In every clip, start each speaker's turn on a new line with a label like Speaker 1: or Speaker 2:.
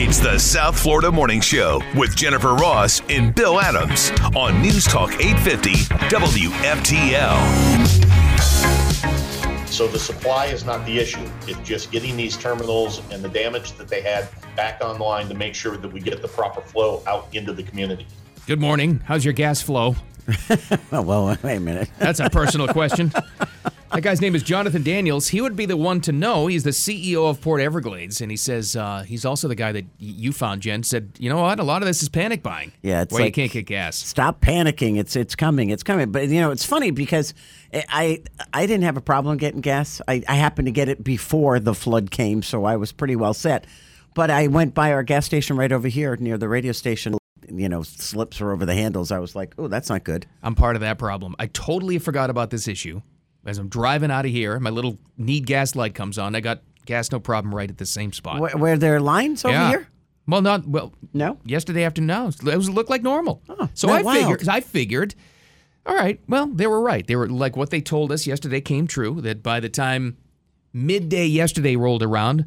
Speaker 1: It's the South Florida Morning Show with Jennifer Ross and Bill Adams on News Talk 850 WFTL.
Speaker 2: So the supply is not the issue. It's just getting these terminals and the damage that they had back online to make sure that we get the proper flow out into the community.
Speaker 3: Good morning. How's your gas flow?
Speaker 4: oh, well, wait a minute.
Speaker 3: That's a personal question. That guy's name is Jonathan Daniels. He would be the one to know. He's the CEO of Port Everglades, and he says uh, he's also the guy that y- you found. Jen said, "You know what? A lot of this is panic buying.
Speaker 4: Yeah, it's
Speaker 3: why you
Speaker 4: like-
Speaker 3: can't get gas.
Speaker 4: Stop panicking. It's it's coming. It's coming. But you know, it's funny because I I didn't have a problem getting gas. I, I happened to get it before the flood came, so I was pretty well set. But I went by our gas station right over here near the radio station. You know, slips were over the handles. I was like, oh, that's not good.
Speaker 3: I'm part of that problem. I totally forgot about this issue. As I'm driving out of here, my little need gas light comes on. I got gas, no problem, right at the same spot.
Speaker 4: Where, where there are lines over
Speaker 3: Yeah.
Speaker 4: here?
Speaker 3: Well, not well.
Speaker 4: No.
Speaker 3: Yesterday afternoon, no, it was- looked like normal. so I
Speaker 4: not wild.
Speaker 3: figured. I figured. All right. Well, they were right. They were like what they told us yesterday came true. That by the time midday yesterday rolled around,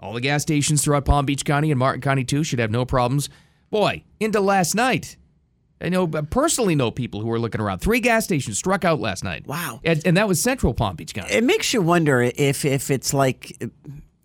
Speaker 3: all the gas stations throughout Palm Beach County and Martin County too should have no problems. Boy, into last night. I know personally know people who were looking around. Three gas stations struck out last night.
Speaker 4: Wow.
Speaker 3: And, and that was Central Palm Beach County.
Speaker 4: It makes you wonder if if it's like.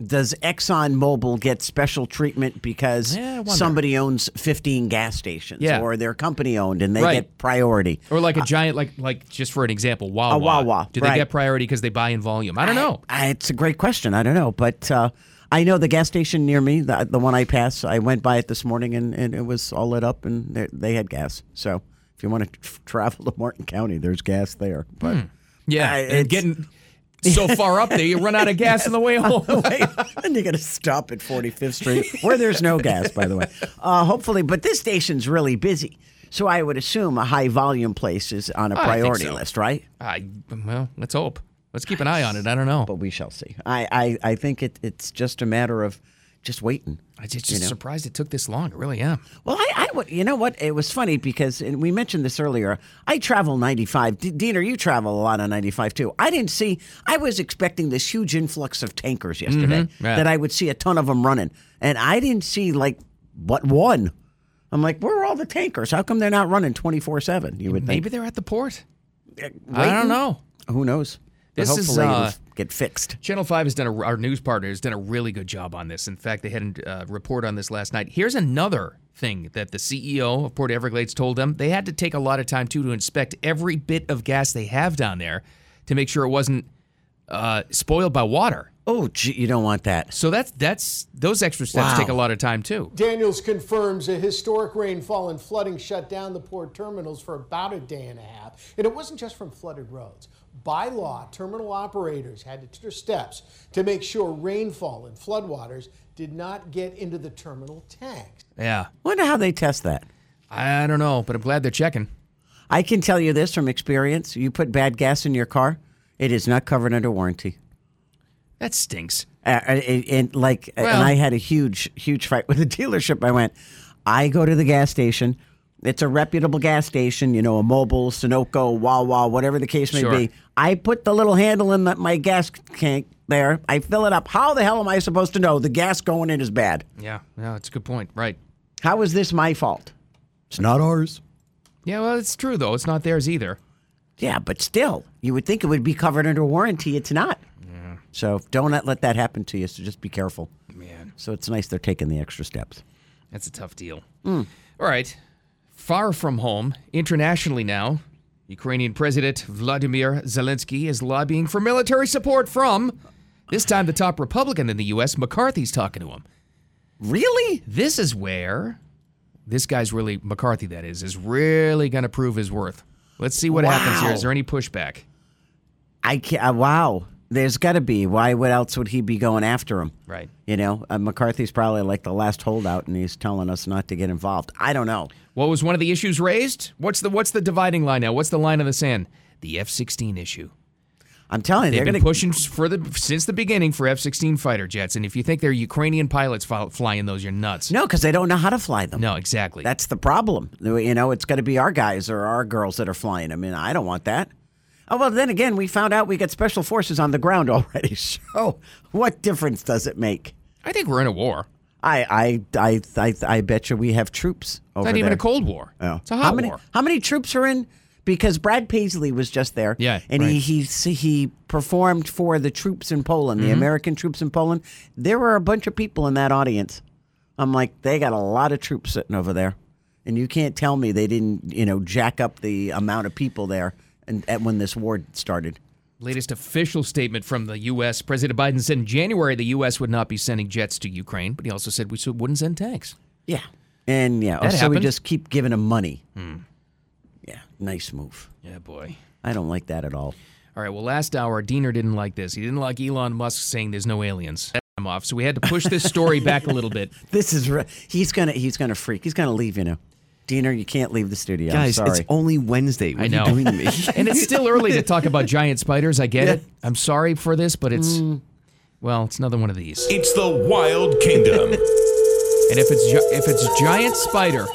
Speaker 4: Does Exxon Mobil get special treatment because
Speaker 3: Yeah, I wonder.
Speaker 4: somebody owns 15 gas stations
Speaker 3: Yeah.
Speaker 4: or they're company owned and they
Speaker 3: Right.
Speaker 4: get priority?
Speaker 3: or like a giant, like like just for an example, Wawa.
Speaker 4: Uh, Wawa,
Speaker 3: Do they
Speaker 4: right.
Speaker 3: get priority because they buy in volume? I don't know.
Speaker 4: I, Uh, it's a great question. I don't know, but uh, I know the gas station near me, the, the one I pass. I went by it this morning, and, and it was all lit up, and they- they had gas. So if you want to tr- travel to Martin County, there's gas there. But
Speaker 3: Yeah,
Speaker 4: I-
Speaker 3: and
Speaker 4: it's-
Speaker 3: getting so far up there, you run out of gas on the way home.
Speaker 4: Wait, and you got to stop at 45th Street, where there's no gas, by the way. Uh, hopefully, but this station's really busy, so I would assume a high volume place is on a
Speaker 3: I think
Speaker 4: priority
Speaker 3: so.
Speaker 4: list, right?
Speaker 3: I, well, let's hope. Let's keep an eye on it. I don't know.
Speaker 4: But we shall see. I I, I think it, it's just a matter of just waiting.
Speaker 3: I just, just surprised it took this long. I really am.
Speaker 4: Well, I, I would. You know what? It was funny because and we mentioned this earlier. I travel 95. D- Diener, you travel a lot on 95 too. I didn't see. I was expecting this huge influx of tankers yesterday
Speaker 3: Mm-hmm. yeah.
Speaker 4: that I would see a ton of them running, and I didn't see like but one. I'm like, where are all the tankers? How come they're not running 24 seven? You would
Speaker 3: Maybe they're at the port.
Speaker 4: think.
Speaker 3: I don't know.
Speaker 4: know. Who knows? But
Speaker 3: This is,
Speaker 4: hopefully it'll
Speaker 3: uh,
Speaker 4: get fixed.
Speaker 3: Channel Five has done a, our news partner has done a really good job on this. In fact, they had a uh, report on this last night. Here's another thing that the CEO of Port Everglades told them: they had to take a lot of time too to inspect every bit of gas they have down there to make sure it wasn't uh, spoiled by water.
Speaker 4: Oh, gee, you don't want that.
Speaker 3: So that's that's those extra steps
Speaker 4: Wow.
Speaker 3: take a lot of time too.
Speaker 5: Daniels confirms a historic rainfall and flooding shut down the port terminals for about a day and a half. And it wasn't just from flooded roads. By law, terminal operators had to take steps to make sure rainfall and floodwaters did not get into the terminal tanks.
Speaker 3: Yeah.
Speaker 4: Wonder how they test that.
Speaker 3: I don't know, but I'm glad they're checking.
Speaker 4: I can tell you this from experience. You put bad gas in your car, it is not covered under warranty.
Speaker 3: That stinks.
Speaker 4: Uh, and, and like,
Speaker 3: Well-
Speaker 4: and I had a huge, huge fight with the dealership. I went, I go to the gas station. It's a reputable gas station, you know, a mobile, Sunoco, Wawa, whatever the case may
Speaker 3: Sure.
Speaker 4: be. I put the little handle in the, my gas tank there. I fill it up. How the hell am I supposed to know the gas going in is bad?
Speaker 3: Yeah, yeah, that's a good point. Right.
Speaker 4: How is this my fault? It's not ours.
Speaker 3: Yeah, well, it's true though. It's not theirs either.
Speaker 4: Yeah, but still, you would think it would be covered under warranty. It's not. So don't let- let that happen to you. So just be careful. Man. So it's nice they're taking the extra steps.
Speaker 3: That's a tough deal. All right. Far from home, internationally now, Ukrainian President Vladimir Zelensky is lobbying for military support from this time the top Republican in the U.S. McCarthy's talking to him.
Speaker 4: Really?
Speaker 3: This is where this guy's really McCarthy. That is is really going to prove his worth. Let's see what happens here.
Speaker 4: Wow.
Speaker 3: Is there any pushback?
Speaker 4: I can't. Uh, wow. There's got to be. Why? What else would he be going after him?
Speaker 3: Right.
Speaker 4: You know, uh, McCarthy's probably like the last holdout, and he's telling us not to get involved. I don't know.
Speaker 3: What was one of the issues raised? What's the what's the dividing line now? What's the line of the sand? The F-16 issue.
Speaker 4: I'm telling
Speaker 3: They've
Speaker 4: you, they're
Speaker 3: been
Speaker 4: going to
Speaker 3: pushing for the since the beginning for F-16 fighter jets, and if you think they're Ukrainian pilots fly, flying those, you're nuts.
Speaker 4: no, because they don't know how to fly them.
Speaker 3: no, exactly.
Speaker 4: That's the problem. You know, it's going to be our guys or our girls that are flying them, and I don't want that. Oh well, then again, we found out we got special forces on the ground already. So, what difference does it make?
Speaker 3: I think we're in a war.
Speaker 4: I, I, I, I, I bet you we have troops over
Speaker 3: It's not even
Speaker 4: there.
Speaker 3: a cold war.
Speaker 4: Yeah.
Speaker 3: It's a hot
Speaker 4: how many,
Speaker 3: war.
Speaker 4: How many troops are in? Because Brad Paisley was just there.
Speaker 3: Yeah,
Speaker 4: And
Speaker 3: right.
Speaker 4: he, he he performed for the troops in Poland,
Speaker 3: Mm-hmm.
Speaker 4: the American troops in Poland. There were a bunch of people in that audience. I'm like, they got a lot of troops sitting over there. And you can't tell me they didn't, you know, jack up the amount of people there and, and when this war started.
Speaker 3: Latest official statement from the U.S. President Biden said in January the U.S. would not be sending jets to Ukraine, but he also said we s- wouldn't send tanks.
Speaker 4: Yeah. And yeah,
Speaker 3: That
Speaker 4: so we
Speaker 3: happened. Hmm.
Speaker 4: just keep giving them money. Yeah, nice move.
Speaker 3: Yeah, boy.
Speaker 4: I don't like that at all.
Speaker 3: All right. Well, last hour Diener didn't like this. He didn't like Elon Musk saying there's no aliens. That him off. So we had to push this story back a little bit.
Speaker 4: This is re- he's gonna he's gonna freak. He's gonna leave. You know, Diener, you can't leave the studio. I'm
Speaker 6: Guys,
Speaker 4: sorry.
Speaker 6: it's only Wednesday. What
Speaker 3: I know.
Speaker 6: Are you doing to me?
Speaker 3: And it's still early to talk about giant spiders. I get it. I'm sorry for this, but it's
Speaker 6: Mm.
Speaker 3: well, it's another one of these.
Speaker 1: It's the Wild Kingdom.
Speaker 3: And if it's gi- if it's giant spider,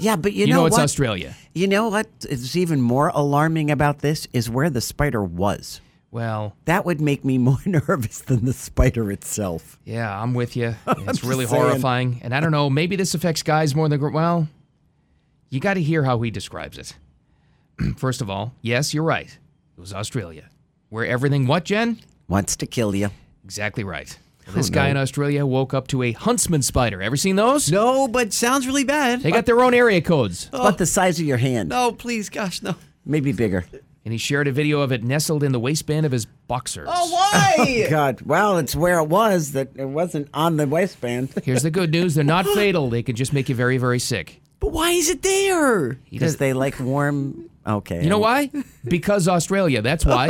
Speaker 4: yeah, but you,
Speaker 3: you,
Speaker 4: know,
Speaker 3: know, it's
Speaker 4: what?
Speaker 3: Australia.
Speaker 4: You know what is even more alarming about this is where the spider was.
Speaker 3: Well,
Speaker 4: That would make me more nervous than the spider itself.
Speaker 3: yeah, I'm with you. It's really
Speaker 4: just saying.
Speaker 3: horrifying. And I don't know. Maybe this affects guys more than gir- well. You got to hear how he describes it. First of all, yes, you're right. It was Australia, where everything. What, Jen?
Speaker 4: Wants to kill you.
Speaker 3: Exactly right. This guy in Australia woke up to a huntsman spider. Ever seen those?
Speaker 6: no, but sounds really bad.
Speaker 3: They got their own area codes.
Speaker 4: It's about the size of your hand,
Speaker 6: no, please, gosh, no.
Speaker 4: maybe bigger.
Speaker 3: And he shared a video of it nestled in the waistband of his boxers.
Speaker 6: why?
Speaker 4: God, well, it's where it was that it wasn't on the waistband.
Speaker 3: Here's the good news they're not fatal. They can just make you very, very sick.
Speaker 6: but why is it there?
Speaker 3: He
Speaker 4: Because
Speaker 3: does,
Speaker 4: they like warm. Okay.
Speaker 3: you know why? Because Australia. That's why.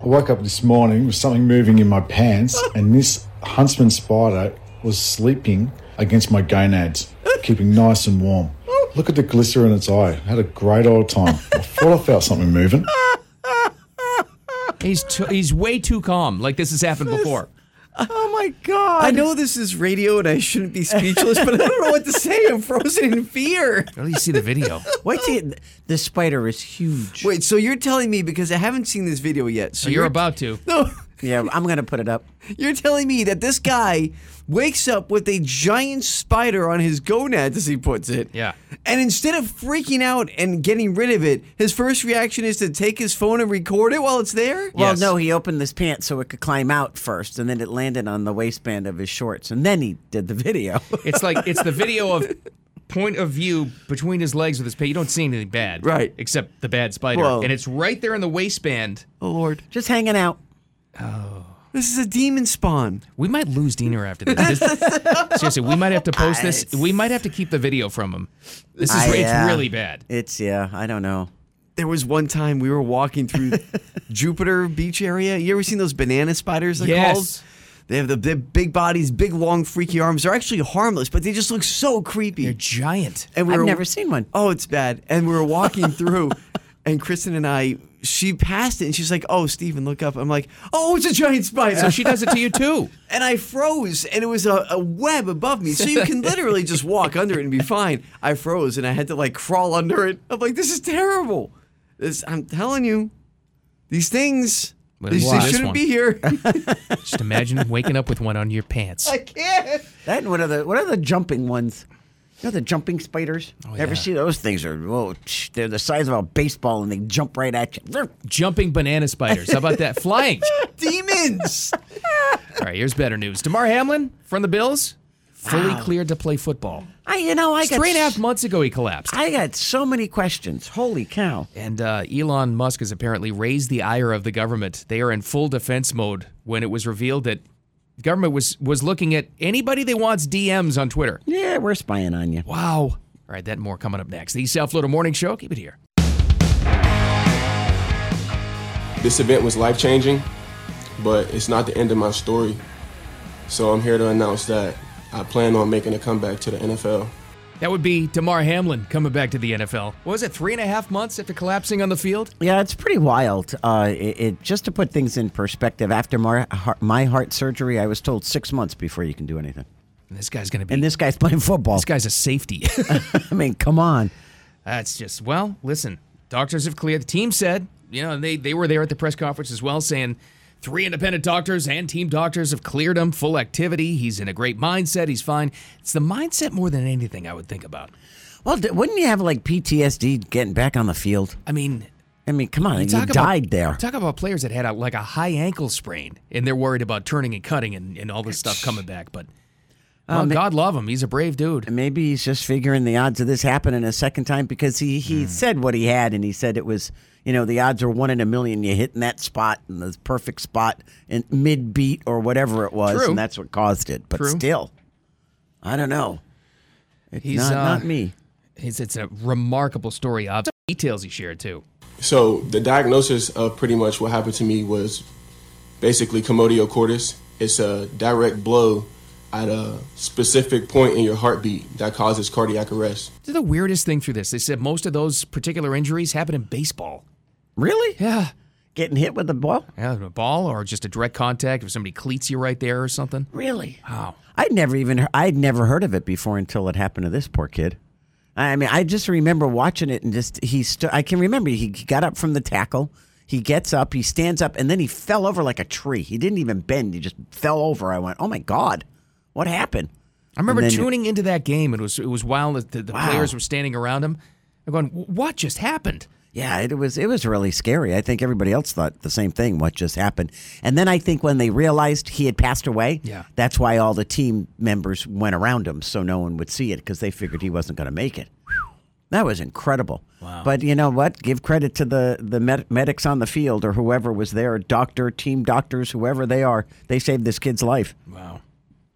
Speaker 7: I woke up this morning with something moving in my pants, and this huntsman spider was sleeping against my gonads, keeping nice and warm. Look at the glitter in its eye. I had a great old time. I thought I felt something moving.
Speaker 3: He's, too, he's way too calm. Like this has happened before.
Speaker 6: Oh my god! I know this is radio and I shouldn't be speechless, but I don't know what to say. I'm frozen in fear.
Speaker 3: At least see the video.
Speaker 4: Wait till you, this spider is huge.
Speaker 6: Wait, so you're telling me because I haven't seen this video yet? So
Speaker 3: So you're about to.
Speaker 6: no,
Speaker 4: Yeah, I'm gonna put it up.
Speaker 6: you're telling me that this guy wakes up with a giant spider on his gonads, as he puts it.
Speaker 3: Yeah.
Speaker 6: And instead of freaking out and getting rid of it, his first reaction is to take his phone and record it while it's there.
Speaker 4: Well,
Speaker 3: Yes.
Speaker 4: no, he opened his pants so it could climb out first, and then it landed on the waistband of his shorts, and then he did the video.
Speaker 3: It's like it's the video of point of view between his legs with his pants. You don't see anything bad,
Speaker 6: Right.
Speaker 3: Except the bad spider,
Speaker 6: Whoa.
Speaker 3: and it's right there in the waistband.
Speaker 6: Oh Lord,
Speaker 4: Just hanging out.
Speaker 6: this is a demon spawn.
Speaker 3: We might lose Diener after this. This- seriously, we might have to post this. We might have to keep the video from him. This is
Speaker 4: I-
Speaker 3: it's
Speaker 4: yeah.
Speaker 3: really bad.
Speaker 4: It's yeah, I don't know.
Speaker 6: There was one time we were walking through Jupiter Beach area. You ever seen those banana spiders? They're
Speaker 3: Yes.
Speaker 6: called. They have the, the big bodies, big long freaky arms. They're actually harmless, but they just look so creepy.
Speaker 3: They're giant.
Speaker 6: and
Speaker 4: I've never seen one.
Speaker 6: Oh, it's bad. And we were walking through, and Kristen and I, she passed it, and she's like, "Oh, Steven, look up." I'm like, "Oh, it's a giant spider."
Speaker 3: So she does it to you too.
Speaker 6: and I froze, and it was a, a web above me, so you can literally just walk under it and be fine. I froze, and I had to like crawl under it. I'm like, "This is terrible." This, I'm telling you, these things.
Speaker 3: But
Speaker 6: They, they
Speaker 3: why? This
Speaker 6: shouldn't
Speaker 3: one.
Speaker 6: be here.
Speaker 3: Just imagine waking up with one on your pants.
Speaker 4: That and what are the what are the jumping ones? You know the jumping spiders. Ever
Speaker 3: Oh, yeah.
Speaker 4: see those things? Are whoa, tch, they're the size of a baseball, and they jump right at you.
Speaker 3: Jumping banana spiders. How about that? Flying.
Speaker 6: Demons.
Speaker 3: All right, here's better news. Damar Hamlin from the Bills, fully cleared to play football.
Speaker 4: I you know I
Speaker 3: Three and a
Speaker 4: got
Speaker 3: half months ago, he collapsed.
Speaker 4: I got so many questions. Holy cow!
Speaker 3: And uh, Elon Musk has apparently raised the ire of the government. They are in full defense mode when it was revealed that the government was was looking at anybody that wants DMs on Twitter.
Speaker 4: Yeah, we're spying on you.
Speaker 3: Wow. All right, that and more coming up next. The South Florida Morning Show. Keep it here.
Speaker 8: This event was life changing, but it's not the end of my story. So I'm here to announce that I plan on making a comeback to the NFL.
Speaker 3: That would be Damar Hamlin coming back to the NFL. What was it, three and a half months after collapsing on the field?
Speaker 4: Yeah, it's pretty wild. Uh, it, it, just to put things in perspective, after my heart, my heart surgery, I was told six months before you can do anything.
Speaker 3: And this guy's going to be.
Speaker 4: And this guy's playing football.
Speaker 3: this guy's a safety.
Speaker 4: I mean, come on.
Speaker 3: That's just well. Listen, doctors have cleared. The team said, you know, they they were there at the press conference as well, saying three independent doctors and team doctors have cleared him. Full activity. He's in a great mindset. He's fine. It's the mindset more than anything I would think about.
Speaker 4: Well, d- wouldn't you have like PTSD getting back on the field?
Speaker 3: I mean,
Speaker 4: I mean, come on, you,
Speaker 3: talk about-
Speaker 4: died there.
Speaker 3: Talk about players that had a, like a high ankle sprain and they're worried about turning and cutting and, and all this stuff coming back. But
Speaker 4: Um,
Speaker 3: well, God love him. He's a brave dude.
Speaker 4: Maybe he's just figuring the odds of this happening a second time because he, he
Speaker 3: Hmm.
Speaker 4: said what he had and he said it was, you know, the odds are one in a million you hitting that spot and the perfect spot in mid beat or whatever it was.
Speaker 3: True.
Speaker 4: And that's what caused it. But
Speaker 3: True.
Speaker 4: still, I don't know. It's
Speaker 3: He's,
Speaker 4: not,
Speaker 3: uh,
Speaker 4: not me.
Speaker 3: It's, it's a remarkable story. Of details he shared too.
Speaker 8: So the diagnosis of pretty much what happened to me was basically commodio cordis. It's a direct blow at a specific point in your heartbeat that causes cardiac arrest.
Speaker 3: This is the weirdest thing through this. They said most of those particular injuries happen in baseball.
Speaker 4: Really?
Speaker 3: Yeah.
Speaker 4: Getting hit with a ball?
Speaker 3: Yeah, a ball or just a direct contact if somebody cleats you right there or something.
Speaker 4: Really?
Speaker 3: Wow.
Speaker 4: I'd never even he- I'd never heard of it before until it happened to this poor kid. I mean, I just remember watching it and just he stood. I can remember he got up from the tackle. He gets up, he stands up, and then he fell over like a tree. He didn't even bend; he just fell over. I went, "Oh my god, what happened?"
Speaker 3: I remember
Speaker 4: And then-
Speaker 3: tuning into that game. It was it was wild. that The, the
Speaker 4: Wow.
Speaker 3: players were standing around him. I'm going, "W- what just happened?
Speaker 4: Yeah, it was it was really scary. I think everybody else thought the same thing. What just happened? And then I think when they realized he had passed away,
Speaker 3: Yeah.
Speaker 4: that's why all the team members went around him so no one would see it because they figured he wasn't going to make it. That was incredible. Wow. But you know what? Give credit to the the med- medics on the field or whoever was there, doctor, team doctors, whoever they are. They saved this kid's life.
Speaker 3: Wow.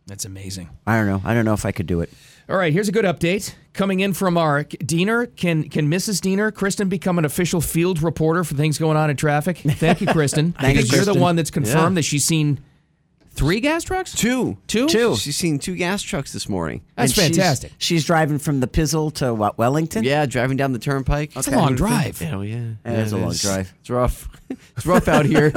Speaker 3: That's amazing.
Speaker 4: I don't know. I don't know if I could do it.
Speaker 3: All right, here's a good update coming in from our Diener. Can can Mrs. Diener, Kristen, become an official field reporter for things going on in traffic? Thank you, Kristen.
Speaker 4: Thank you,
Speaker 3: Because you're the
Speaker 4: Kristen.
Speaker 3: one that's confirmed
Speaker 6: Yeah.
Speaker 3: that she's seen three gas trucks.
Speaker 6: Two.
Speaker 3: Two?
Speaker 6: Two. She's seen two gas trucks this morning.
Speaker 3: That's
Speaker 4: And she's-
Speaker 3: fantastic.
Speaker 4: She's, driving from the Pizzle to what Wellington.
Speaker 6: Yeah, driving down the turnpike.
Speaker 3: It's a long drive.
Speaker 6: Hell yeah.
Speaker 4: It is a long drive.
Speaker 6: It's rough. It's rough out here.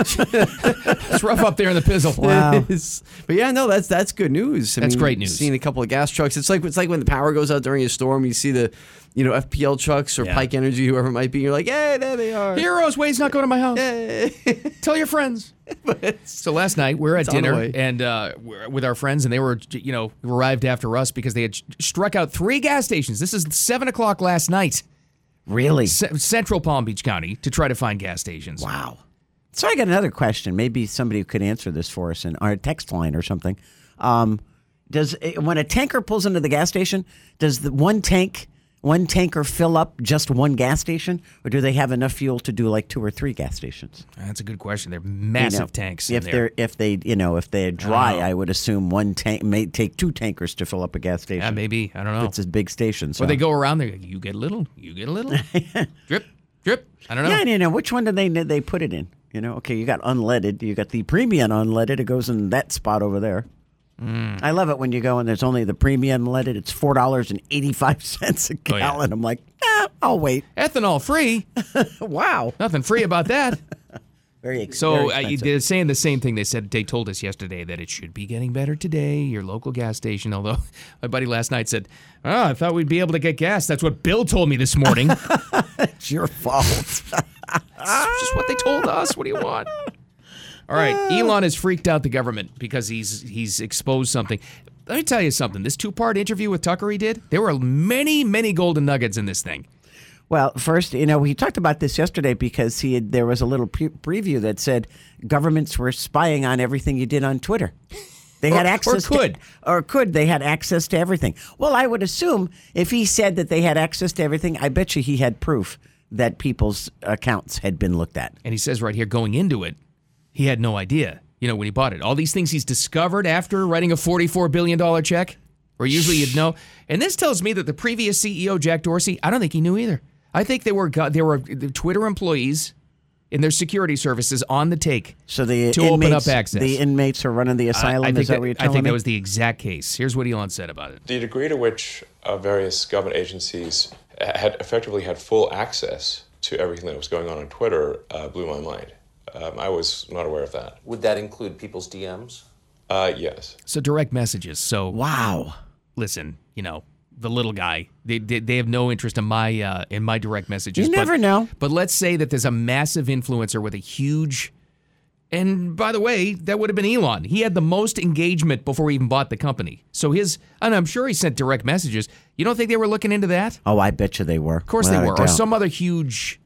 Speaker 3: It's rough up there in the pizzle.
Speaker 6: It is. But yeah, no, that's that's good news. I
Speaker 3: That's great
Speaker 6: you've
Speaker 3: news.
Speaker 6: Seen a couple of gas trucks. It's like it's like when the power goes out during a storm. You see the, you know, FPL trucks or
Speaker 3: Yeah.
Speaker 6: Pike Energy, whoever it might be. and You're like, hey, there they are.
Speaker 3: Heroes, Wade's not going to my house. Tell your friends. so last night we are at
Speaker 6: It's on the
Speaker 3: dinner
Speaker 6: way.
Speaker 3: and uh, we're with our friends, and they were, you know, arrived after us because they had sh- struck out three gas stations. This is seven o'clock last night,
Speaker 4: Really?
Speaker 3: c- Central Palm Beach County, to try to find gas stations.
Speaker 4: Wow. So I got another question. Maybe somebody could answer this for us in our text line or something. Um, does when a tanker pulls into the gas station, does the one tank one tanker fill up just one gas station, or do they have enough fuel to do like two or three gas stations?
Speaker 3: That's a good question. They're
Speaker 4: You
Speaker 3: massive
Speaker 4: know,
Speaker 3: tanks.
Speaker 4: If
Speaker 3: in there. Oh.
Speaker 4: they're if they you know if they're dry,
Speaker 3: know.
Speaker 4: I, would assume one tank may take two tankers to fill up a gas station.
Speaker 3: yeah, maybe I don't know.
Speaker 4: It's a big station. So
Speaker 3: or they go around there. You get a little. You get a little. drip, drip. I don't know.
Speaker 4: Yeah, and you know which one do they they put it in? You know, okay, you got unleaded, you got the premium unleaded. It goes in that spot over there.
Speaker 3: Mm.
Speaker 4: I love it when you go and there's only the premium unleaded. It's four dollars and eighty five cents a
Speaker 3: Oh, yeah.
Speaker 4: gallon. I'm like, ah, I'll wait.
Speaker 3: Ethanol free.
Speaker 4: wow,
Speaker 3: Nothing free about that.
Speaker 4: very ex- very
Speaker 3: So uh,
Speaker 4: expensive.
Speaker 3: they're saying the same thing they said. They told us yesterday that it should be getting better today. Your local gas station. Although my buddy last night said, "Oh, I thought we'd be able to get gas." That's what Bill told me this morning. It's
Speaker 4: It's your fault.
Speaker 3: just what they told us. What do you want? All right.
Speaker 4: Ah.
Speaker 3: Elon has freaked out the government because he's he's exposed something. Let me tell you something. This two-part interview with Tucker he did. There were many many golden nuggets in this thing.
Speaker 4: Well, first, you know, we talked about this yesterday because he had, there was a little pre- preview that said governments were spying on everything you did on Twitter. They had
Speaker 3: Or- or
Speaker 4: access
Speaker 3: could.
Speaker 4: to, or could they had access to everything. Well, I would assume if he said that they had access to everything, I bet you he had proof that people's accounts had been looked at.
Speaker 3: And he says right here, going into it, he had no idea. You know, when he bought it, all these things he's discovered after writing a $44 billion check, or usually you'd know. And this tells me that the previous E CEO, Jack Dorsey, I don't think he knew either. I think they were, go- they were Twitter employees and their security services on the take
Speaker 4: So the
Speaker 3: to
Speaker 4: inmates,
Speaker 3: open up access.
Speaker 4: The inmates are running the
Speaker 3: I-
Speaker 4: asylum.
Speaker 3: I think,
Speaker 4: is that, what you're
Speaker 3: I
Speaker 4: telling
Speaker 3: think
Speaker 4: me?
Speaker 3: that was the exact case. Here's what Elon said about it.
Speaker 9: The degree to which uh, various government agencies ha- had effectively had full access to everything that was going on on Twitter uh, blew my mind. Um, I was not aware of that.
Speaker 10: Would that include people's DMs?
Speaker 9: Uh, yes.
Speaker 3: So direct messages. So
Speaker 4: wow.
Speaker 3: listen, you know, the little guy. They they, they have no interest in my uh, in my direct messages.
Speaker 4: You
Speaker 3: but-
Speaker 4: never know.
Speaker 3: But let's say that there's a massive influencer with a huge. And by the way, that would have been Elon. He had the most engagement before he even bought the company. So his, and I'm sure he sent direct messages. You don't think they were looking into that? Of
Speaker 4: Oh, I bet you they were. Of
Speaker 3: course they were, or some other huge.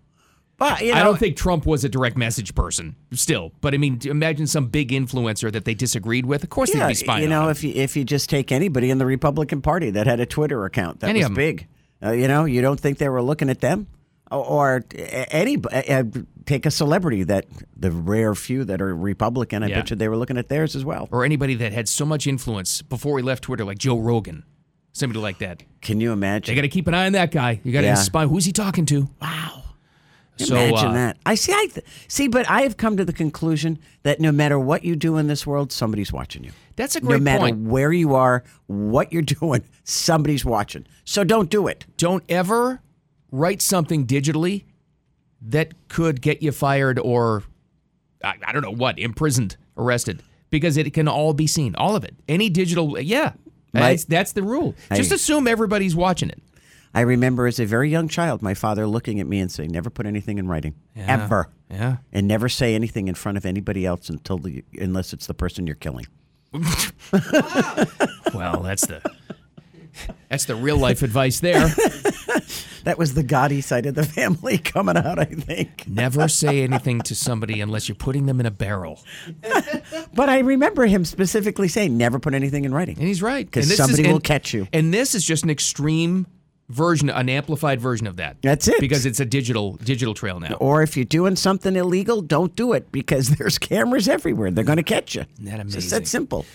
Speaker 4: But you know,
Speaker 3: I don't think Trump was a direct message person still, but I mean, imagine some big influencer that they disagreed with. Of course,
Speaker 4: yeah,
Speaker 3: they'd be spying.
Speaker 4: you
Speaker 3: on
Speaker 4: know,
Speaker 3: him.
Speaker 4: if you if you just take anybody in the Republican Party that had a Twitter account that
Speaker 3: Any
Speaker 4: was
Speaker 3: of 'em.
Speaker 4: big, uh, you know, you don't think they were looking at them, or, or any uh, take a celebrity that the rare few that are Republican. I
Speaker 3: Yeah.
Speaker 4: bet you they were looking at theirs as well.
Speaker 3: or anybody that had so much influence before he left Twitter, like Joe Rogan, somebody like that.
Speaker 4: Can you imagine?
Speaker 3: They got to keep an eye on that guy. You got to
Speaker 4: Yeah.
Speaker 3: spy who's he talking to.
Speaker 4: Wow.
Speaker 3: So,
Speaker 4: Imagine
Speaker 3: uh,
Speaker 4: that. I see. I th- see, but I have come to the conclusion that no matter what you do in this world, somebody's watching you.
Speaker 3: That's a
Speaker 4: no
Speaker 3: great
Speaker 4: matter
Speaker 3: point.
Speaker 4: where you are, what you're doing, somebody's watching. So don't do it.
Speaker 3: Don't ever write something digitally that could get you fired or I, I don't know what, imprisoned, arrested, because it can all be seen, all of it. Any digital, yeah, that's, that's the rule. Just
Speaker 4: Hey.
Speaker 3: assume everybody's watching it.
Speaker 4: I remember as a very young child, my father looking at me and saying, "Never put anything in writing, ever,
Speaker 3: Yeah.
Speaker 4: and never say anything in front of anybody else until the, unless it's the person you're killing."
Speaker 3: Well, that's the that's the real life advice there.
Speaker 4: That was the gaudy side of the family coming out. I think.
Speaker 3: Never say anything to somebody unless you're putting them in a barrel.
Speaker 4: But I remember him specifically saying, "Never put anything in writing."
Speaker 3: And he's right.
Speaker 4: 'Cause
Speaker 3: And this
Speaker 4: somebody will
Speaker 3: and-
Speaker 4: catch you.
Speaker 3: And this is just an extreme version, an amplified version of that.
Speaker 4: That's it.
Speaker 3: Because it's a digital digital trail now.
Speaker 4: Or if you're doing something illegal, don't do it because there's cameras everywhere. They're going to catch you.
Speaker 3: that
Speaker 4: It's just
Speaker 3: amazing?
Speaker 4: that simple.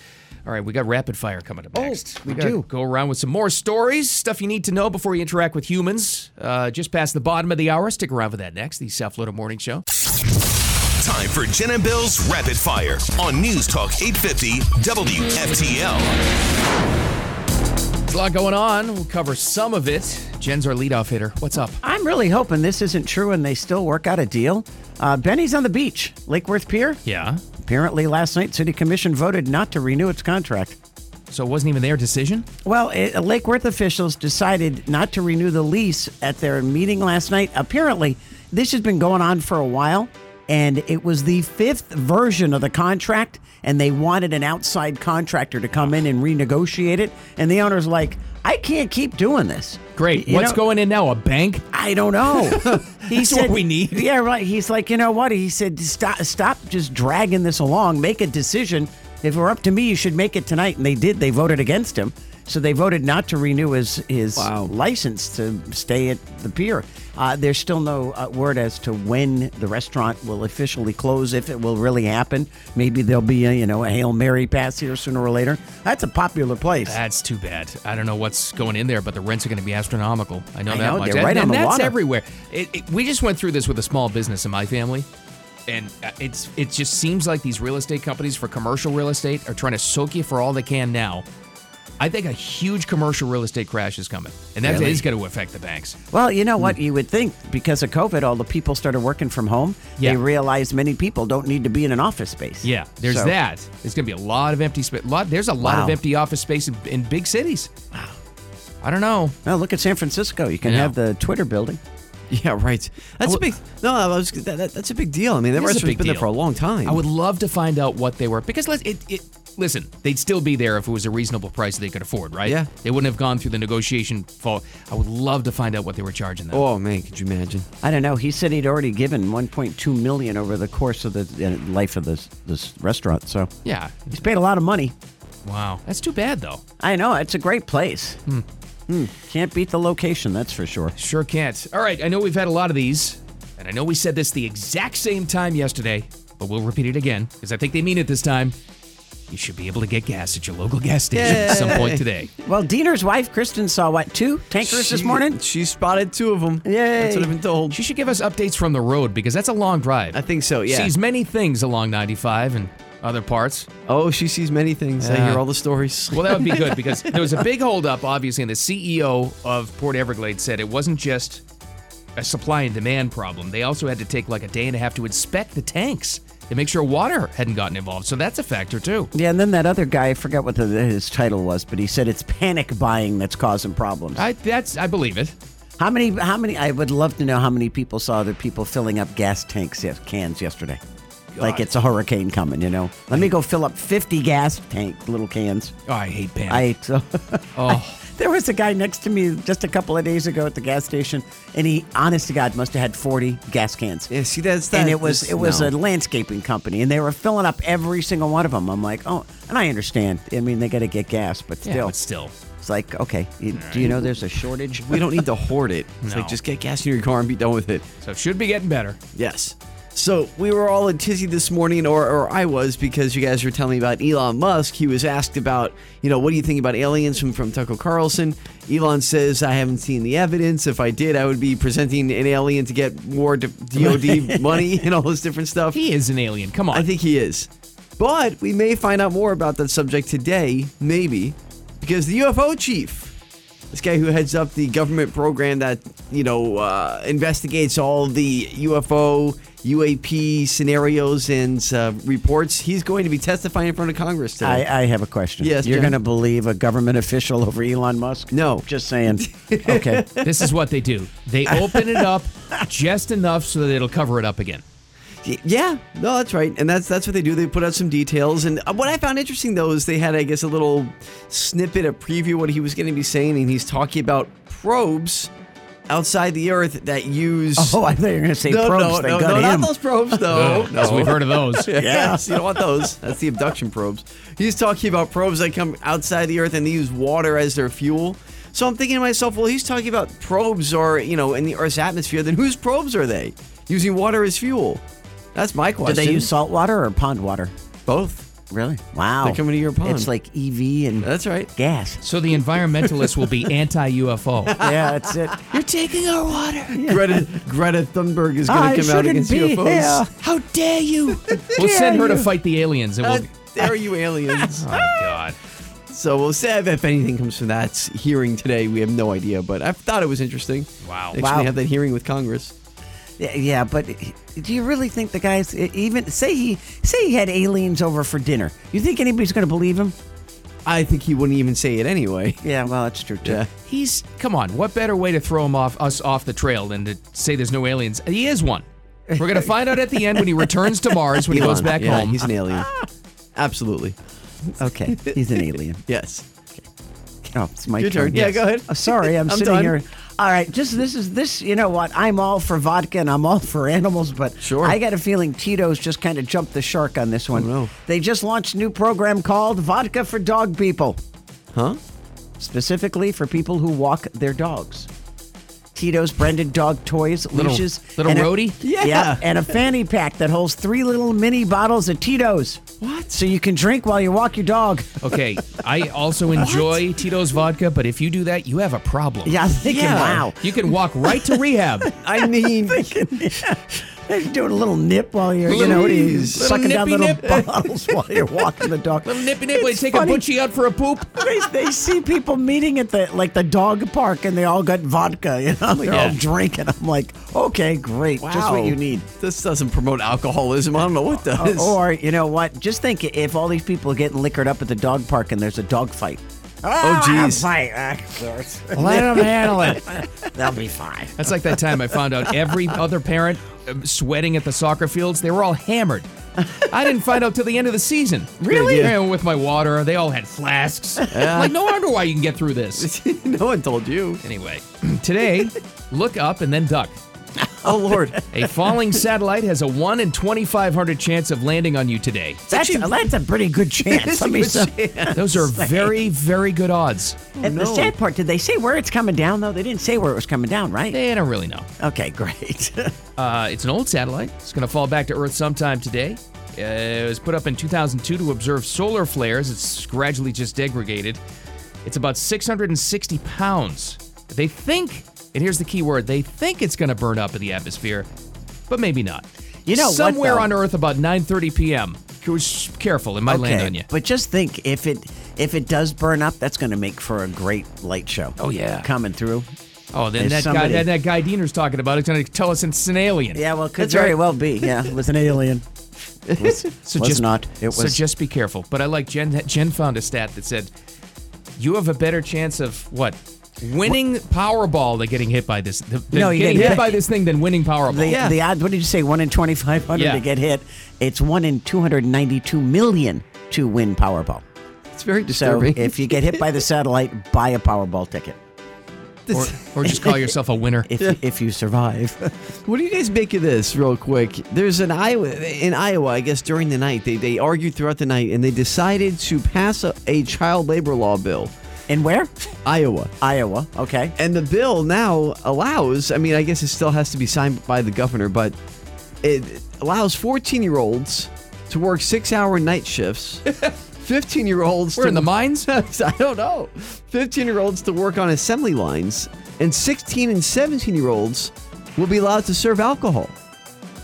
Speaker 3: All right, we got rapid fire coming up next.
Speaker 4: Oh, we
Speaker 3: gotta
Speaker 4: do.
Speaker 3: Go around with some more stories, stuff you need to know before you interact with humans. Uh, just past the bottom of the hour. Stick around for that next. The South Florida Morning Show.
Speaker 1: Time for Jen and Bill's Rapid Fire on News Talk 850 WFTL.
Speaker 3: There's a lot going on. We'll cover some of it. Jen's our leadoff hitter. What's up?
Speaker 4: I'm really hoping this isn't true and they still work out a deal. Uh, Benny's on the beach, Lake Worth Pier.
Speaker 3: Yeah.
Speaker 4: Apparently, last night, City Commission voted not to renew its contract.
Speaker 3: So it wasn't even their decision?
Speaker 4: Well, it, Lake Worth officials decided not to renew the lease at their meeting last night. Apparently, this has been going on for a while, and it was the fifth version of the contract, and they wanted an outside contractor to come in and renegotiate it. And the owner's like, I can't keep doing this.
Speaker 3: Great.
Speaker 4: You
Speaker 3: What's
Speaker 4: know-
Speaker 3: going in now? A bank?
Speaker 4: I don't know. He
Speaker 3: That's what we need.
Speaker 4: Yeah, right. He's like, you know what? He said, stop, stop, just dragging this along. Make a decision. If it were up to me, you should make it tonight. And they did. They voted against him. So they voted not to renew his his license to stay at the pier. Uh, there's still no uh, word as to when the restaurant will officially close. If it will really happen, maybe there'll be a you know a hail mary pass here sooner or later. That's a popular place.
Speaker 3: That's too bad. I don't know what's going in there, but the rents are going to be astronomical. I know
Speaker 4: I
Speaker 3: that
Speaker 4: know,
Speaker 3: much.
Speaker 4: they're
Speaker 3: and
Speaker 4: right on
Speaker 3: and
Speaker 4: the
Speaker 3: that's
Speaker 4: water.
Speaker 3: everywhere. It, it- we just went through this with a small business in my family, and uh, it's it just seems like these real estate companies for commercial real estate are trying to soak you for all they can now. I think a huge commercial real estate crash is coming, and that is going to affect the banks.
Speaker 4: Well, you know
Speaker 3: Hmm.
Speaker 4: what? You would think because of COVID, all the people started working from home.
Speaker 3: Yeah.
Speaker 4: They realized many people don't need to be in an office space.
Speaker 3: Yeah, there's
Speaker 4: So,
Speaker 3: that. There's going to be a lot of empty space. Lot there's a lot of
Speaker 4: Wow.
Speaker 3: empty office space in, in big cities. Wow. I don't know.
Speaker 4: Now look at San Francisco. You can
Speaker 3: Yeah.
Speaker 4: have the Twitter building.
Speaker 6: Yeah, right. That's a big. No, I was, that, that, that's a big deal. I mean,
Speaker 3: It is
Speaker 6: that
Speaker 3: a
Speaker 6: restaurant's been
Speaker 3: big
Speaker 6: there
Speaker 3: deal.
Speaker 6: for a long time.
Speaker 3: I would love to find out what they were because let's it, it listen, they'd still be there if it was a reasonable price they could afford, right?
Speaker 6: Yeah.
Speaker 3: They wouldn't have gone through the negotiation fall. I would love to find out what they were charging them.
Speaker 6: Oh man, could you imagine?
Speaker 4: I don't know. He said he'd already given 1.2 million over the course of the uh, life of this this restaurant. So
Speaker 3: Yeah.
Speaker 4: he's paid a lot of money.
Speaker 3: Wow. That's too bad though.
Speaker 4: I know it's a great place. Hmm. Can't beat the location. That's for sure.
Speaker 3: Sure can't. All right, I know we've had a lot of these, and I know we said this the exact same time yesterday, but we'll repeat it again because I think they mean it this time. you should be able to get gas at your local gas station at some point today.
Speaker 4: Well, Diener's wife, Kristen, saw what, two tankers this
Speaker 6: She-
Speaker 4: morning?
Speaker 6: She spotted two of them. That's what I've been told.
Speaker 3: She should give us updates from the road because that's a long drive.
Speaker 6: I think so, Oh, yeah.
Speaker 3: Sees many things along 95 and other parts.
Speaker 6: oh, she sees many things. I
Speaker 3: Yeah.
Speaker 6: hear all the stories.
Speaker 3: Well, that would be good because there was a big holdup, obviously, and the CEO of Port Everglades said it wasn't just a supply and demand problem. They also had to take like a day and a half to inspect the tanks to make sure water hadn't gotten involved. So that's a factor too.
Speaker 4: Yeah, and then that other guy, I forgot what the, his title was, but he said it's panic buying that's causing problems.
Speaker 3: I that's I believe it.
Speaker 4: How many? How many? I would love to know how many people saw other people filling up gas tanks yes, cans yesterday. Like it's a hurricane coming, you know. Let me go fill up fifty gas tank little cans.
Speaker 3: Oh, I hate panic.
Speaker 4: I so
Speaker 3: oh,
Speaker 4: there was a guy next to me just a couple of days ago at the gas station, and he, honest to God, must have had forty gas cans.
Speaker 6: Yeah, see, that's that.
Speaker 4: and it was
Speaker 6: this-
Speaker 4: it was a
Speaker 6: no.
Speaker 4: landscaping company, and they were filling up every single one of them. I'm like, oh, and I understand. I mean, they got to get gas, but
Speaker 3: yeah,
Speaker 4: still,
Speaker 3: but still.
Speaker 4: it's like, okay, you, do you know there's a shortage?
Speaker 6: We don't need to hoard it. It's
Speaker 3: No.
Speaker 6: like just get gas in your car and be done with it.
Speaker 3: So it should be getting better.
Speaker 6: Yes. So we were all in tizzy this morning, or, or I was, because you guys were telling me about Elon Musk. He was asked about, you know, what do you think about aliens from, from Tucker Carlson? Elon says, I haven't seen the evidence. If I did, I would be presenting an alien to get more D- DOD money and all this different stuff.
Speaker 3: He is an alien. Come on.
Speaker 6: I think he is. But we may find out more about that subject today, maybe, because the UFO chief, this guy who heads up the government program that, you know, uh, investigates all the UFO, UAP scenarios and uh, reports, he's going to be testifying in front of Congress today.
Speaker 4: I, I have a question.
Speaker 6: Yes,
Speaker 4: you're
Speaker 6: Jen?
Speaker 4: going to believe a government official over Elon Musk?
Speaker 6: No.
Speaker 4: just saying. okay,
Speaker 3: this is what they do. They open it up just enough so that it'll cover it up again.
Speaker 6: Y- Yeah, no, that's right, and that's that's what they do. They put out some details, and uh, what I found interesting though is they had, I guess, a little snippet, a preview of what he was going to be saying, and he's talking about probes outside the Earth that use.
Speaker 4: Oh, I thought you were going to say
Speaker 6: no,
Speaker 4: probes.
Speaker 6: no,
Speaker 4: they
Speaker 6: no,
Speaker 4: got
Speaker 6: no,
Speaker 4: him.
Speaker 6: not those probes though.
Speaker 3: As we've heard of those.
Speaker 6: Yes, you don't want those. That's the abduction probes. He's talking about probes that come outside the Earth and they use water as their fuel. So I'm thinking to myself, well, he's talking about probes or you know in the Earth's atmosphere. Then whose probes are they using water as fuel? That's my
Speaker 4: Do
Speaker 6: question.
Speaker 4: they use salt water or pond water?
Speaker 6: both?
Speaker 4: Really? Wow.
Speaker 6: They're coming to your pond.
Speaker 4: It's like EV and
Speaker 6: That's right.
Speaker 4: gas.
Speaker 3: So the environmentalists will be anti UFO.
Speaker 4: Yeah, that's it.
Speaker 6: You're taking our water. Greta Greta Thunberg is
Speaker 4: I
Speaker 6: going to come out
Speaker 4: shouldn't
Speaker 6: against
Speaker 4: be
Speaker 6: UFOs.
Speaker 4: here.
Speaker 6: How dare you?
Speaker 3: We'll send her to fight the aliens and
Speaker 6: How
Speaker 3: we'll.
Speaker 6: dare Uh, you, aliens?
Speaker 3: Oh, God.
Speaker 6: so we'll see if, if anything comes from that hearing today. We have no idea, but I thought it was interesting.
Speaker 3: Wow.
Speaker 6: Next
Speaker 4: Wow.
Speaker 6: we have that hearing with Congress.
Speaker 4: Yeah, yeah, but do you really think the guys e, even say he say he had aliens over for dinner? You think anybody's going to believe him?
Speaker 6: I think he wouldn't even say it anyway.
Speaker 4: Yeah, well, it's true too.
Speaker 6: Yeah.
Speaker 3: He's come on. What better way to throw him off us off the trail than to say there's no aliens? He is one. We're gonna find out at the end when he returns to Mars when he goes
Speaker 6: Elon,
Speaker 3: back
Speaker 6: yeah,
Speaker 3: home.
Speaker 6: He's an alien. Absolutely.
Speaker 4: Okay, he's an alien.
Speaker 6: Yes.
Speaker 4: Oh, it's my
Speaker 6: Your turn. Yeah, go ahead.
Speaker 4: Oh, sorry, I'm,
Speaker 6: I'm
Speaker 4: sitting
Speaker 6: done.
Speaker 4: here. All right, just this is this. You know what? I'm all for vodka and I'm all for animals, but
Speaker 6: Sure. Oh,
Speaker 4: I got a feeling Tito's just kind of jumped the shark on this one.
Speaker 6: no.
Speaker 4: They just launched a new program called Vodka for Dog People,
Speaker 6: Huh?
Speaker 4: specifically for people who walk their dogs. Tito's branded dog toys,
Speaker 3: Little-
Speaker 4: leashes,
Speaker 3: little
Speaker 4: and a-
Speaker 3: roadie?
Speaker 6: Yeah.
Speaker 4: and a fanny pack that holds three little mini bottles of Tito's.
Speaker 6: What?
Speaker 4: So you can drink while you walk your dog.
Speaker 3: Okay. I also enjoy Tito's vodka, but if you do that, you have a problem.
Speaker 4: Yeah, I was thinking,
Speaker 6: Yeah.
Speaker 4: wow.
Speaker 3: You can walk right to rehab.
Speaker 6: I mean,
Speaker 4: They're doing a little nip while you're, you
Speaker 6: Little
Speaker 4: know,
Speaker 6: knees.
Speaker 4: sucking down
Speaker 3: Little
Speaker 4: little
Speaker 3: nippy nip.
Speaker 4: bottles while you're walking the dog.
Speaker 3: Little nippy nip.
Speaker 4: It's
Speaker 3: Take a
Speaker 4: funny.
Speaker 3: butchie out for a poop.
Speaker 4: They, they see people meeting at the like the dog park and they all got vodka, you know, they're all
Speaker 3: Yeah.
Speaker 4: drinking. I'm like, okay, great, just what you need. Uh,
Speaker 6: This doesn't promote alcoholism. I don't know what does.
Speaker 4: Or you know what? Just think if all these people are getting liquored up at the dog park and there's a dog fight. Oh,
Speaker 6: geez.
Speaker 4: fight. Ah, of course.
Speaker 3: Let him handle it.
Speaker 4: They'll be fine.
Speaker 3: That's like that time I found out every other parent um, sweating at the soccer fields, they were all hammered. I didn't find out till the end of the season. Really? Yeah, with my water, they all had flasks. Like, no wonder why you can get through this.
Speaker 6: no one told you.
Speaker 3: Anyway, today, look up and then duck.
Speaker 6: Oh Lord.
Speaker 3: A falling satellite has a 1 in 2,500 chance of landing on you today.
Speaker 4: That's, a, that's a pretty good chance. Let me say-
Speaker 3: Those are very, very good odds.
Speaker 4: And the sad part, did they say where it's coming down though? They didn't say where it was coming down, right?
Speaker 3: They Eh, don't really know.
Speaker 4: Okay, great.
Speaker 3: Uh, it's an old satellite. It's going to fall back to Earth sometime today. Uh, it was put up in 2002 to observe solar flares. It's gradually just degraded. It's about 660 pounds. They think, and here's the key word, they think it's going to burn up in the atmosphere, but maybe not.
Speaker 4: You know what,
Speaker 3: somewhere
Speaker 4: though?
Speaker 3: on Earth about 9:30 p.m. Sh- Careful, it might land on you.
Speaker 4: But just think if it if it does burn up, that's going to make for a great light show.
Speaker 3: Oh, yeah.
Speaker 4: coming through.
Speaker 3: Oh, then
Speaker 4: If
Speaker 3: that
Speaker 4: somebody-
Speaker 3: guy, that, that guy Diener's talking about is going to tell us it's an alien.
Speaker 4: Yeah, well, could
Speaker 3: That's
Speaker 4: very
Speaker 3: right.
Speaker 4: well be. Yeah, it was an alien. It was,
Speaker 3: So
Speaker 4: was
Speaker 3: just
Speaker 4: not. It was.
Speaker 3: so just be careful. But I like Jen. Jen found a stat that said you have a better chance of what winning Powerball than getting hit by this. th- than
Speaker 4: No, you
Speaker 3: getting
Speaker 4: get
Speaker 3: hit
Speaker 4: hit.
Speaker 3: by this thing than winning Powerball.
Speaker 4: the, the odds, what did you say? One in 2,500
Speaker 3: Yeah.
Speaker 4: to get hit. It's one in 292 million to win Powerball.
Speaker 6: It's very
Speaker 4: So
Speaker 6: disturbing.
Speaker 4: if you get hit by the satellite, buy a Powerball ticket.
Speaker 3: or, or just call yourself a winner.
Speaker 4: If, if you survive.
Speaker 6: What do you guys make of this, real quick? There's an Iowa in Iowa, I guess, during the night they they argued throughout the night, and they decided to pass a, a child labor law bill,
Speaker 4: And where?
Speaker 6: Iowa.
Speaker 4: Iowa. Okay.
Speaker 6: And the bill now allows, I mean, I guess it still has to be signed by the governor, but it allows 14 year olds to work six hour night shifts. 15 year olds.
Speaker 3: We're in the mines?
Speaker 6: I don't know. 15 year olds to work on assembly lines, and 16 and 17 year olds will be allowed to serve alcohol. They-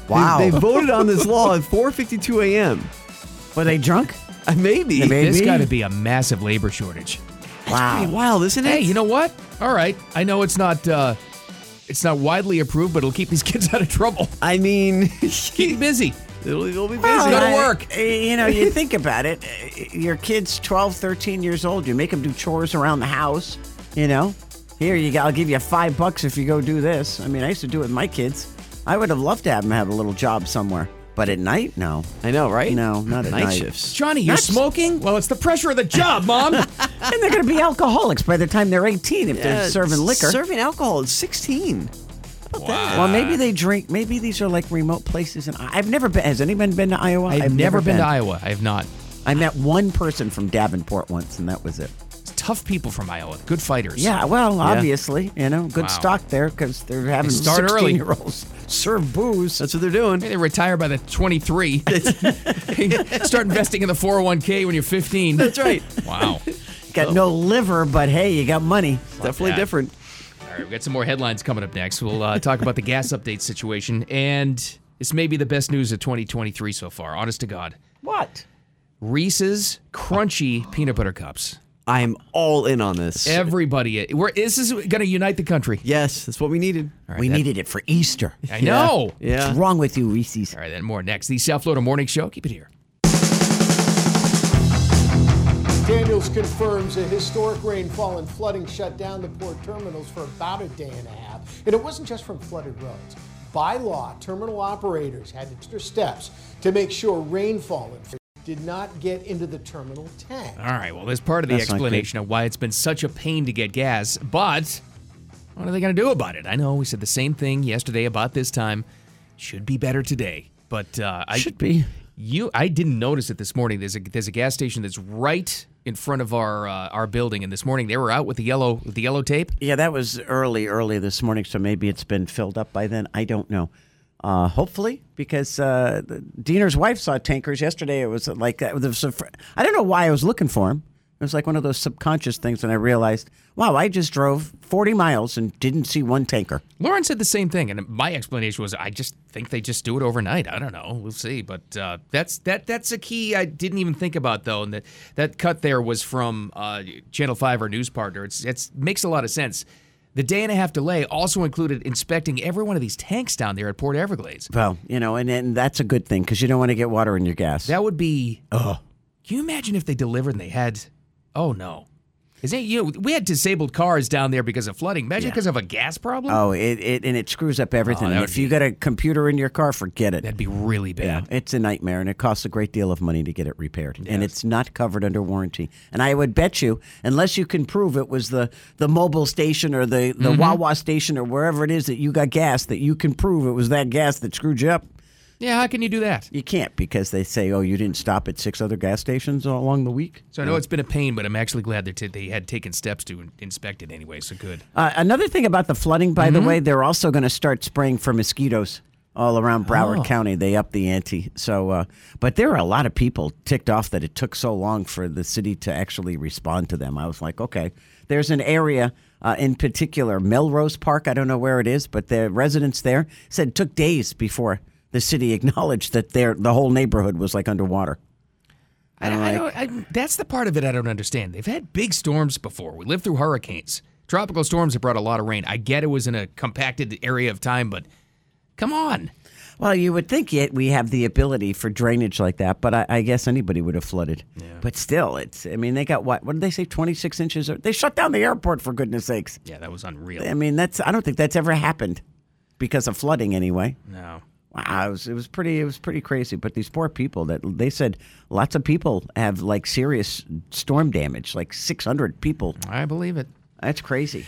Speaker 4: Wow.
Speaker 6: They, voted on this law at 4:52 a.m.
Speaker 4: Were they drunk?
Speaker 6: Uh, Maybe.
Speaker 4: Maybe.
Speaker 3: There's got to be a massive labor shortage.
Speaker 6: Pretty
Speaker 4: Wow.
Speaker 6: wild, isn't it?
Speaker 3: Hey, you know what? All right, I know it's not uh, it's not widely approved, but it'll keep these kids out of trouble.
Speaker 6: I mean,
Speaker 3: Keep 'em busy.
Speaker 6: it'll, it'll be busy.
Speaker 4: Well,
Speaker 3: gotta
Speaker 4: I-
Speaker 3: work.
Speaker 4: uh, You know, you think about it. uh, Your kid's 12, 13 years old. You make them do chores around the house. You know, here you go. I'll give you five bucks if you go do this. I mean, I used to do it with my kids. I would have loved to have them have a little job somewhere, but at night, no.
Speaker 6: I know, right?
Speaker 4: No, not at
Speaker 6: night,
Speaker 4: night.
Speaker 6: shifts.
Speaker 3: Johnny, you're
Speaker 4: That's-
Speaker 3: smoking? Well, it's the pressure of the job, Mom.
Speaker 4: And they're going to be alcoholics by the time they're 18 if
Speaker 6: Uh,
Speaker 4: they're serving liquor.
Speaker 6: Serving alcohol at 16.
Speaker 4: Well, maybe they drink. Maybe these are like remote places. And I've never been. Has anyone been to Iowa?
Speaker 3: I've, never been, to Iowa. I have not.
Speaker 4: I met one person from Davenport once, and that was it.
Speaker 3: It's tough people from Iowa. Good fighters.
Speaker 4: Yeah, well, obviously, you know, good
Speaker 3: Wow.
Speaker 4: stock there because they're having
Speaker 3: start early.
Speaker 4: year olds serve booze.
Speaker 6: That's what they're doing.
Speaker 3: Maybe they retire by the 23. Start investing in the 401k when you're 15.
Speaker 6: That's right.
Speaker 3: Wow. Oh.
Speaker 4: got no liver, but hey, you got money.
Speaker 6: Definitely
Speaker 3: that.
Speaker 6: different.
Speaker 3: All right, we've got some more headlines coming up next. We'll uh, talk about the gas update situation. And this may be the best news of 2023 so far, honest to God.
Speaker 4: What?
Speaker 3: Reese's Crunchy Peanut Butter Cups.
Speaker 6: I'm all in on this.
Speaker 3: Everybody, we're, this is going to unite the country.
Speaker 6: yes, that's what we needed.
Speaker 4: we needed it for Easter.
Speaker 3: I know.
Speaker 6: Yeah.
Speaker 4: What's wrong with you, Reese's?
Speaker 3: All right, then more next. The South Florida Morning Show. Keep it here.
Speaker 5: Daniels confirms a historic rainfall and flooding shut down the port terminals for about a day and a half. And it wasn't just from flooded roads. By law, terminal operators had to take their steps to make sure rainfall did not get into the terminal tank.
Speaker 3: All right. Well, there's part of the
Speaker 4: That's not good.
Speaker 3: explanation of why it's been such a pain to get gas, but what are they going to do about it? I know we said the same thing yesterday about this time. Should be better today, but uh, I
Speaker 6: Should be.
Speaker 3: You, I didn't notice it this morning. There's a there's a gas station that's right in front of our uh, our building, and this morning they were out with the yellow with the yellow tape.
Speaker 4: Yeah, that was early, early this morning, so maybe it's been filled up by then. I don't know. Uh, hopefully, because uh, the- Diener's wife saw tankers yesterday. It was like that. There was a fr- I don't know why I was looking for him. It was like one of those subconscious things, and I realized, wow, I just drove 40 miles and didn't see one tanker.
Speaker 3: Lauren said the same thing, and my explanation was I just think they just do it overnight. I don't know. We'll see. But uh, that's that that's a key I didn't even think about though, and that that cut there was from uh, Channel Five, our news partner. It's it's makes a lot of sense. The day and a half delay also included inspecting every one of these tanks down there at Port Everglades.
Speaker 4: Well, you know, and, and that's a good thing because you don't want to get water in your gas.
Speaker 3: That would be. Can you imagine if they delivered and they had? Oh no. Is it you? Know, we had disabled cars down there because of flooding. Imagine because of a gas problem.
Speaker 4: oh, it, it and it screws up everything.
Speaker 3: Oh, that
Speaker 4: And
Speaker 3: would
Speaker 4: if you got a computer in your car, forget it.
Speaker 3: That'd be really bad.
Speaker 4: It's a nightmare, and it costs a great deal of money to get it repaired, and it's not covered under warranty. And I would bet you, unless you can prove it was the the mobile station or the the
Speaker 3: Mm-hmm.
Speaker 4: Wawa station or wherever it is that you got gas, that you can prove it was that gas that screwed you up.
Speaker 3: Yeah, how can you do that?
Speaker 4: You can't because they say, "Oh, you didn't stop at six other gas stations all along the week."
Speaker 3: So I know it's been a pain, but I'm actually glad that they had taken steps to in- inspect it anyway. So good.
Speaker 4: Uh, another thing about the flooding, by the way, they're also going to start spraying for mosquitoes. all around Broward
Speaker 3: Oh.
Speaker 4: County. They upped the ante. So, uh, but there were a lot of people ticked off that it took so long for the city to actually respond to them. I was like, okay, there's an area uh, in particular, Melrose Park. I don't know where it is, but the residents there said it took days before the city acknowledged that their the whole neighborhood was like underwater.
Speaker 3: I, I don't, I, that's the part of it I don't understand. They've had big storms before. We lived through hurricanes. Tropical storms have brought a lot of rain. I get it was in a compacted area of time, but come on.
Speaker 4: Well, you would think yet we have the ability for drainage like that, but I, I guess anybody would have flooded. But still, it's. I mean, they got what? What did they say? Twenty six inches? Or, they shut down the airport for goodness sakes.
Speaker 3: Yeah, that was unreal.
Speaker 4: I mean, that's. I don't think that's ever happened because of flooding, anyway.
Speaker 3: No.
Speaker 4: Wow, it was, it was pretty. It was pretty crazy. But these poor people that they said lots of people have like serious storm damage, like six hundred people.
Speaker 3: I believe it.
Speaker 4: That's crazy.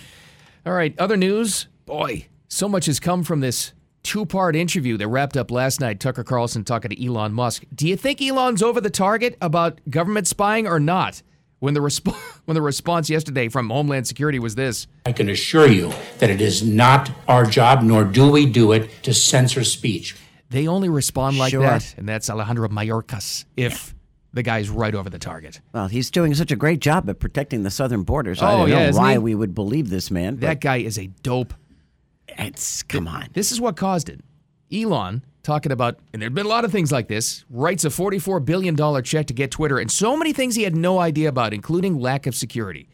Speaker 3: All right, other news. Boy, so much has come from this two part interview that wrapped up last night. Tucker Carlson talking to Elon Musk. Do you think Elon's over the target about government spying or not? When the, resp- when the response yesterday from Homeland Security was this
Speaker 11: I can assure you that it is not our job, nor do we do it, to censor speech.
Speaker 3: they only respond like
Speaker 11: Sure.
Speaker 3: that, and that's Alejandro Mayorkas if the guy's right over the target.
Speaker 4: Well, he's doing such a great job at protecting the southern borders. I
Speaker 3: Oh,
Speaker 4: don't
Speaker 3: yeah,
Speaker 4: know
Speaker 3: isn't
Speaker 4: why
Speaker 3: he?
Speaker 4: we would believe this man.
Speaker 3: That guy is a dope.
Speaker 4: It's come on.
Speaker 3: This is what caused it. Elon talking about, and there've been a lot of things like this. Writes a forty-four billion dollar check to get Twitter, and so many things he had no idea about, including lack of security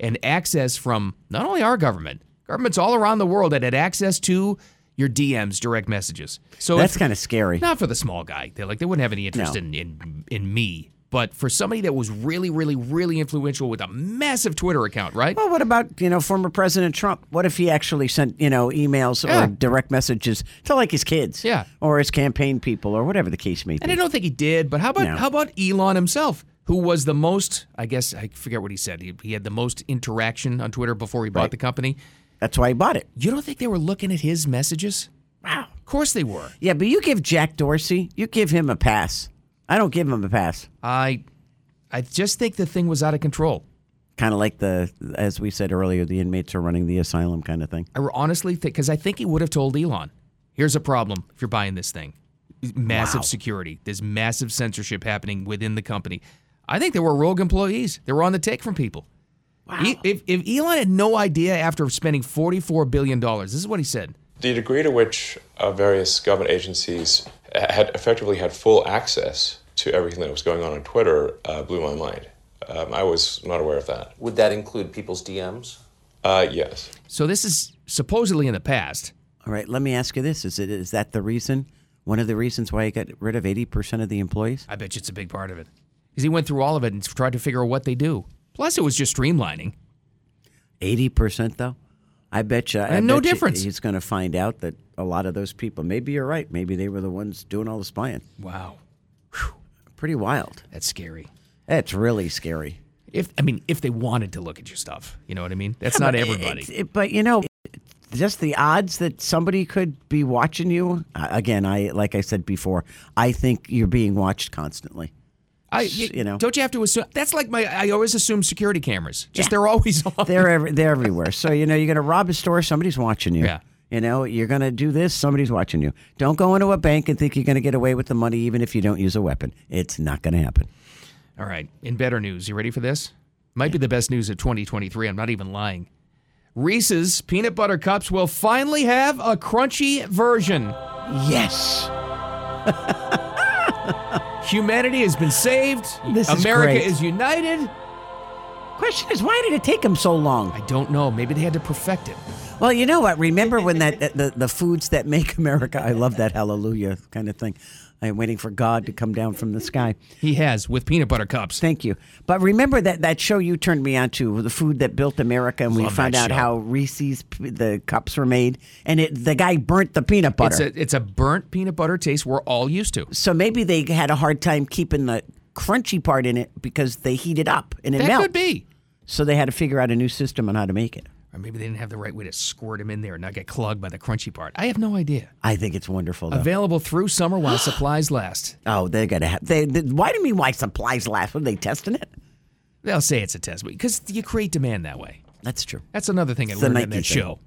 Speaker 3: and access from not only our government, governments all around the world that had access to your DMs, direct messages. So
Speaker 4: That's
Speaker 3: if-
Speaker 4: kinda scary.
Speaker 3: Not for the small guy. They like they wouldn't have any interest
Speaker 4: No.
Speaker 3: in, in in me. But for somebody that was really, really, really influential with a massive Twitter account, right?
Speaker 4: Well, what about you know former President Trump? What if he actually sent you know emails
Speaker 3: Yeah.
Speaker 4: or direct messages to like his kids,
Speaker 3: Yeah.
Speaker 4: or his campaign people, or whatever the case may be?
Speaker 3: And I don't think he did, but how about
Speaker 4: No.
Speaker 3: how about Elon himself, who was the most I guess I forget what he said. He, he had the most interaction on Twitter before he bought the company.
Speaker 4: That's why he bought it.
Speaker 3: You don't think they were looking at his messages? Wow. Of course they were.
Speaker 4: Yeah, but you give Jack Dorsey, you give him a pass. I don't give him a pass.
Speaker 3: I I just think the thing was out of control.
Speaker 4: Kind of like the as we said earlier, the inmates are running the asylum kind of thing.
Speaker 3: I honestly think cuz I think he would have told Elon, here's a problem if you're buying this thing. Massive
Speaker 4: Wow.
Speaker 3: security. There's massive censorship happening within the company. I think there were rogue employees. They were on the take from people. E- If, if Elon had no idea after spending $44 billion, this is what he said.
Speaker 9: The degree to which uh, various government agencies uh, had effectively had full access to everything that was going on on Twitter uh, blew my mind. Um, I was not aware of that.
Speaker 10: Would that include people's DMs?
Speaker 9: Uh, yes.
Speaker 3: So this is supposedly in the past.
Speaker 4: All right, let me ask you this: Is it is that the reason? One of the reasons why he got rid of eighty percent of the employees?
Speaker 3: I bet you it's a big part of it. Because he went through all of it and tried to figure out what they do. Plus, it was just streamlining.
Speaker 4: Eighty percent, though. I bet you. I
Speaker 3: And no
Speaker 4: bet you
Speaker 3: difference.
Speaker 4: he's going to find out that a lot of those people. Maybe you're right. Maybe they were the ones doing all the spying.
Speaker 3: Wow.
Speaker 4: Pretty wild.
Speaker 3: That's scary.
Speaker 4: That's really scary.
Speaker 3: If I mean, if they wanted to look at your stuff, you know what I mean? That's not
Speaker 4: But
Speaker 3: everybody.
Speaker 4: it- it- but you know, just the odds that somebody could be watching you. I- Again, I like I said before, I think you're being watched constantly.
Speaker 3: I,
Speaker 4: you know.
Speaker 3: don't you have to assume? That's like my. I always assume security cameras. Just they're always on.
Speaker 4: They're every, they're everywhere. So you know, you're going to rob a store, somebody's watching you.
Speaker 3: Yeah.
Speaker 4: You know, you're going to do this, somebody's watching you. Don't go into a bank and think you're going to get away with the money, even if you don't use a weapon. It's not going to happen.
Speaker 3: All right. In better news, you ready for this? Might be the best news of 2023. I'm not even lying. Reese's peanut butter cups will finally have a crunchy version.
Speaker 4: Yes.
Speaker 3: Humanity has been saved.
Speaker 4: This is
Speaker 3: America
Speaker 4: great.
Speaker 3: is, united.
Speaker 4: Question is, why did it take them so long?
Speaker 3: I don't know. Maybe they had to perfect it.
Speaker 4: Well, you know what? Remember when that that- the, the foods that make America? I love that hallelujah kind of thing. I'm waiting for God to come down from the sky.
Speaker 3: He has with peanut butter cups.
Speaker 4: Thank you. But remember that that show you turned me on to, the food that built America, and we
Speaker 3: Love
Speaker 4: found
Speaker 3: that
Speaker 4: out
Speaker 3: show.
Speaker 4: how Reese's p- the cups were made, and it the guy burnt the peanut butter.
Speaker 3: It's a it's a burnt peanut butter taste we're all used to.
Speaker 4: so maybe they had a hard time keeping the crunchy part in it because they heat it up and it
Speaker 3: That
Speaker 4: melts.
Speaker 3: could be.
Speaker 4: So they had to figure out a new system on how to make it.
Speaker 3: Or maybe they didn't have the right way to squirt them in there and not get clogged by the crunchy part. I have no idea.
Speaker 4: I think it's wonderful. Though.
Speaker 3: Available through summer while supplies last.
Speaker 4: oh, they're gonna have. They, they, why do you mean why supplies last? Were they testing it?
Speaker 3: They'll say it's a test because you create demand that way.
Speaker 4: That's true.
Speaker 3: That's another thing I
Speaker 4: It's the
Speaker 3: learned in that
Speaker 4: Nike thing.
Speaker 3: show.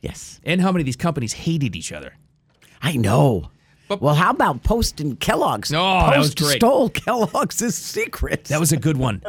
Speaker 4: Yes.
Speaker 3: And how many of these companies hated each other.
Speaker 4: I know. well, how about Post and Kellogg's?
Speaker 3: No, that was
Speaker 4: Post
Speaker 3: great.
Speaker 4: stole Kellogg's secrets.
Speaker 3: That was a good one.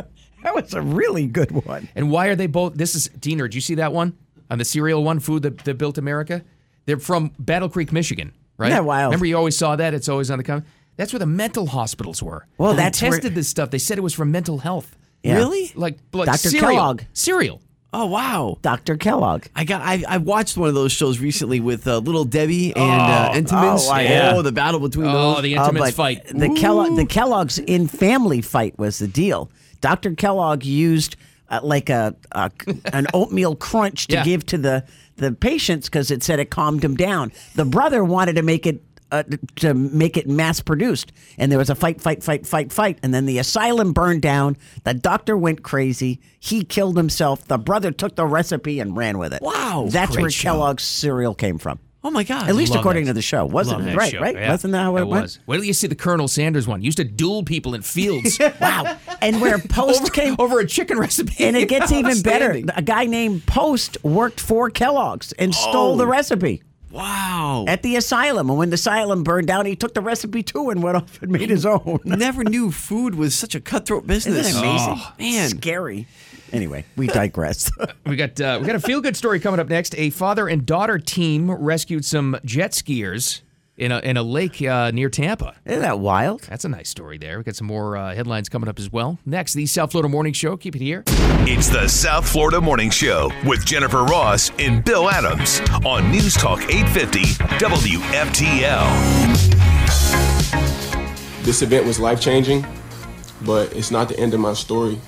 Speaker 4: that was a really good one.
Speaker 3: And why are they both? This is Diener. Did you see that one on the cereal one? Food that, that built America. They're from Battle Creek, Michigan, right?
Speaker 4: Yeah, wild.
Speaker 3: Remember, you always saw that. It's always on the cover. That's where the mental hospitals were.
Speaker 4: Well,
Speaker 3: They
Speaker 4: that's where-
Speaker 3: tested this stuff. They said it was for mental health.
Speaker 4: Yeah.
Speaker 6: Really?
Speaker 3: Like, like
Speaker 4: Dr.
Speaker 3: cereal.
Speaker 4: Kellogg.
Speaker 3: Cereal.
Speaker 6: Oh wow!
Speaker 4: Dr. Kellogg.
Speaker 6: I got. I, I watched one of those shows recently with uh, Little Debbie and uh, Intimates.
Speaker 4: oh, I- yeah.
Speaker 6: the battle between
Speaker 3: Oh,
Speaker 6: those.
Speaker 3: the
Speaker 4: Uh,
Speaker 3: intimate
Speaker 4: but
Speaker 3: fight.
Speaker 4: The Kellogg, the Kellogg's in family fight was the deal. Dr. Kellogg used uh, like a, a an oatmeal crunch to
Speaker 3: Yeah.
Speaker 4: give to the the patients because it said it calmed them down. The brother wanted to make it. Uh, to make it mass produced, and there was a fight, fight, fight, fight, fight, and then the asylum burned down. The doctor went crazy. He killed himself. The brother took the recipe and ran with it.
Speaker 6: Wow.
Speaker 4: that's
Speaker 6: Great
Speaker 4: where
Speaker 6: show.
Speaker 4: Kellogg's cereal came from.
Speaker 6: oh my god!
Speaker 4: At least
Speaker 3: Love
Speaker 4: according
Speaker 3: that
Speaker 4: to the show, wasn't
Speaker 3: Love
Speaker 4: it?
Speaker 3: that
Speaker 4: right,
Speaker 3: show.
Speaker 4: right?
Speaker 3: Yeah,
Speaker 4: Wasn't that how it, went?
Speaker 3: was. Wait till you see the Colonel Sanders one. Used to duel people in fields
Speaker 4: Wow. And where Post came.
Speaker 3: over a chicken recipe.
Speaker 4: And it gets even better.
Speaker 6: Outstanding.
Speaker 4: A guy named Post worked for Kellogg's and stole the recipe
Speaker 6: wow.
Speaker 4: at the asylum. And when the asylum burned down, he took the recipe too and went off and made his own.
Speaker 6: Never knew food was such a cutthroat
Speaker 4: Isn't
Speaker 6: business. Oh,
Speaker 4: that amazing?
Speaker 6: man.
Speaker 4: Oh, Scary. Anyway, we digress.
Speaker 3: We got uh, we got a feel good story coming up next. A father and daughter team rescued some jet skiers in a in a lake uh, near Tampa.
Speaker 4: Isn't that wild?
Speaker 3: That's a nice story there. We got some more uh, headlines coming up as well. Next, the South Florida Morning Show. Keep it here.
Speaker 1: It's the South Florida Morning Show with Jennifer Ross and Bill Adams on News Talk 850 WFTL.
Speaker 8: This event was life changing, but it's not the end of my story.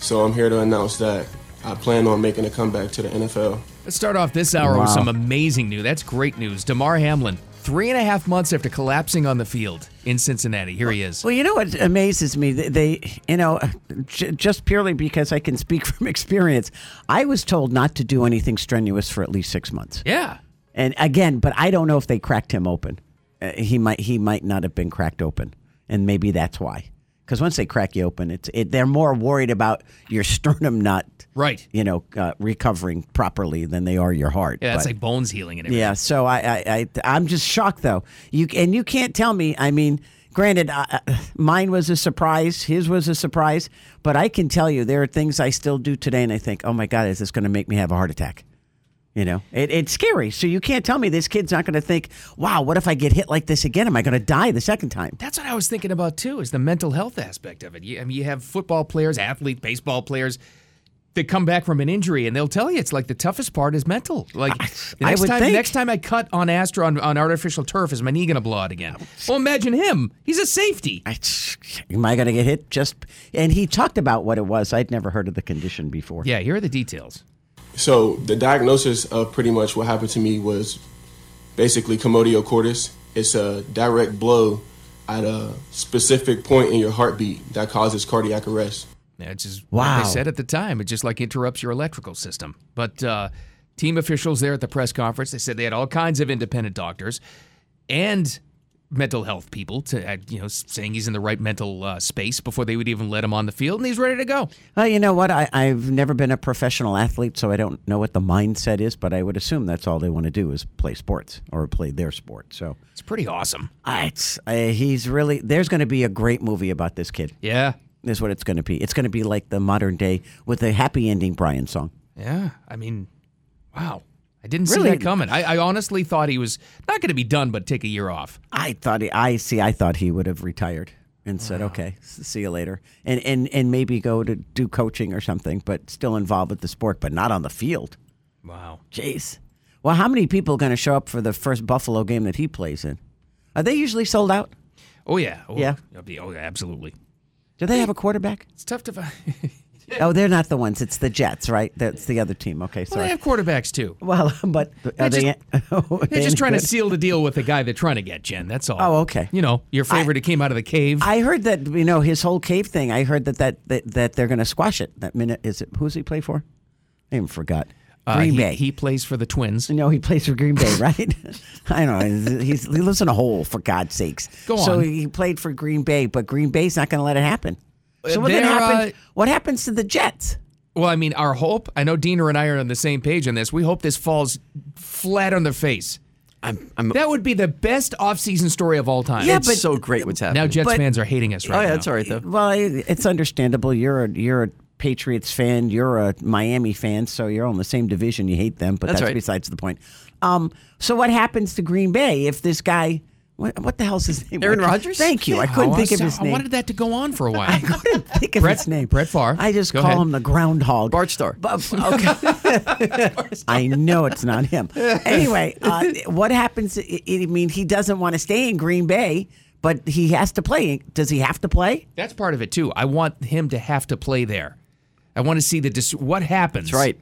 Speaker 8: So I'm here to announce that I plan on making a comeback to the NFL.
Speaker 3: Let's start off this hour with some amazing news. That's great news. Damar Hamlin, three and a half months after collapsing on the field in Cincinnati. Here he is.
Speaker 4: Well, you know what amazes me? They, they you know, j- just purely because I can speak from experience, I was told not to do anything strenuous for at least six months.
Speaker 3: Yeah.
Speaker 4: And again, but I don't know if they cracked him open. Uh, he might he might not have been cracked open, and maybe that's why. Because once they crack you open, it's it, they're more worried about your sternum not
Speaker 3: Right.
Speaker 4: you know, uh, recovering properly than they are your heart.
Speaker 3: Yeah, that's
Speaker 4: But-
Speaker 3: like bones healing and everything.
Speaker 4: yeah. So I, I, I, I'm just shocked though. You and you can't tell me. I mean, granted, I, I- mine was a surprise. His was a surprise. But I can tell you, there are things I still do today, and I think, oh my God, is this going to make me have a heart attack? You know, it, it's scary. So you can't tell me this kid's not going to think, wow, what if I get hit like this again? Am I going to die the second time?
Speaker 3: That's what I was thinking about too, is the mental health aspect of it. You, I mean, you have football players, athlete, baseball players that come back from an injury, and they'll tell you it's like the toughest part is mental. Like the
Speaker 4: I
Speaker 3: next
Speaker 4: would
Speaker 3: time,
Speaker 4: think.
Speaker 3: next time I cut on Astro on, on artificial turf, is my knee gonna blow out again? Well, imagine him. He's a safety.
Speaker 4: I, am I going to get hit? Just and he talked about what it was. I'd never heard of the condition before.
Speaker 3: Yeah, here are the details.
Speaker 8: So the diagnosis of pretty much what happened to me was basically commodio cordis. It's a direct blow at a specific point in your heartbeat that causes cardiac arrest.
Speaker 3: That's just
Speaker 4: Wow.
Speaker 3: what they said at the time. It just like interrupts your electrical system. But uh, team officials there at the press conference, they said they had all kinds of independent doctors and mental health people to uh, you know s- saying he's in the right mental uh, space before they would even let him on the field, and he's ready to go.
Speaker 4: Well, you know what? I, I've never been a professional athlete, so I don't know what the mindset is, but I would assume that's all they want to do is play sports or play their sport. So
Speaker 3: It's pretty awesome.
Speaker 4: I, it's, uh, he's really, there's going to be a great movie about this kid,
Speaker 3: Yeah,
Speaker 4: is what it's going to be. It's going to be like the modern day with a happy ending Brian song.
Speaker 3: yeah. I mean, wow. I didn't see
Speaker 4: Really?
Speaker 3: that coming. I, I honestly thought he was not going to be done, but take a year off.
Speaker 4: I thought, he, I see, I thought he would have retired and said, okay, s- see you later. And, and, and maybe go to do coaching or something, but still involved with the sport, but not on the field.
Speaker 3: Wow.
Speaker 4: Jeez. Well, how many people are going to show up for the first Buffalo game that he plays in? Are they usually sold out?
Speaker 3: Oh yeah. Oh,
Speaker 4: Yeah.
Speaker 3: that'd be- Oh, yeah, absolutely.
Speaker 4: Do they have a quarterback?
Speaker 3: It's tough to find.
Speaker 4: Oh, they're not the ones. It's the Jets, right? That's the other team. Okay,
Speaker 3: well, they
Speaker 4: sorry.
Speaker 3: have quarterbacks too.
Speaker 4: Well, but are they?
Speaker 3: They're just trying to seal the deal with the guy they're trying to get, Jen. That's all.
Speaker 4: Oh, okay.
Speaker 3: You know, your favorite who came out of the cave. Uh,
Speaker 4: I heard that you know his whole cave thing. I heard that that that, that they're going to squash it. That minute is it? Who's he play for? I even forgot.
Speaker 3: Uh,
Speaker 4: Green
Speaker 3: he,
Speaker 4: Bay.
Speaker 3: He plays for the Twins.
Speaker 4: No, he plays for Green Bay, right? I know. He's, he lives in a hole, for God's sakes.
Speaker 3: Go
Speaker 4: So
Speaker 3: on.
Speaker 4: he played for Green Bay, but Green Bay's not going to let it happen. So what,
Speaker 3: They're,
Speaker 4: then happens,
Speaker 3: uh,
Speaker 4: what happens to the Jets?
Speaker 3: Well, I mean, our hope. I know Diener and I are on the same page on this. We hope this falls flat on their face.
Speaker 6: I'm, I'm
Speaker 3: That would be the best off-season story of all time.
Speaker 6: yeah, it's so great what's happening.
Speaker 3: now Jets
Speaker 4: but-
Speaker 3: fans are hating us right
Speaker 6: oh, yeah,
Speaker 3: now.
Speaker 6: that's all right, though.
Speaker 4: Well, it- it's understandable. You're a you're a Patriots fan. You're a Miami fan, so you're all in the same division. You hate them, but
Speaker 6: That's
Speaker 4: that's,
Speaker 6: right.
Speaker 4: besides the point. Um, so what happens to Green Bay if this guy? What, what the hell's his name?
Speaker 6: Aaron
Speaker 4: I-
Speaker 6: Rodgers?
Speaker 4: Thank you. I
Speaker 3: Oh,
Speaker 4: couldn't think of
Speaker 3: so-
Speaker 4: his
Speaker 3: I
Speaker 4: name.
Speaker 3: wanted that to go on for a while.
Speaker 4: I couldn't think of
Speaker 3: Brett-
Speaker 4: his name.
Speaker 3: Brett Favre.
Speaker 4: I just
Speaker 3: Go
Speaker 4: call
Speaker 3: ahead.
Speaker 4: him the groundhog.
Speaker 6: Bart Starr.
Speaker 4: But- okay. I know it's not him. Anyway, uh, what happens? I I mean, he doesn't want to stay in Green Bay, but he has to play. Does he have to play?
Speaker 3: That's part of it too. I want him to have to play there. I want to see the dis- what happens.
Speaker 6: That's right.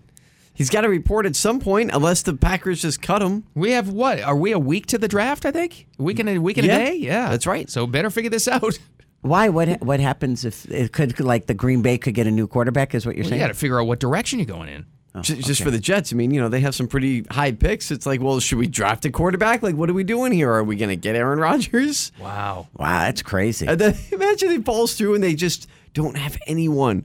Speaker 6: He's got to report at some point, unless the Packers just cut him.
Speaker 3: We have what? Are we a week to the draft? I think a week and a week and
Speaker 6: Yeah,
Speaker 3: a day. Yeah,
Speaker 6: that's right.
Speaker 3: So better figure this out.
Speaker 4: Why? What? ha- What happens if it could like the Green Bay could get a new quarterback? Is what you're
Speaker 3: Well, you
Speaker 4: saying?
Speaker 3: got to figure out what direction you're going in.
Speaker 4: Oh,
Speaker 6: J- just for the Jets. I mean, you know, they have some pretty high picks. It's like, well, should we draft a quarterback? Like, what are we doing here? Are we going to get Aaron Rodgers?
Speaker 3: Wow.
Speaker 4: Wow, that's crazy.
Speaker 6: And then imagine it falls through and they just don't have anyone.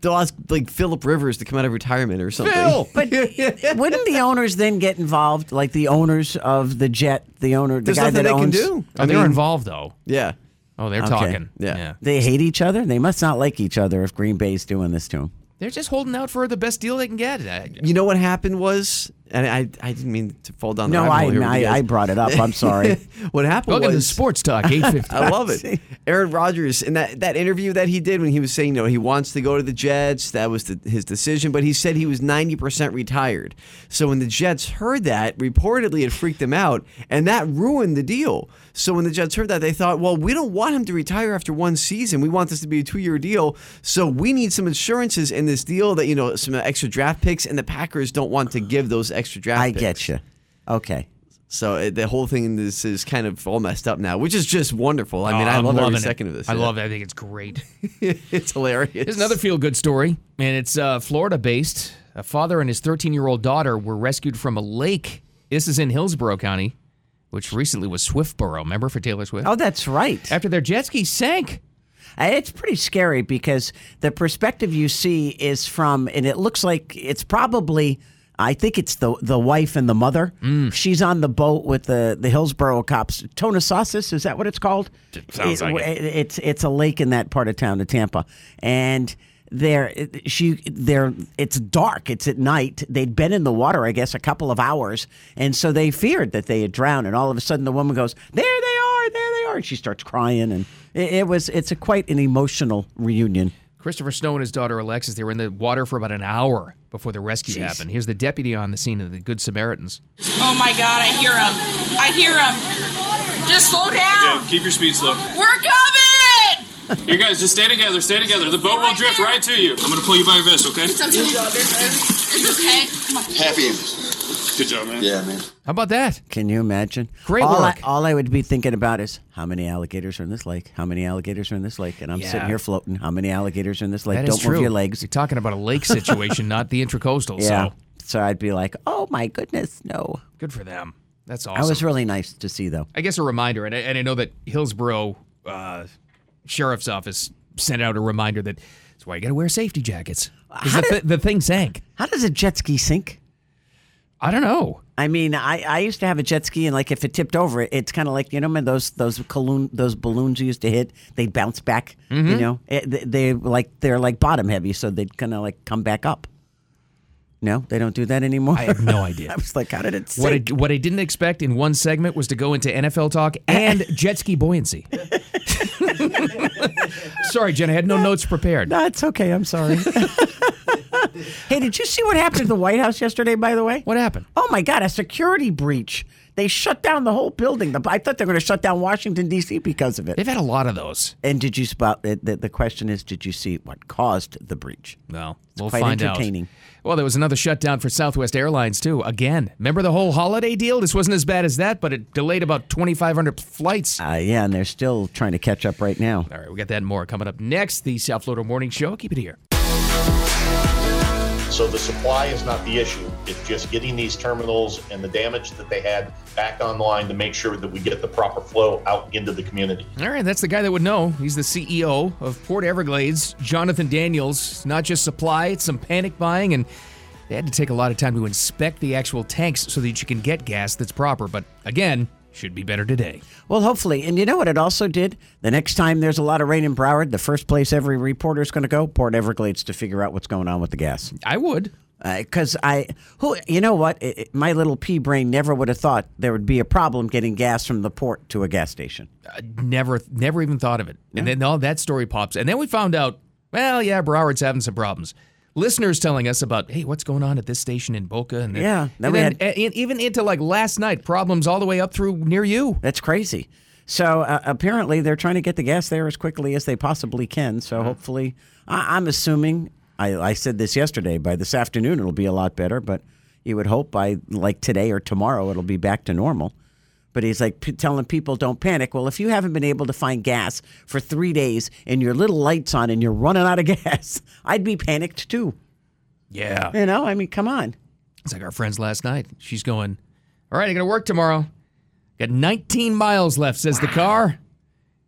Speaker 6: They'll ask like Philip Rivers to come out of retirement or something.
Speaker 3: Phil!
Speaker 4: But wouldn't the owners then get involved? Like the owners of the jet, the owner, the
Speaker 6: There's
Speaker 4: guy that
Speaker 6: nothing they
Speaker 4: owns.
Speaker 6: can do.
Speaker 3: Oh, they're involved though.
Speaker 6: Yeah.
Speaker 3: Oh, they're talking.
Speaker 6: Yeah.
Speaker 4: They hate each other. They must not like each other if Green Bay's doing this to them.
Speaker 3: They're just holding out for the best deal they can get. Uh, I-
Speaker 6: You know what happened was, and I, I didn't mean to fall down the
Speaker 4: No,
Speaker 6: rabbit
Speaker 4: I,
Speaker 6: hole here with you
Speaker 4: I,
Speaker 6: guys.
Speaker 4: I brought it up. I'm sorry.
Speaker 6: What happened
Speaker 3: Welcome to
Speaker 6: was
Speaker 3: Sports Talk 850.
Speaker 6: I love it. Aaron Rodgers and that, that interview that he did when he was saying, you know, he wants to go to the Jets. That was the, his decision, but he said he was 90% retired. So when the Jets heard that, reportedly it freaked them out, and that ruined the deal. So when the Jets heard that, they thought, well, we don't want him to retire after one season. We want this to be a two year deal. So we need some insurances in this deal that, you know, some extra draft picks, and the Packers don't want to give those extra draft
Speaker 4: I
Speaker 6: picks.
Speaker 4: get you. Okay.
Speaker 6: So uh, the whole thing is, is kind of all messed up now, which is just wonderful. I mean,
Speaker 3: Oh,
Speaker 6: I
Speaker 3: I'm
Speaker 6: love
Speaker 3: loving
Speaker 6: every
Speaker 3: it.
Speaker 6: second of this.
Speaker 3: I
Speaker 6: Yeah.
Speaker 3: love it. I think it's great.
Speaker 6: it's hilarious.
Speaker 3: Here's another feel good story, and it's uh, Florida based. A father and his 13 year old daughter were rescued from a lake. This is in Hillsborough County, which recently was Swiftboro. Remember for Taylor Swift?
Speaker 4: Oh, that's right.
Speaker 3: After their jet ski sank.
Speaker 4: Uh, It's pretty scary because the perspective you see is from, and it looks like it's probably, I think it's the the wife and the mother. She's on the boat with the the Hillsborough cops. Tonosausis, is that what it's called? sounds like it. It's it's a lake in that part of town of Tampa, and. There, she, there. It's dark. It's at night. They'd been in the water, I guess, a couple of hours, and so they feared that they had drowned. And all of a sudden, the woman goes, "There they are! There they are!" And she starts crying, and it, it was it's a quite an emotional reunion.
Speaker 3: Christopher Snow and his daughter Alexis, they were in the water for about an hour before the rescue happened. Here's the deputy on the scene of the Good Samaritans.
Speaker 12: Oh my God, I hear him. I hear him. Just slow down.
Speaker 13: Keep your speed slow.
Speaker 12: We're coming!
Speaker 13: You guys, just stay together. Stay together. The boat will drift right to you. I'm gonna pull you by your vest, okay?
Speaker 12: It's okay. Come on.
Speaker 14: Happy.
Speaker 13: Good job, man.
Speaker 14: Yeah, man.
Speaker 3: How about that?
Speaker 4: Can you imagine?
Speaker 3: Great
Speaker 4: all
Speaker 3: work.
Speaker 4: I, all I would be thinking about is how many alligators are in this lake? How many alligators are in this lake? And I'm
Speaker 3: Yeah.
Speaker 4: sitting here floating. How many alligators are in this lake?
Speaker 3: That is
Speaker 4: Don't
Speaker 3: true.
Speaker 4: move your legs.
Speaker 3: You're talking about a lake situation, not the intracoastal.
Speaker 4: Yeah.
Speaker 3: So
Speaker 4: So I'd be like, oh my goodness, no.
Speaker 3: good for them. That's
Speaker 4: That
Speaker 3: awesome.
Speaker 4: was really nice to see, though.
Speaker 3: I guess a reminder, and I, and I know that Hillsborough uh, Sheriff's Office sent out a reminder that that's why you got to wear safety jackets. 'Cause
Speaker 4: How
Speaker 3: The, th- the thing sank.
Speaker 4: How does a jet ski sink?
Speaker 3: I don't know.
Speaker 4: I mean, I, I used to have a jet ski, and like if it tipped over, it's kind of like you know, man, those those balloon those balloons you used to hit, they bounce back.
Speaker 3: Mm-hmm.
Speaker 4: You know, It- they, they like they're like bottom heavy, so they'd kind of like come back up. No, they don't do that anymore.
Speaker 3: I have no idea.
Speaker 4: I was like, how did it
Speaker 3: What I,
Speaker 4: sink?
Speaker 3: what I didn't expect in one segment was to go into NFL talk and jet ski buoyancy. Sorry, Jen, I had no notes prepared.
Speaker 4: no, it's okay. I'm sorry. hey, did you see what happened to the White House yesterday? By the way,
Speaker 3: What happened?
Speaker 4: Oh my God, a security breach. They shut down the whole building. The, I thought they were going to shut down Washington D.C. because of it.
Speaker 3: They've had a lot of those.
Speaker 4: And did you spot the, the, the question is did you see what caused the breach?
Speaker 3: No, we'll
Speaker 4: quite
Speaker 3: find
Speaker 4: entertaining.
Speaker 3: out. Well, there was another shutdown for Southwest Airlines too. Again, remember the whole holiday deal? This wasn't as bad as that, but it delayed about 2,500 flights.
Speaker 4: Uh, yeah, and they're still trying to catch up right now.
Speaker 3: All right, we got that and more coming up next. The South Florida Morning Show. Keep it here.
Speaker 2: So the supply is not the issue. It's just getting these terminals and the damage that they had back online to make sure that we get the proper flow out into the community.
Speaker 3: All right, that's the guy that would know. He's the E CEO of Port Everglades, Jonathan Daniels. It's Not just supply, it's some panic buying, and They had to take a lot of time to inspect the actual tanks so that you can get gas that's proper, but again, should be better today.
Speaker 4: Well, hopefully. And you know what it also did? The next time there's a lot of rain in Broward, the first place every reporter's going to go, Port Everglades, to figure out what's going on with the gas.
Speaker 3: I would.
Speaker 4: Because I, who, you know what? It- it- my little pea brain never would have thought there would be a problem getting gas from the port to a gas station.
Speaker 3: I never, never even thought of it. And then all that story pops. And then we found out, well, yeah, Broward's having some problems. Listeners telling us about, hey, what's going on at this station in Boca? And then-
Speaker 4: Yeah, then
Speaker 3: and
Speaker 4: we
Speaker 3: then, and even into like last night, problems all the way up through near you.
Speaker 4: That's crazy. So uh, apparently they're trying to get the gas there as quickly as they possibly can. So
Speaker 3: Mm-hmm.
Speaker 4: hopefully, I, I'm assuming. I, I said this yesterday. By this afternoon, it'll be a lot better. But you would hope by like today or tomorrow, it'll be back to normal. But he's like p- telling people don't panic. Well, if you haven't been able to find gas for three days and your little lights on and you're running out of gas, I'd be panicked too.
Speaker 3: Yeah.
Speaker 4: You know, I mean, come on.
Speaker 3: It's like our friends last night. She's going, All right, I got to work tomorrow. Got 19 miles left, says the car.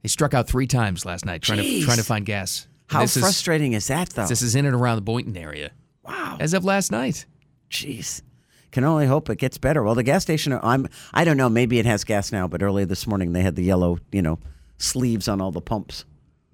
Speaker 3: They struck out three times last night trying to,
Speaker 4: Jeez.
Speaker 3: trying to find gas. And
Speaker 4: How
Speaker 3: this is-
Speaker 4: frustrating is, that, though?
Speaker 3: this is in and around the Boynton area. Wow. As of last night.
Speaker 4: Jeez. Can only hope it gets better. Well, the gas station, I'm, I don't know, maybe it has gas now, but earlier this morning they had the yellow, you know, sleeves on all the pumps.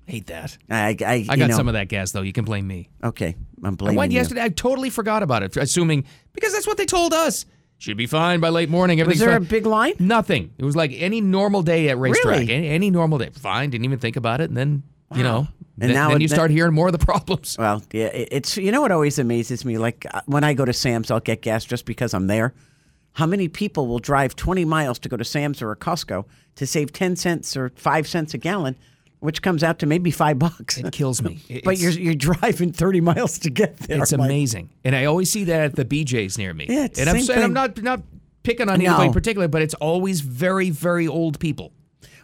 Speaker 3: Hate that.
Speaker 4: I, I,
Speaker 3: I got some of that gas, though. You can blame me.
Speaker 4: Okay, I'm
Speaker 3: I
Speaker 4: blaming
Speaker 3: went
Speaker 4: you.
Speaker 3: yesterday. I totally forgot about it, assuming because that's what they told us. Should be fine by late morning.
Speaker 4: Was
Speaker 3: Everything's
Speaker 4: there a
Speaker 3: fine.
Speaker 4: big line?
Speaker 3: Nothing. It was like any normal day at racetrack.
Speaker 4: Really?
Speaker 3: Any, any normal day. Fine. Didn't even think about it. And then, you know,
Speaker 4: And
Speaker 3: then,
Speaker 4: now
Speaker 3: then
Speaker 4: it-
Speaker 3: you start hearing more of the problems.
Speaker 4: Well, yeah, it- it's you know what always amazes me. Like uh, when I go to Sam's, I'll get gas just because I'm there. How many people will drive 20 miles to go to Sam's or a Costco to save 10 cents or five cents a gallon, which comes out to maybe five bucks?
Speaker 3: It kills me. It-
Speaker 4: but
Speaker 3: it's-
Speaker 4: you're you're driving 30 miles to get there.
Speaker 3: It's
Speaker 4: I'm like,
Speaker 3: amazing, and I always see that at the BJ's near me.
Speaker 4: Yeah, it's
Speaker 3: and I'm,
Speaker 4: same
Speaker 3: and I'm
Speaker 4: thing.
Speaker 3: not not picking on anybody in
Speaker 4: No.
Speaker 3: particular, but it's always very very old people.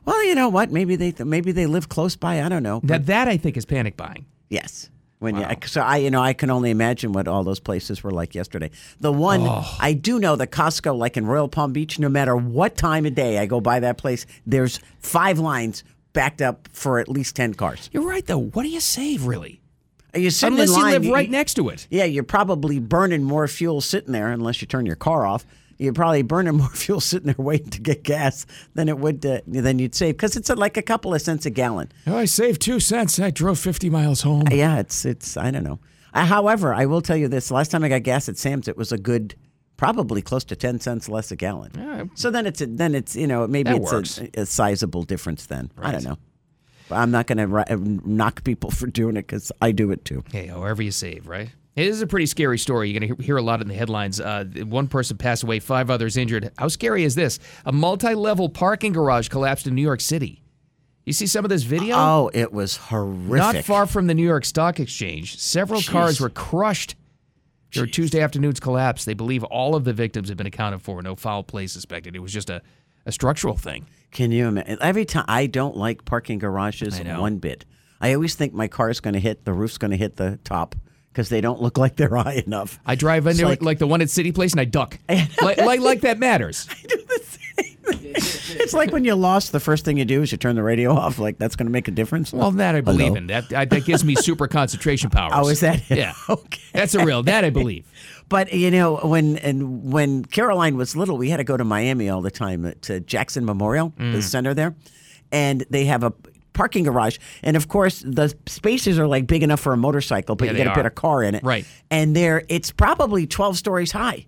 Speaker 4: Well, you know what? Maybe they maybe they live close by. I don't know.
Speaker 3: Now that I think is panic buying.
Speaker 4: Yes. When you, so I, you know, I can only imagine what all those places were like yesterday. The one
Speaker 3: Oh.
Speaker 4: I do know that Costco, like in Royal Palm Beach, no matter what time of day I go by that place, there's five lines backed up for at least ten cars.
Speaker 3: You're right though. What do you save really?
Speaker 4: Are you sitting in
Speaker 3: Unless you
Speaker 4: line,
Speaker 3: live right next to it.
Speaker 4: Yeah, you're probably burning more fuel sitting there unless you turn your car off. You're probably burning more fuel sitting there waiting to get gas than it would to, than you'd save because it's like a couple of cents a gallon.
Speaker 3: Oh, I saved two cents. I drove 50 miles home.
Speaker 4: Uh, Yeah, it's it's I don't know. Uh, however, I will tell you this: last time I got gas at Sam's, it was a good, probably close to ten cents less a gallallon. So then it's a, then it's you know maybe
Speaker 3: That
Speaker 4: it's
Speaker 3: works.
Speaker 4: a, a sizable difference. Then I don't know. But I'm not going to ri- uh, knock people for doing it because I do it too.
Speaker 3: Hey, however you save, right? It is a pretty scary story. You're going to hear a lot in the headlines. Uh, one person passed away, five others injured. How scary is this? A multi-level parking garage collapsed in New York City. You see some of this video?
Speaker 4: Oh, it was horrific.
Speaker 3: Not far from the New York Stock Exchange, several cars
Speaker 4: Jeez.
Speaker 3: were crushed during Tuesday afternoon's collapse. They believe all of the victims have been accounted for. No foul play suspected. It was just a, a structural thing.
Speaker 4: Can you imagine? Every time I don't like parking garages
Speaker 3: I know.
Speaker 4: one bit. I always think my car is going to hit the roof's going to hit the top because they don't look like they're high enough.
Speaker 3: I drive into
Speaker 4: like-
Speaker 3: it like the one at City Place and I duck. like, like, like that matters.
Speaker 4: It's like when you lost, the first thing you do is you turn the radio off. Like that's going to make a difference.
Speaker 3: Well, that I believe
Speaker 4: Hello?
Speaker 3: in. That I, that gives me super concentration powers.
Speaker 4: Oh, is that it?
Speaker 3: Yeah.
Speaker 4: Okay.
Speaker 3: That's a real, that I believe.
Speaker 4: But you know, when and when Caroline was little, we had to go to Miami all the time uh, to Jackson Memorial,
Speaker 3: Mm.
Speaker 4: the center there, and they have a parking garage, and of course the spaces are like big enough for a motorcycle, but
Speaker 3: Yeah,
Speaker 4: you
Speaker 3: they
Speaker 4: got to put
Speaker 3: are.
Speaker 4: a car in it,
Speaker 3: Right.
Speaker 4: And there, it's probably twelve stories high.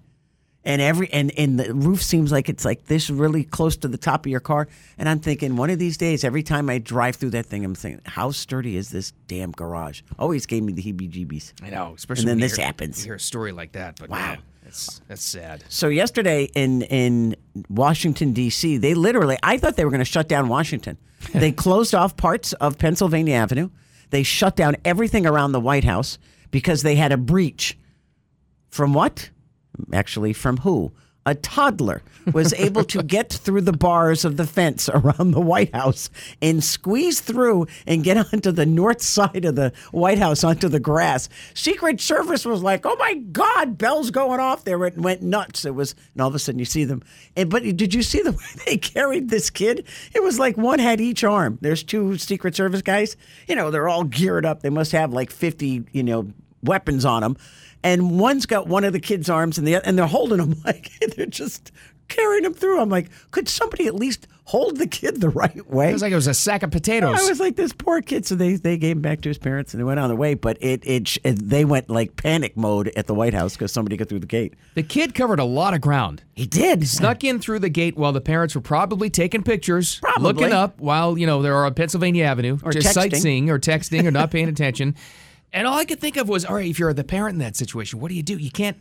Speaker 4: And every and, and the roof seems like it's like this really close to the top of your car. And I'm thinking one of these days, every time I drive through that thing, I'm thinking, how sturdy is this damn garage? Always gave me the heebie-jeebies.
Speaker 3: I know. Especially
Speaker 4: And then
Speaker 3: when you
Speaker 4: this
Speaker 3: hear-
Speaker 4: happens.
Speaker 3: You hear a story like that, but wow, that's that's sad.
Speaker 4: So yesterday in in Washington D.C., they literally I thought they were going to shut down Washington. they closed off parts of Pennsylvania Avenue. They shut down everything around the White House because they had a breach. From what? Actually, from who? A toddler was able to get through the bars of the fence around the White House and squeeze through and get onto the north side of the White House onto the grass. Secret Service was like, "Oh my God, bells going off!" There it went nuts. It was, and all of a sudden you see them. And, but did you see the way they carried this kid? It was like one had each arm. There's two Secret Service guys. You know, they're all geared up. They must have like 50, you know, weapons on them. and one's got one of the kids' arms, and the and they're holding him like they're just carrying him through. I'm like, could somebody at least hold the kid the right way?
Speaker 3: It was like it was a sack of potatoes.
Speaker 4: I was like, this poor kid. So they, they gave him back to his parents and they went on their way. But it, it, sh- it they went like panic mode at the White House because somebody got through the gate.
Speaker 3: The kid covered a lot of ground.
Speaker 4: He did.
Speaker 3: Snuck in through the gate while the parents were probably taking pictures,
Speaker 4: Probably.
Speaker 3: looking up while, you know, they're on Pennsylvania Avenue,
Speaker 4: Or
Speaker 3: just
Speaker 4: texting.
Speaker 3: sightseeing or texting or not paying attention. And all I could think of was, all right, if you're the parent in that situation, what do you do? You can't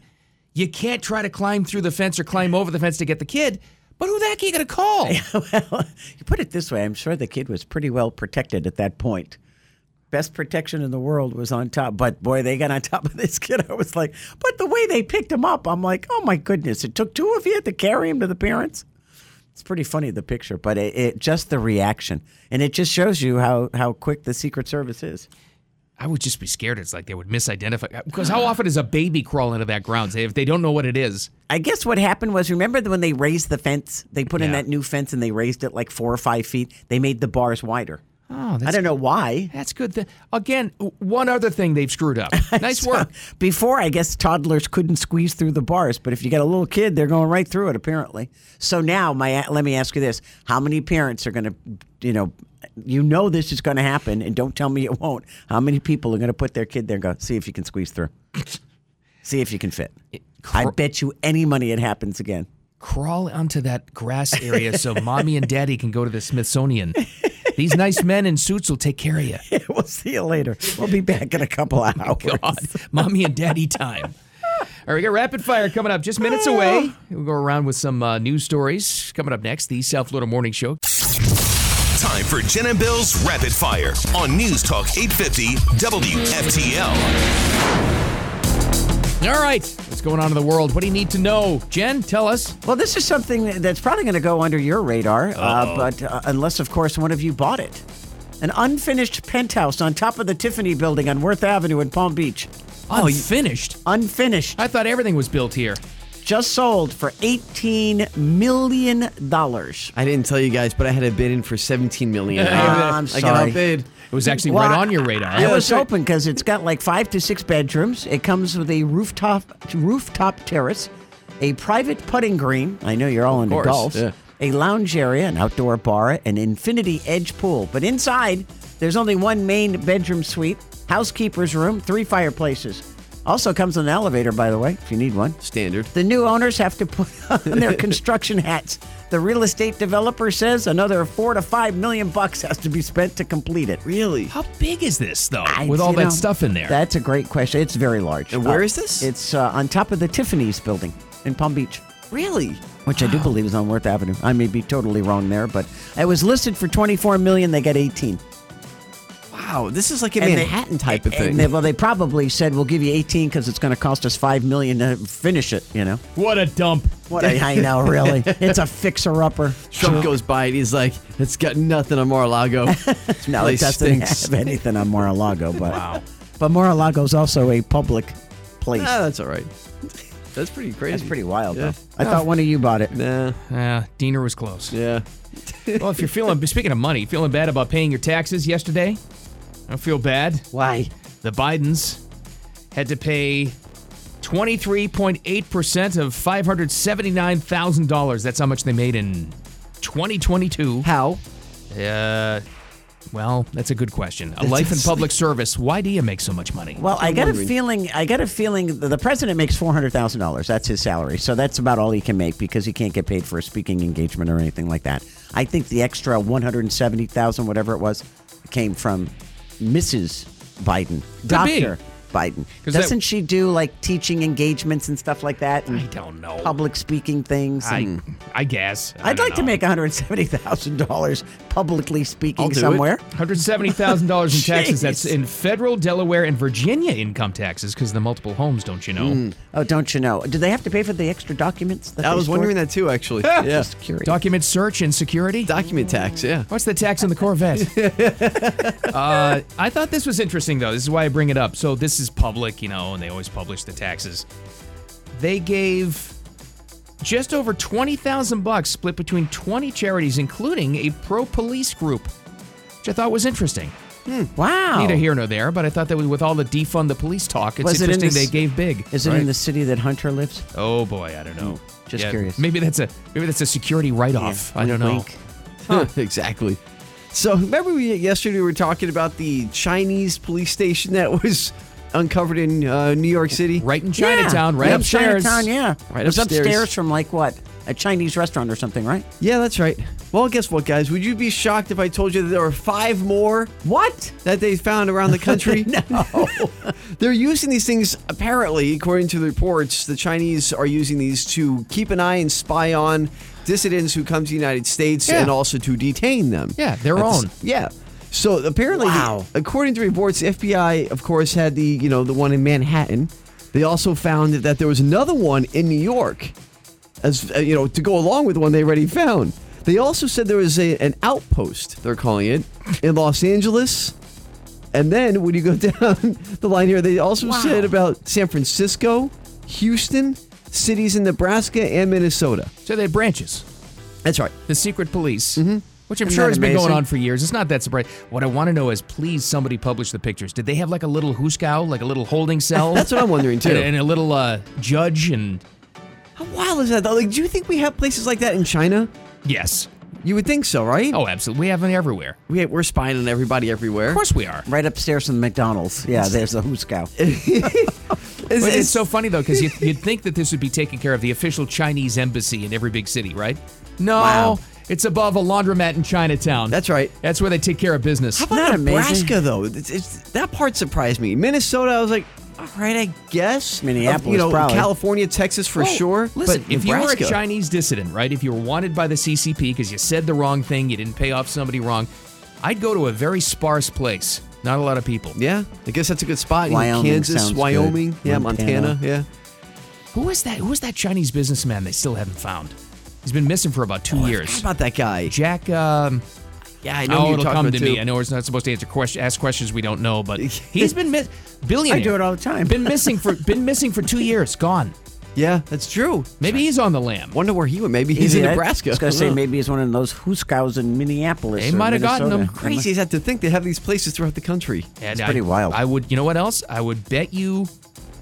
Speaker 3: you can't try to climb through the fence or climb over the fence to get the kid. But who the heck are you going to call?
Speaker 4: You put it this way, I'm sure the kid was pretty well protected at that point. Best protection in the world was on top, but boy, they got on top of this kid. I was like, but the way they picked him up, I'm like, oh my goodness, it took two of you to carry him to the parents. It's pretty funny the picture, but it, it just the reaction, and it just shows you how how quick the Secret Service is.
Speaker 3: I would just be scared. It's like they would misidentify. Because how often does a baby crawl into that ground say, if they don't know what it is?
Speaker 4: I guess what happened was remember when they raised the fence? They put in
Speaker 3: Yeah.
Speaker 4: that new fence and they raised it like four or five feet. They made the bars wider.
Speaker 3: Oh,
Speaker 4: I don't know why.
Speaker 3: That's good. Th- Again, w- one other thing they've screwed up. Nice work.
Speaker 4: Before, I guess toddlers couldn't squeeze through the bars, but if you got a little kid, they're going right through it apparently. So now, my let me ask you this: How many parents are going to, you know, you know this is going to happen, and don't tell me it won't. How many people are going to put their kid there and go see if you can squeeze through, see if you can fit? I bet you any money it happens again.
Speaker 3: Crawl onto that grass area so mommy and daddy can go to the Smithsonian. These nice men in suits will take care of you.
Speaker 4: we'll see you later. We'll be back in a couple of hours.
Speaker 3: God, mommy and daddy time. All right, we got rapid fire coming up just minutes away. We'll go around with some uh, news stories coming up next. The South Florida Morning Show.
Speaker 1: Time for Jen and Bill's Rapid Fire on News Talk 850 WFTL.
Speaker 3: All right, what's going on in the world? What do you need to know? Jen, tell us.
Speaker 4: Well, this is something that's probably going to go under your radar, uh, but uh, unless, of course, one of you bought it. An unfinished penthouse on top of the Tiffany building on Worth Avenue in Palm Beach.
Speaker 3: Oh, Unfinished.
Speaker 4: Unfinished.
Speaker 3: I thought everything was built here.
Speaker 4: Just sold for $18 million.
Speaker 6: I didn't tell you guys, but I had a bid in for 17 million.
Speaker 3: Oh,
Speaker 4: Yeah. Ah, I'm
Speaker 6: I got
Speaker 4: sorry.
Speaker 6: outbid.
Speaker 3: It was actually
Speaker 4: Well,
Speaker 3: right on your radar.
Speaker 4: I was hoping because it's got like five to six bedrooms. It comes with a rooftop rooftop terrace, a private putting green. I know you're all into
Speaker 6: course,
Speaker 4: golf.
Speaker 6: yeah.
Speaker 4: A lounge area, an outdoor bar, an infinity edge pool. But inside, there's only one main bedroom suite, housekeeper's room, three fireplaces. Also comes with an elevator, by the way, if you need one.
Speaker 6: Standard.
Speaker 4: The new owners have to put on their construction hats. The real estate developer says another four to five million bucks has to be spent to complete it.
Speaker 6: Really?
Speaker 3: How big is this though?
Speaker 4: I-
Speaker 3: with all
Speaker 4: you
Speaker 3: that
Speaker 4: know,
Speaker 3: stuff in there.
Speaker 4: That's a great question. It's very large.
Speaker 6: And where is this?
Speaker 4: It's uh, on top of the Tiffany's building in Palm Beach,
Speaker 6: Really?
Speaker 4: which I do believe is on Worth Avenue. I may be totally wrong there, but it was listed for 24 million. They got 18.
Speaker 6: Wow, this is like a
Speaker 4: And they-
Speaker 6: Manhattan type of
Speaker 4: and
Speaker 6: thing.
Speaker 4: they- well, they probably said we'll give you 18 because it's going to cost us five million to finish it. You know
Speaker 3: what a dump.
Speaker 4: what? I, I know, really. It's a fixer-upper.
Speaker 6: Trump goes by and he's like, it's got nothing on Mar-a-Lago. Ah,
Speaker 4: No, it
Speaker 6: place
Speaker 4: doesn't
Speaker 6: stinks.
Speaker 4: have anything on Mar-a-Lago, but but Mar-a-Lago is also a public place.
Speaker 6: ah, that's all right. That's pretty crazy.
Speaker 4: That's pretty wild,
Speaker 6: Yeah. Oh.
Speaker 4: though. I thought one of you bought it.
Speaker 6: Nah,
Speaker 3: Uh, Diener was close.
Speaker 6: yeah.
Speaker 3: Well, if you're feeling, speaking of money, feeling bad about paying your taxes yesterday, I don't feel bad.
Speaker 4: Why?
Speaker 3: The Bidens had to pay 23.8% of $579,000. That's how much they made in 2022.
Speaker 6: How?
Speaker 3: Uh, well, that's a good question. A life in public service. Why do you make so much money?
Speaker 4: Well, I got a feeling. I got a feeling that the president makes four hundred thousand dollars. That's his salary, so that's about all he can make because he can't get paid for a speaking engagement or anything like that. I think the extra one hundred seventy thousand, whatever it was, came from Mrs. Biden,
Speaker 3: be.
Speaker 4: Doctor Biden.
Speaker 3: 'Cause that-
Speaker 4: Doesn't she do like teaching engagements and stuff like that? And
Speaker 3: I don't know.
Speaker 4: Public speaking things.
Speaker 3: I,
Speaker 4: and-
Speaker 3: I guess. I
Speaker 4: I'd
Speaker 3: don't
Speaker 4: like to
Speaker 3: know.
Speaker 4: make one hundred seventy thousand dollars publicly
Speaker 6: I'll
Speaker 4: speaking
Speaker 6: do it.
Speaker 4: somewhere.
Speaker 3: $170,000 in taxes. That's
Speaker 4: Jeez.
Speaker 3: in federal, Delaware, and Virginia income taxes because the multiple homes, don't you know?
Speaker 4: Oh, don't you know? Do they have to pay for the extra documents? That
Speaker 6: I
Speaker 4: they
Speaker 6: was
Speaker 4: stored?
Speaker 6: wondering that too, actually. yeah.
Speaker 4: Just curious.
Speaker 3: Document search and security.
Speaker 6: Document tax, yeah.
Speaker 3: What's the tax on the Corvette? uh, I thought this was interesting, though. This is why I bring it up. So, this is public, you know, and they always publish the taxes. They gave just over 20,000 bucks split between 20 charities, including a pro police group, which I thought was interesting.
Speaker 4: Wow.
Speaker 3: Neither here nor there, but I thought that we, with all the defund the police talk, it's
Speaker 4: Oh. Was it in
Speaker 3: interesting
Speaker 4: this-
Speaker 3: they gave big.
Speaker 4: Is it
Speaker 3: right?
Speaker 4: in the city that Hunter lives?
Speaker 3: Oh boy, I don't know.
Speaker 4: just curious.
Speaker 3: Maybe that's a maybe that's a security write-off. I don't know.
Speaker 6: exactly. So remember we, yesterday we were talking about the Chinese police station that was uncovered in uh, New York City,
Speaker 3: right in
Speaker 4: Chinatown, right Yep, upstairs. Chinatown, yeah.
Speaker 6: right
Speaker 4: It was
Speaker 6: upstairs.
Speaker 4: upstairs from like what? A Chinese restaurant or something, right?
Speaker 6: Yeah, that's right. Well, guess what, guys? Would you be shocked if I told you that there were five more?
Speaker 4: What?
Speaker 6: That they found around the country?
Speaker 4: no.
Speaker 6: They're using these things, apparently, according to the reports, the Chinese are using these to keep an eye and spy on dissidents who come to the United States
Speaker 3: Yeah.
Speaker 6: and also to detain them.
Speaker 3: Yeah, their
Speaker 6: At the s-
Speaker 3: own.
Speaker 6: yeah. So apparently,
Speaker 4: Wow.
Speaker 6: according to reports, the FBI, of course, had the you know the one in Manhattan. They also found that there was another one in New York, as uh, you know, to go along with the one they already found. They also said there was a, an outpost, they're calling it, in Los Angeles. And then when you go down the line here, they also
Speaker 4: Wow.
Speaker 6: said about San Francisco, Houston, cities in Nebraska and Minnesota.
Speaker 3: So they had branches.
Speaker 6: That's right.
Speaker 3: The secret police. Which I'm
Speaker 6: Mm-hmm. Isn't
Speaker 3: sure
Speaker 6: that
Speaker 3: has been going
Speaker 6: amazing?
Speaker 3: on for years. It's not that surprising. What I want to know is, please somebody publish the pictures. Did they have like a little hooskow, like a little holding cell?
Speaker 6: That's what I'm wondering too.
Speaker 3: And, and a little uh, judge and
Speaker 6: How wild is that though? Like, do you think we have places like that in China?
Speaker 3: yes.
Speaker 6: You would think so, right?
Speaker 3: Oh, absolutely. We have them everywhere.
Speaker 6: We, we're spying on everybody everywhere.
Speaker 3: Of course we are.
Speaker 4: Right upstairs from McDonald's. Yeah, there's the Hooskow.
Speaker 6: It's-
Speaker 3: But it's
Speaker 6: it's-
Speaker 3: so funny though, because you'd, you'd think that this would be taken care of the official Chinese embassy in every big city, right? No,
Speaker 4: Wow.
Speaker 3: it's above a laundromat in Chinatown.
Speaker 6: That's right.
Speaker 3: That's where they take care of business.
Speaker 6: How about
Speaker 4: Not amazing.
Speaker 6: Nebraska though? It's, it's, that part surprised me. Minnesota, I was like, all right, I guess.
Speaker 4: Minneapolis,
Speaker 6: you know,
Speaker 4: probably.
Speaker 6: California, Texas for
Speaker 3: Oh,
Speaker 6: sure.
Speaker 3: Listen,
Speaker 6: but
Speaker 3: if
Speaker 6: Nebraska,
Speaker 3: you were a Chinese dissident, right? If you were wanted by the CCP because you said the wrong thing, you didn't pay off somebody wrong, I'd go to a very sparse place. Not a lot of people.
Speaker 6: yeah, I guess that's a good spot. You know,
Speaker 4: Wyoming sounds
Speaker 6: Kansas,
Speaker 4: good.
Speaker 6: Wyoming, yeah, Montana,
Speaker 4: Montana.
Speaker 6: yeah.
Speaker 3: Who is that? Who is that Chinese businessman they still haven't found? He's been missing for about two
Speaker 6: How
Speaker 3: years.
Speaker 6: Oh, about that guy?
Speaker 3: Jack. Um,
Speaker 6: Yeah, I
Speaker 3: oh,
Speaker 6: know who you're
Speaker 3: it'll
Speaker 6: talking
Speaker 3: come
Speaker 6: about
Speaker 3: to
Speaker 6: too.
Speaker 3: me. I know it's not supposed to answer question, ask questions we don't know, but he's been miss billionaire.
Speaker 4: I do it all the time.
Speaker 3: been missing for been missing for two years. Gone.
Speaker 6: Yeah, that's true.
Speaker 3: Maybe he's on the lamb.
Speaker 6: Wonder where he went. Maybe he's in Nebraska.
Speaker 4: I was going to say,
Speaker 6: Huh.
Speaker 4: maybe it's one of those Hooskows in Minneapolis.
Speaker 3: They
Speaker 4: or
Speaker 3: might have gotten
Speaker 4: Minnesota.
Speaker 3: them.
Speaker 4: They
Speaker 6: Crazy is that to think they have these places throughout the country.
Speaker 3: And
Speaker 4: It's
Speaker 3: I-
Speaker 4: pretty wild.
Speaker 3: I would. You know what else? I would bet you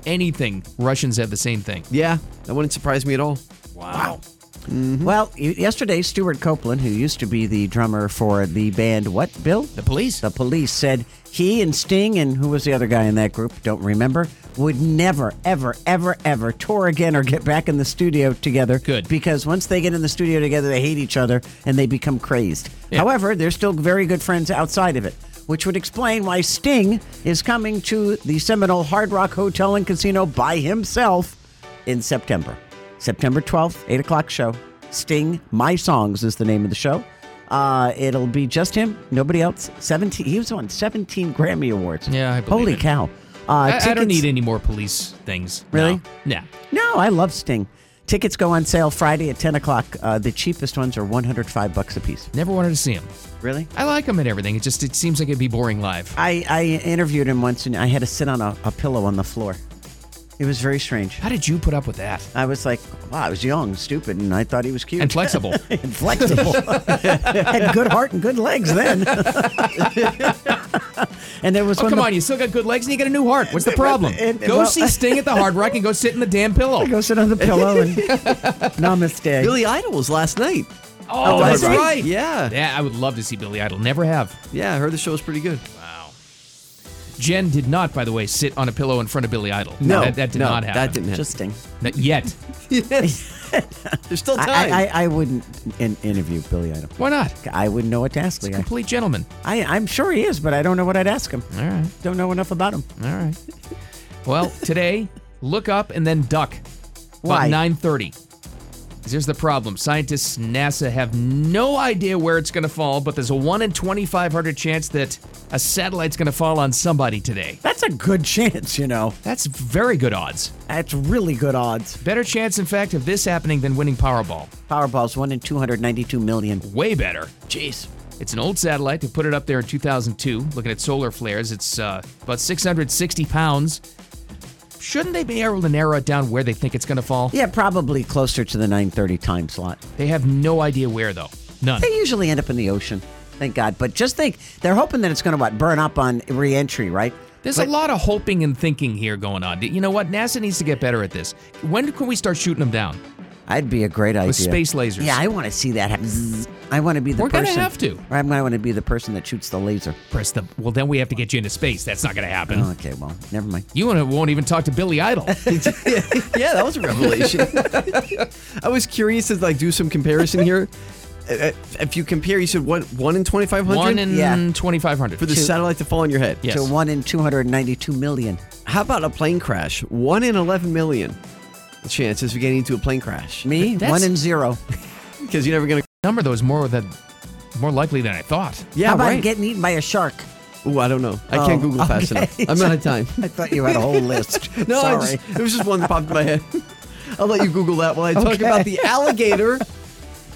Speaker 3: anything. Russians have the same thing.
Speaker 6: Yeah, that wouldn't surprise me at all.
Speaker 3: Wow. Mm-hmm.
Speaker 4: Well, y- yesterday, Stuart Copeland, who used to be the drummer for the band, what, Bill?
Speaker 3: The police.
Speaker 4: The police said he and Sting, and who was the other guy in that group, don't remember, would never, ever, ever, ever tour again or get back in the studio together.
Speaker 3: Good.
Speaker 4: Because once they get in the studio together, they hate each other and they become crazed.
Speaker 3: Yeah.
Speaker 4: However, they're still very good friends outside of it. Which would explain why Sting is coming to the Seminole Hard Rock Hotel and Casino by himself in September. September 12th, 8 o'clock show. Sting, My Songs is the name of the show. Uh, it'll be just him, nobody else. 17. He was on 17 Grammy Awards.
Speaker 3: Yeah, I believe
Speaker 4: Holy
Speaker 3: it.
Speaker 4: cow. Uh,
Speaker 3: I, I don't
Speaker 4: tickets-
Speaker 3: need any more police things.
Speaker 4: Really?
Speaker 3: No. Nah.
Speaker 4: No, I love Sting. Tickets go on sale Friday at 10 o'clock. Uh, the cheapest ones are 105 bucks a piece.
Speaker 3: Never wanted to see him.
Speaker 4: Really?
Speaker 3: I like him and everything. It just it seems like it'd be boring live.
Speaker 4: I, I interviewed him once and I had to sit on a, a pillow on the floor. It was very strange.
Speaker 3: How did you put up with that?
Speaker 4: I was like, wow, I was young, stupid, and I thought he was cute.
Speaker 3: And flexible.
Speaker 4: and flexible. Had good heart and good legs then. and there was
Speaker 3: Oh,
Speaker 4: one
Speaker 3: come
Speaker 4: the-
Speaker 3: on. You still got good legs and you got a new heart. What's the problem?
Speaker 4: and-
Speaker 3: go
Speaker 4: well-
Speaker 3: see Sting at the Hard Rock and go sit in the damn pillow.
Speaker 4: Go sit on the pillow and namaste.
Speaker 6: Billy Idol was last night.
Speaker 3: Oh,
Speaker 4: that's
Speaker 3: that's
Speaker 4: right.
Speaker 3: right.
Speaker 6: Yeah.
Speaker 3: Yeah, I would love to see Billy Idol. Never have.
Speaker 6: Yeah, I heard the show was pretty good.
Speaker 3: Jen did not, by the way, sit on a pillow in front of Billy Idol.
Speaker 6: No,
Speaker 3: that, that did
Speaker 6: no,
Speaker 3: not happen.
Speaker 6: that didn't happen.
Speaker 4: Interesting.
Speaker 3: Not yet.
Speaker 6: Yes. There's still time.
Speaker 4: I, I, I wouldn't in- interview Billy Idol.
Speaker 3: Why not?
Speaker 4: I wouldn't know what to ask the guy.
Speaker 3: Complete gentleman.
Speaker 4: I, I'm sure he is, but I don't know what I'd ask him.
Speaker 3: All right.
Speaker 4: Don't know enough about him.
Speaker 3: All right. Well, today, look up and then duck.
Speaker 4: Why?
Speaker 3: About 930. 'Cause Here's the problem. Scientists, NASA have no idea where it's going to fall, but there's a 1 in 2,500 chance that a satellite's going to fall on somebody today.
Speaker 4: That's a good chance, you know.
Speaker 3: That's very good odds.
Speaker 4: That's really good odds.
Speaker 3: Better chance, in fact, of this happening than winning Powerball.
Speaker 4: Powerball's one in 292 million.
Speaker 3: Way better.
Speaker 4: Jeez.
Speaker 3: It's an old satellite. They put it up there in 2002, looking at solar flares. It's uh, about 660 pounds. Shouldn't they be able to narrow it down where they think it's going to fall?
Speaker 4: Yeah, probably closer to the 9:30 time slot.
Speaker 3: They have no idea where, though. None.
Speaker 4: They usually end up in the ocean. Thank God. But just think, they're hoping that it's going to what burn up on reentry, right?
Speaker 3: There's a lot of hoping and thinking here going on. You know what? NASA needs to get better at this. When can we start shooting them down?
Speaker 4: I'd be a great idea.
Speaker 3: With space lasers.
Speaker 4: Yeah, I want to see that happen. Zzz. I want to be the
Speaker 3: We're gonna
Speaker 4: person.
Speaker 3: have to.
Speaker 4: I'm going to want to be the person that shoots the laser.
Speaker 3: Press the. Well, then we have to get you into space. That's not going to happen.
Speaker 4: Oh, okay, well, never mind.
Speaker 3: You won't- won't even talk to Billy Idol.
Speaker 6: yeah, that was a revelation. I was curious to like do some comparison here. Uh, If you compare, you said one one in twenty five hundred.
Speaker 3: One in
Speaker 4: Yeah.
Speaker 3: 2,500.
Speaker 6: for the
Speaker 4: Two.
Speaker 6: satellite to fall on your head.
Speaker 3: Yes.
Speaker 4: To one in 292 million.
Speaker 6: How about a plane crash? One in eleven million chances of getting into a plane crash
Speaker 4: Me,
Speaker 3: That's-
Speaker 4: one in zero.
Speaker 6: because you're never gonna.
Speaker 3: number though is more than more likely than I thought.
Speaker 6: Yeah,
Speaker 4: How about
Speaker 6: right.
Speaker 4: getting eaten by a shark?
Speaker 6: Ooh, I don't know. I can't
Speaker 4: Oh,
Speaker 6: Google fast
Speaker 4: okay.
Speaker 6: enough. I'm out of time.
Speaker 4: I thought you had a whole list.
Speaker 6: No, I
Speaker 4: Sorry.
Speaker 6: just, it was just one that popped in my head. I'll let you Google that while I talk
Speaker 4: Okay.
Speaker 6: about the alligator.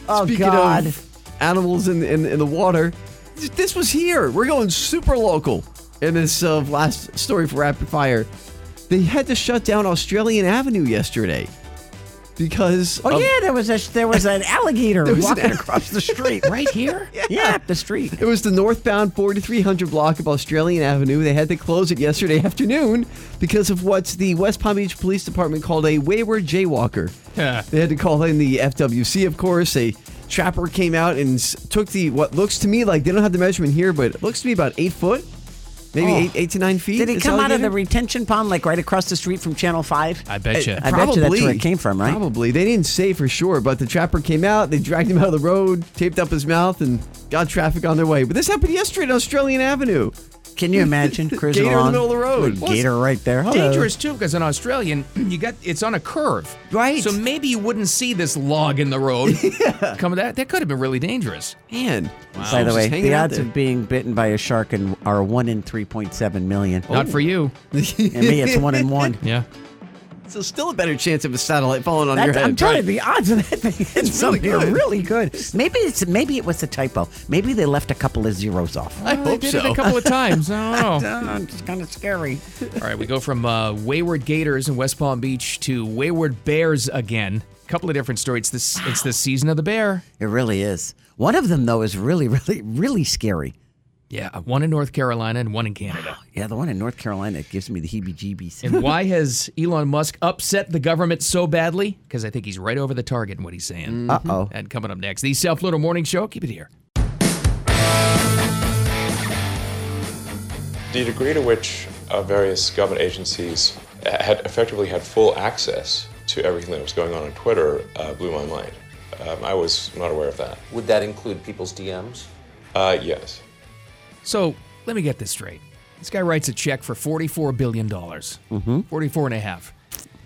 Speaker 4: oh,
Speaker 6: Speaking
Speaker 4: God.
Speaker 6: of animals in, in, in the water, th- this was here. We're going super local in this uh, last story for Rapid Fire. They had to shut down Australian Avenue yesterday because.
Speaker 4: oh,
Speaker 6: of-
Speaker 4: yeah, there was, a, there was an alligator
Speaker 6: There was an
Speaker 4: walking
Speaker 6: al-
Speaker 4: across the street.
Speaker 3: Right here?
Speaker 4: yeah, up the street.
Speaker 6: It was the northbound 4300 block of Australian Avenue. They had to close it yesterday afternoon because of what the West Palm Beach Police Department called a wayward jaywalker.
Speaker 3: Yeah.
Speaker 6: They had to call in the FWC, of course. A trapper came out and s- took the what looks to me like they don't have the measurement here, but it looks to be about eight foot, maybe
Speaker 4: Oh.
Speaker 6: eight, eight to nine feet.
Speaker 4: Did he
Speaker 6: this
Speaker 4: come out of the
Speaker 6: alligator?
Speaker 4: retention pond, like right across the street from Channel 5?
Speaker 3: I bet you.
Speaker 4: I bet you that's where it came from, right?
Speaker 6: Probably. They didn't say for sure, but the trapper came out, they dragged him out of the road, taped up his mouth, and got traffic on their way. But this happened yesterday on Australian Avenue.
Speaker 4: Can you imagine cruising
Speaker 6: Gator in the
Speaker 4: along?
Speaker 6: middle of the road.
Speaker 4: With
Speaker 6: Well,
Speaker 4: Gator right there.
Speaker 6: Uh-huh.
Speaker 4: Hello.
Speaker 3: Dangerous too, because an Australian, you got it's on a curve,
Speaker 4: Right.
Speaker 3: So maybe you wouldn't see this log in the road. yeah. Come that that could have been really dangerous.
Speaker 6: Man.
Speaker 4: By the
Speaker 6: Just
Speaker 4: way,
Speaker 6: hanging
Speaker 4: the
Speaker 6: out
Speaker 4: odds
Speaker 6: there.
Speaker 4: of being bitten by a shark in, are one in 3.7 million.
Speaker 6: Oh.
Speaker 3: Not for you.
Speaker 4: and me, it's one in one.
Speaker 3: Yeah.
Speaker 6: So still a better chance of a satellite falling on your
Speaker 4: That's,
Speaker 6: head.
Speaker 4: I'm telling
Speaker 6: right?
Speaker 4: you, the odds of that thing is
Speaker 6: really
Speaker 4: something are
Speaker 6: good.
Speaker 4: really good. Maybe it's maybe it was a typo. Maybe they left a couple of zeros off.
Speaker 3: Well,
Speaker 6: I hope
Speaker 3: they did
Speaker 6: so.
Speaker 3: it a couple of times. I don't know.
Speaker 4: It's kind of scary.
Speaker 3: All right, we go from uh, wayward gators in West Palm Beach to wayward bears again. A couple of different stories. It's this it's the season of the bear.
Speaker 4: It really is. One of them though is really, really, really scary.
Speaker 3: Yeah, one in North Carolina and one in Canada.
Speaker 4: Yeah, the one in North Carolina gives me the heebie-jeebies.
Speaker 3: And why has Elon Musk upset the government so badly? Because I think he's right over the target in what he's
Speaker 6: Mm.
Speaker 3: saying.
Speaker 4: Uh oh.
Speaker 3: And coming up next, the South Florida Morning Show. Keep it here.
Speaker 9: The degree to which uh, various government agencies had effectively had full access to everything that was going on on Twitter uh, blew my mind. Um, I was not aware of that.
Speaker 10: Would that include people's DMs?
Speaker 9: Uh, yes.
Speaker 3: So let me get this straight. This guy writes a check for $44 billion, mm-hmm. 44 and a half.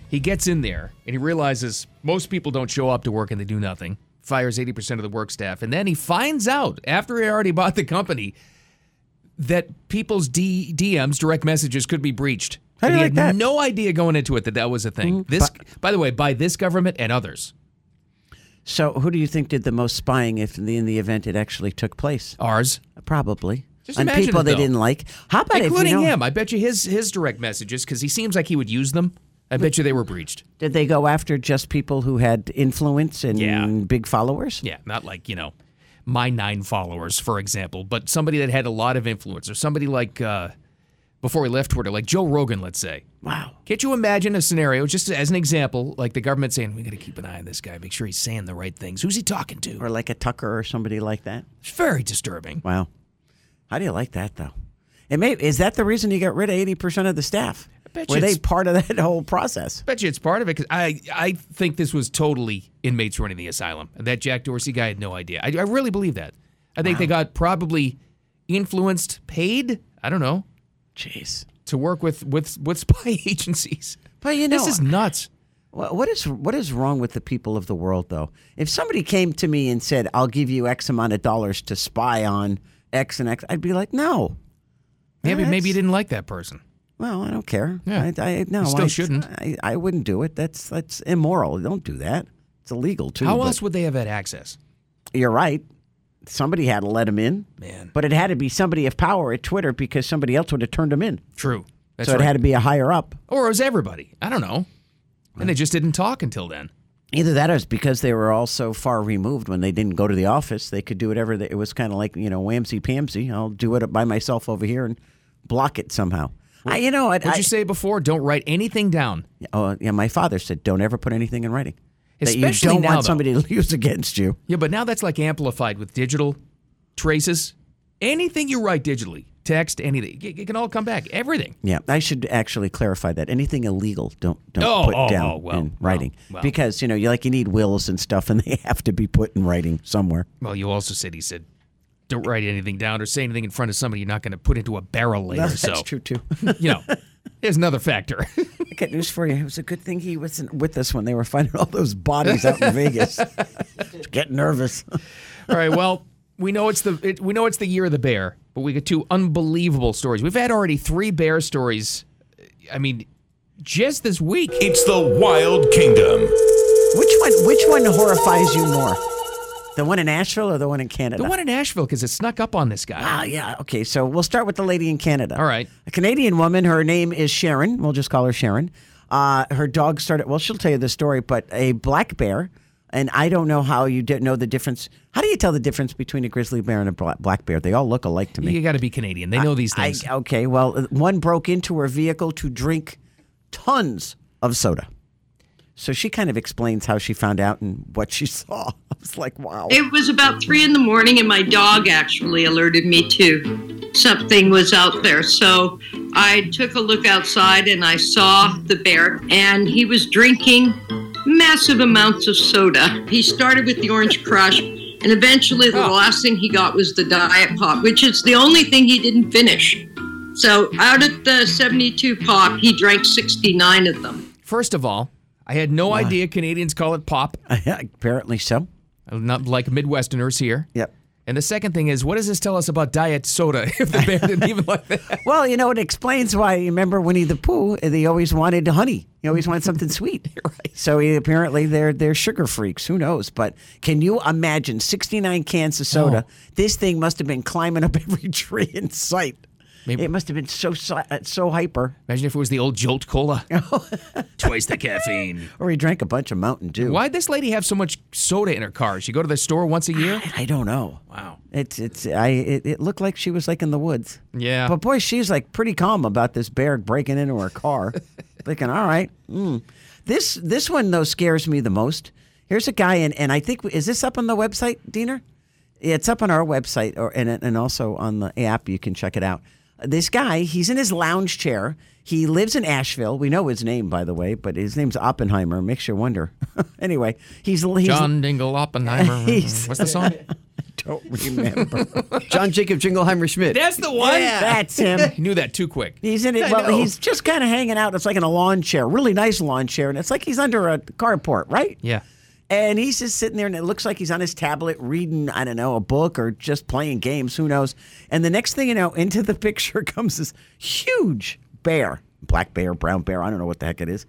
Speaker 3: He gets in there and he realizes most people don't show up to work and they do nothing, fires 80% of the work staff. And then he finds out, after he already bought the company, that people's D- DMs, direct messages, could be breached.
Speaker 4: How
Speaker 3: And
Speaker 4: do you
Speaker 3: he
Speaker 4: like
Speaker 3: had
Speaker 4: that? Mm-hmm.
Speaker 3: no idea going into it that that was a thing. This, by the way, by this government and others,
Speaker 4: So, who do you think did the most spying if in the, in the event it actually took place?
Speaker 3: ours,
Speaker 4: Probably.
Speaker 3: Just
Speaker 4: on
Speaker 3: imagine
Speaker 4: people
Speaker 3: it,
Speaker 4: they
Speaker 3: though.
Speaker 4: didn't like. How about if,
Speaker 3: including
Speaker 4: you know,
Speaker 3: him. I bet you his his direct messages, because he seems like he would use them. I bet you they were breached.
Speaker 4: Did they go after just people who had influence and
Speaker 3: Yeah.
Speaker 4: big followers?
Speaker 3: Yeah, not like, you know, my nine followers, for example, but somebody that had a lot of influence or somebody like, uh, before we left Twitter, like Joe Rogan, let's say.
Speaker 4: Wow.
Speaker 3: Can't you imagine a scenario, just as an example, like the government saying, we got to keep an eye on this guy, make sure he's saying the right things. Who's he talking to?
Speaker 4: Or like a Tucker or somebody like that.
Speaker 3: It's very disturbing.
Speaker 4: Wow. How do you like that though? It may is that the reason you got rid of eighty percent of the staff?
Speaker 3: bet you
Speaker 4: Were they
Speaker 3: it's-
Speaker 4: part of that whole process?
Speaker 3: Bet you it's part of it because I, I think this was totally inmates running the asylum. That Jack Dorsey guy had no idea. I, I really believe that. I think they got probably influenced, paid, I don't know,
Speaker 4: Jeez.
Speaker 3: to work with, with, with spy agencies.
Speaker 4: But you know,
Speaker 3: This is nuts.
Speaker 4: Wha- What is what is wrong with the people of the world though? If somebody came to me and said, "I'll give you X amount of dollars to spy on X and X," I'd be like, "No."
Speaker 3: Maybe
Speaker 4: That's-
Speaker 3: maybe you didn't like that person.
Speaker 4: Well, I don't care.
Speaker 3: Yeah.
Speaker 4: I, I no,
Speaker 3: You still
Speaker 4: I
Speaker 3: shouldn't.
Speaker 4: I, I wouldn't do it. That's that's immoral. Don't do that. It's illegal too.
Speaker 3: How
Speaker 4: but
Speaker 3: else would they have had access?
Speaker 4: You're right. Somebody had to let him in,
Speaker 3: Man.
Speaker 4: but it had to be somebody of power at Twitter because somebody else would have turned him in.
Speaker 3: True. That's
Speaker 4: so
Speaker 3: right.
Speaker 4: it had to be a higher up.
Speaker 3: or it was everybody. I don't know. And they just didn't talk until then.
Speaker 4: Either that or it's because they were all so far removed when they didn't go to the office. They could do whatever. They, it was kind of like, you know, whamsy pamsy. I'll do it by myself over here and block it somehow. I, you know, Oh, I,
Speaker 3: What'd you say before? Don't write anything down.
Speaker 4: Oh, yeah. My father said, don't ever put anything in writing. that you
Speaker 3: Especially
Speaker 4: don't
Speaker 3: now,
Speaker 4: want
Speaker 3: though.
Speaker 4: somebody to use against you.
Speaker 3: Yeah, but now that's like amplified with digital traces. Anything you write digitally, text, anything, it it can all come back. Everything.
Speaker 4: Yeah, I should actually clarify that anything illegal don't don't
Speaker 3: Oh,
Speaker 4: put
Speaker 3: oh,
Speaker 4: down
Speaker 3: oh, well,
Speaker 4: in writing
Speaker 3: well, well.
Speaker 4: because you know you like you need wills and stuff and they have to be put in writing somewhere.
Speaker 3: Well, you also said he said, don't write anything down or say anything in front of somebody you're not going to put into a barrel later.
Speaker 4: No,
Speaker 3: so
Speaker 4: that's true too.
Speaker 3: you know, there's another factor.
Speaker 4: I got news for you. It was a good thing he wasn't with us when they were finding all those bodies out in Vegas. Get nervous.
Speaker 3: All right. Well, we know it's the it, we know it's the year of the bear, but we get two unbelievable stories. We've had already three bear stories. I mean, just this week.
Speaker 1: It's the Wild Kingdom.
Speaker 4: Which one? Which one horrifies you more? The one in Nashville or the one in Canada?
Speaker 3: The one in Nashville because it snuck up on this guy.
Speaker 4: Ah, yeah. Okay, so we'll start with the lady in Canada.
Speaker 3: All right.
Speaker 4: A Canadian woman. Her name is Sharon. We'll just call her Sharon. Uh, her dog started. Well, she'll tell you the story, but a black bear, and I don't know how you didn't know the difference. How do you tell the difference between a grizzly bear and a bla- black bear? They all look alike to me.
Speaker 3: You got to be Canadian. They know these
Speaker 4: I-
Speaker 3: things.
Speaker 4: okay, well, uh, one broke into her vehicle to drink tons of soda. So she kind of explains how she found out and what she saw. I was like, wow.
Speaker 14: It was about three in the morning, and my dog actually alerted me to something was out there. So I took a look outside and I saw the bear, and he was drinking massive amounts of soda. He started with the Orange Crush, and eventually
Speaker 3: Ah,
Speaker 14: the last thing he got was the Diet Pop, which is the only thing he didn't finish. So out of the 72 pop, he drank 69 of them.
Speaker 3: First of all, I had no idea Canadians call it pop.
Speaker 4: Apparently so.
Speaker 3: Not like Midwesterners here.
Speaker 4: Yep.
Speaker 3: And the second thing is, what does this tell us about diet soda? If the bear didn't even like that,
Speaker 4: Well, you know, it explains why you remember Winnie the Pooh, eh, they always wanted honey. You always wanted something sweet. right. So he- apparently they're they're sugar freaks. Who knows? But can you imagine 69 cans of soda? This thing must have been climbing up every tree in sight. It must have been so si- uh, so hyper.
Speaker 3: imagine if it was the old Jolt Cola, twice the caffeine.
Speaker 4: Or he drank a bunch of Mountain Dew.
Speaker 3: Why'd this lady have so much soda in her car? She go to the store once a year?
Speaker 4: I don't know.
Speaker 3: Wow.
Speaker 4: It's it's I it, it looked like she was like in the woods.
Speaker 3: Yeah.
Speaker 4: But boy, she's like pretty calm about this bear breaking into her car, thinking, "All right, mm. this this one though scares me the most." Here's a guy, and and I think is this up on the website, Diener? Yeah, It's up on our website, or and and also on the app. You can check it out. This guy, he's in his lounge chair. He lives in Asheville. We know his name, by the way, but his name's Oppenheimer. Makes you wonder. anyway, he's, he's
Speaker 3: John Dingle Oppenheimer.
Speaker 4: He's-
Speaker 3: What's the song?
Speaker 4: don't remember.
Speaker 6: John Jacob Jingleheimer Schmidt.
Speaker 3: That's the one.
Speaker 4: Yeah. That's him.
Speaker 3: He knew that too quick.
Speaker 4: He's in
Speaker 3: I
Speaker 4: it. Well,
Speaker 3: know.
Speaker 4: he's just kind of hanging out. It's like in a lawn chair, really nice lawn chair, and it's like he's under a carport, right?
Speaker 3: Yeah.
Speaker 4: And he's just sitting there, and it looks like he's on his tablet reading, I don't know, a book or just playing games. Who knows? And the next thing you know, into the picture comes this huge bear, black bear, brown bear. I don't know what the heck it is,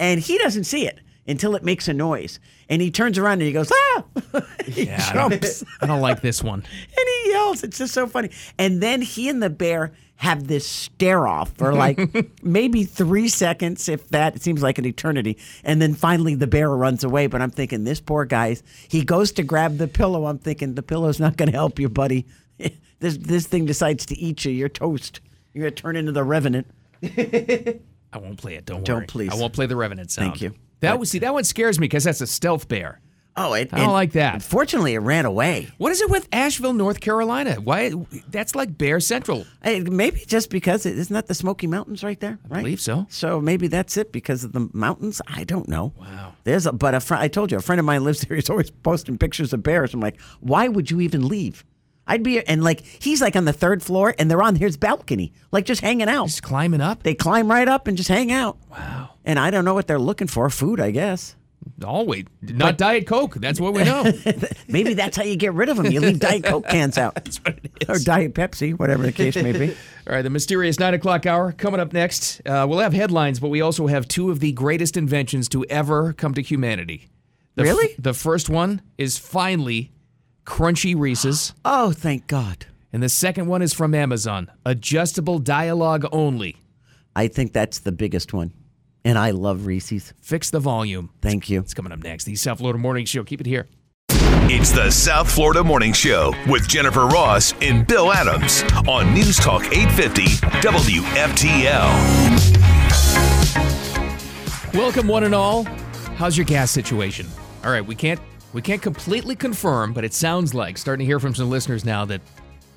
Speaker 4: and he doesn't see it until it makes a noise, and he turns around and he goes, ah! he
Speaker 3: Yeah, I don't-
Speaker 4: jumps.
Speaker 3: I don't like this one.
Speaker 4: and he yells. It's just so funny. And then he and the bear have this stare off for like maybe three seconds, if that it seems like an eternity. And then finally the bear runs away. But I'm thinking, this poor guy's he goes to grab the pillow. I'm thinking, the pillow's not going to help you, buddy. this this thing decides to eat you. You're toast. You're going to turn into the revenant.
Speaker 3: I won't play it. Don't worry.
Speaker 4: Don't please.
Speaker 3: I won't play the Revenant sound.
Speaker 4: Thank you.
Speaker 3: That was see that one scares me because that's a stealth bear.
Speaker 4: Oh, it,
Speaker 3: I don't
Speaker 4: it-
Speaker 3: like that.
Speaker 4: Fortunately, it ran away.
Speaker 3: What is it with Asheville, North Carolina? Why? That's like Bear Central.
Speaker 4: Hey, maybe just because it, isn't that the Smoky Mountains right there? Right? I
Speaker 3: believe so.
Speaker 4: So maybe that's it because of the mountains. I don't know.
Speaker 3: Wow.
Speaker 4: There's a but a friend. I told you a friend of mine lives there. He's always posting pictures of bears. I'm like, why would you even leave? I'd be and like he's like on the third floor and they're on his balcony, like just hanging out.
Speaker 3: Just climbing up.
Speaker 4: They climb right up and just hang out. Wow. And I don't know what they're looking for. Food, I guess.
Speaker 3: Always not Diet Coke. That's what we know.
Speaker 4: Maybe that's how you get rid of them. You leave Diet Coke cans out. That's what it is. Or Diet Pepsi, whatever the case may be.
Speaker 3: All right, the mysterious nine o'clock hour coming up next. Uh, we'll have headlines, but we also have two of the greatest inventions to ever come to humanity. The f-
Speaker 4: Really?
Speaker 3: the first one is finally crunchy Reese's,
Speaker 4: Oh, thank God.
Speaker 3: and the second one is from Amazon, adjustable dialogue only.
Speaker 4: I think that's the biggest one. And I love Reese's.
Speaker 3: Fix the volume.
Speaker 4: Thank you.
Speaker 3: It's coming up next. The South Florida Morning Show. Keep it here.
Speaker 1: It's the South Florida Morning Show with Jennifer Ross and Bill Adams on News Talk 850 WFTL.
Speaker 3: Welcome, one and all. How's your gas situation? All right, we can't we can't completely confirm, but it sounds like starting to hear from some listeners now that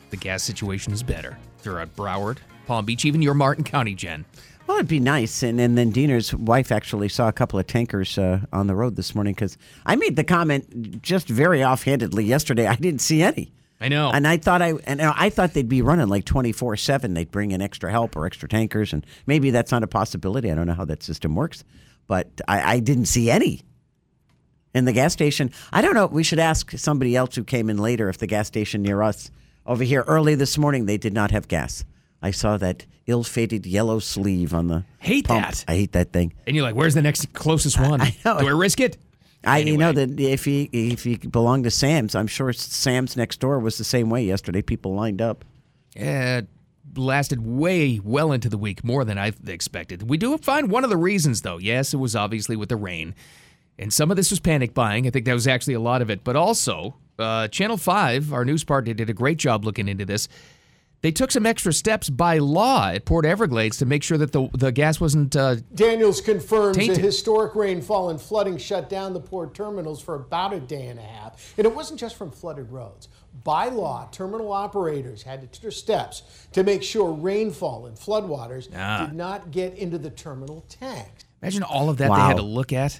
Speaker 3: the gas situation is better throughout Broward, Palm Beach, even your Martin County, Jen.
Speaker 4: Well, it'd be nice. And, and then Diener's wife actually saw a couple of tankers uh, on the road this morning because I made the comment just very offhandedly yesterday. I didn't see any.
Speaker 3: I know.
Speaker 4: And I thought I and I thought they'd be running like twenty four seven. They'd bring in extra help or extra tankers, and maybe that's not a possibility. I don't know how that system works, but I, I didn't see any in the gas station. I don't know. We should ask somebody else who came in later if the gas station near us over here early this morning they did not have gas. I saw that ill-fated yellow sleeve on the
Speaker 3: Hate
Speaker 4: pump.
Speaker 3: that.
Speaker 4: I hate that thing.
Speaker 3: And you're like, where's the next closest one? Do I risk it?
Speaker 4: I you know that if he if he belonged to Sam's, I'm sure Sam's next door was the same way yesterday. People lined up.
Speaker 3: Yeah, it uh, lasted way well into the week, more than I expected. We do find one of the reasons, though. Yes, it was obviously with the rain, and some of this was panic buying. I think that was actually a lot of it, but also uh, Channel Five, our news partner, did a great job looking into this. They took some extra steps by law at Port Everglades to make sure that the the gas wasn't. Uh,
Speaker 5: Daniels confirms
Speaker 3: Tainted.
Speaker 5: that historic rainfall and flooding shut down the port terminals for about a day and a half. And it wasn't just from flooded roads. By law, terminal operators had to take their steps to make sure rainfall and floodwaters
Speaker 3: Ah.
Speaker 5: did not get into the terminal tanks.
Speaker 3: imagine all of that they had
Speaker 4: Wow.
Speaker 3: to look at.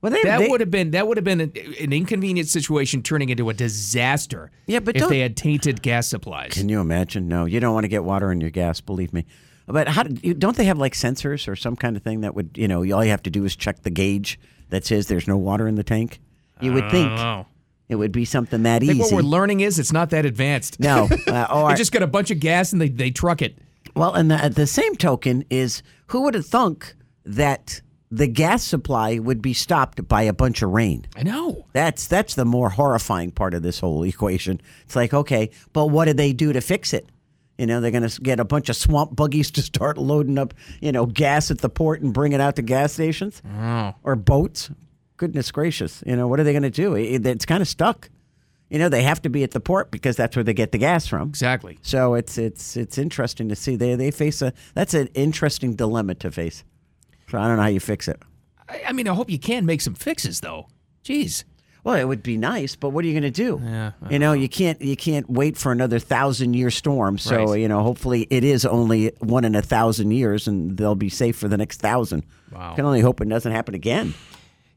Speaker 4: Well, they,
Speaker 3: that
Speaker 4: they-
Speaker 3: would have been that would have been an, an inconvenient situation turning into a disaster.
Speaker 4: Yeah, but
Speaker 3: if
Speaker 4: don't-
Speaker 3: they had tainted gas supplies,
Speaker 4: Can you imagine? No, you don't want to get water in your gas. Believe me. But how did you, don't they have like sensors or some kind of thing that would you know all you have to do is check the gauge that says there's no water in the tank? You would
Speaker 3: I
Speaker 4: think
Speaker 3: don't know.
Speaker 4: it would be something that
Speaker 3: I
Speaker 4: easy.
Speaker 3: think what we're learning is it's not that advanced.
Speaker 4: No, uh, or-
Speaker 3: they just got a bunch of gas and they, they truck it.
Speaker 4: Well, and the, at the same token is who would have thunk that the gas supply would be stopped by a bunch of rain?
Speaker 3: I know.
Speaker 4: That's that's the more horrifying part of this whole equation. It's like, okay, but what do they do to fix it? You know, they're going to get a bunch of swamp buggies to start loading up, you know, gas at the port and bring it out to gas stations or boats. Goodness gracious, you know, what are they going to do? It- it's kind of stuck. You know, they have to be at the port because that's where they get the gas from.
Speaker 3: Exactly.
Speaker 4: So it's it's it's interesting to see they they face a that's an interesting dilemma to face. So I don't know how you fix it.
Speaker 3: I, I mean, I hope you can make some fixes though. Jeez.
Speaker 4: Well, it would be nice, but what are you going to do? you know, you can't you can't wait for another thousand year storm. So
Speaker 3: Right.
Speaker 4: you know, hopefully it is only one in a thousand years, and they'll be safe for the next thousand.
Speaker 3: Wow.
Speaker 4: Can only hope it doesn't happen again.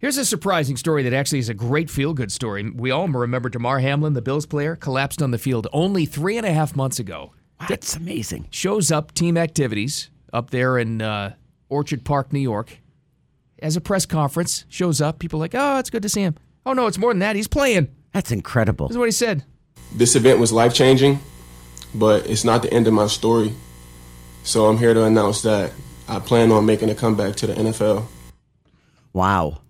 Speaker 3: Here's a surprising story that actually is a great feel good story. We all remember Damar Hamlin, the Bills player, collapsed on the field only three and a half months ago.
Speaker 4: That's amazing.
Speaker 3: Shows up team activities up there in uh, Orchard Park, New York, as a press conference. Shows up, people like, oh, it's good to see him. Oh no, it's more than that. He's playing.
Speaker 4: That's incredible.
Speaker 3: This is what he said.
Speaker 8: This event was life changing, but it's not the end of my story. So I'm here to announce that I plan on making a comeback to the NFL.
Speaker 4: Wow,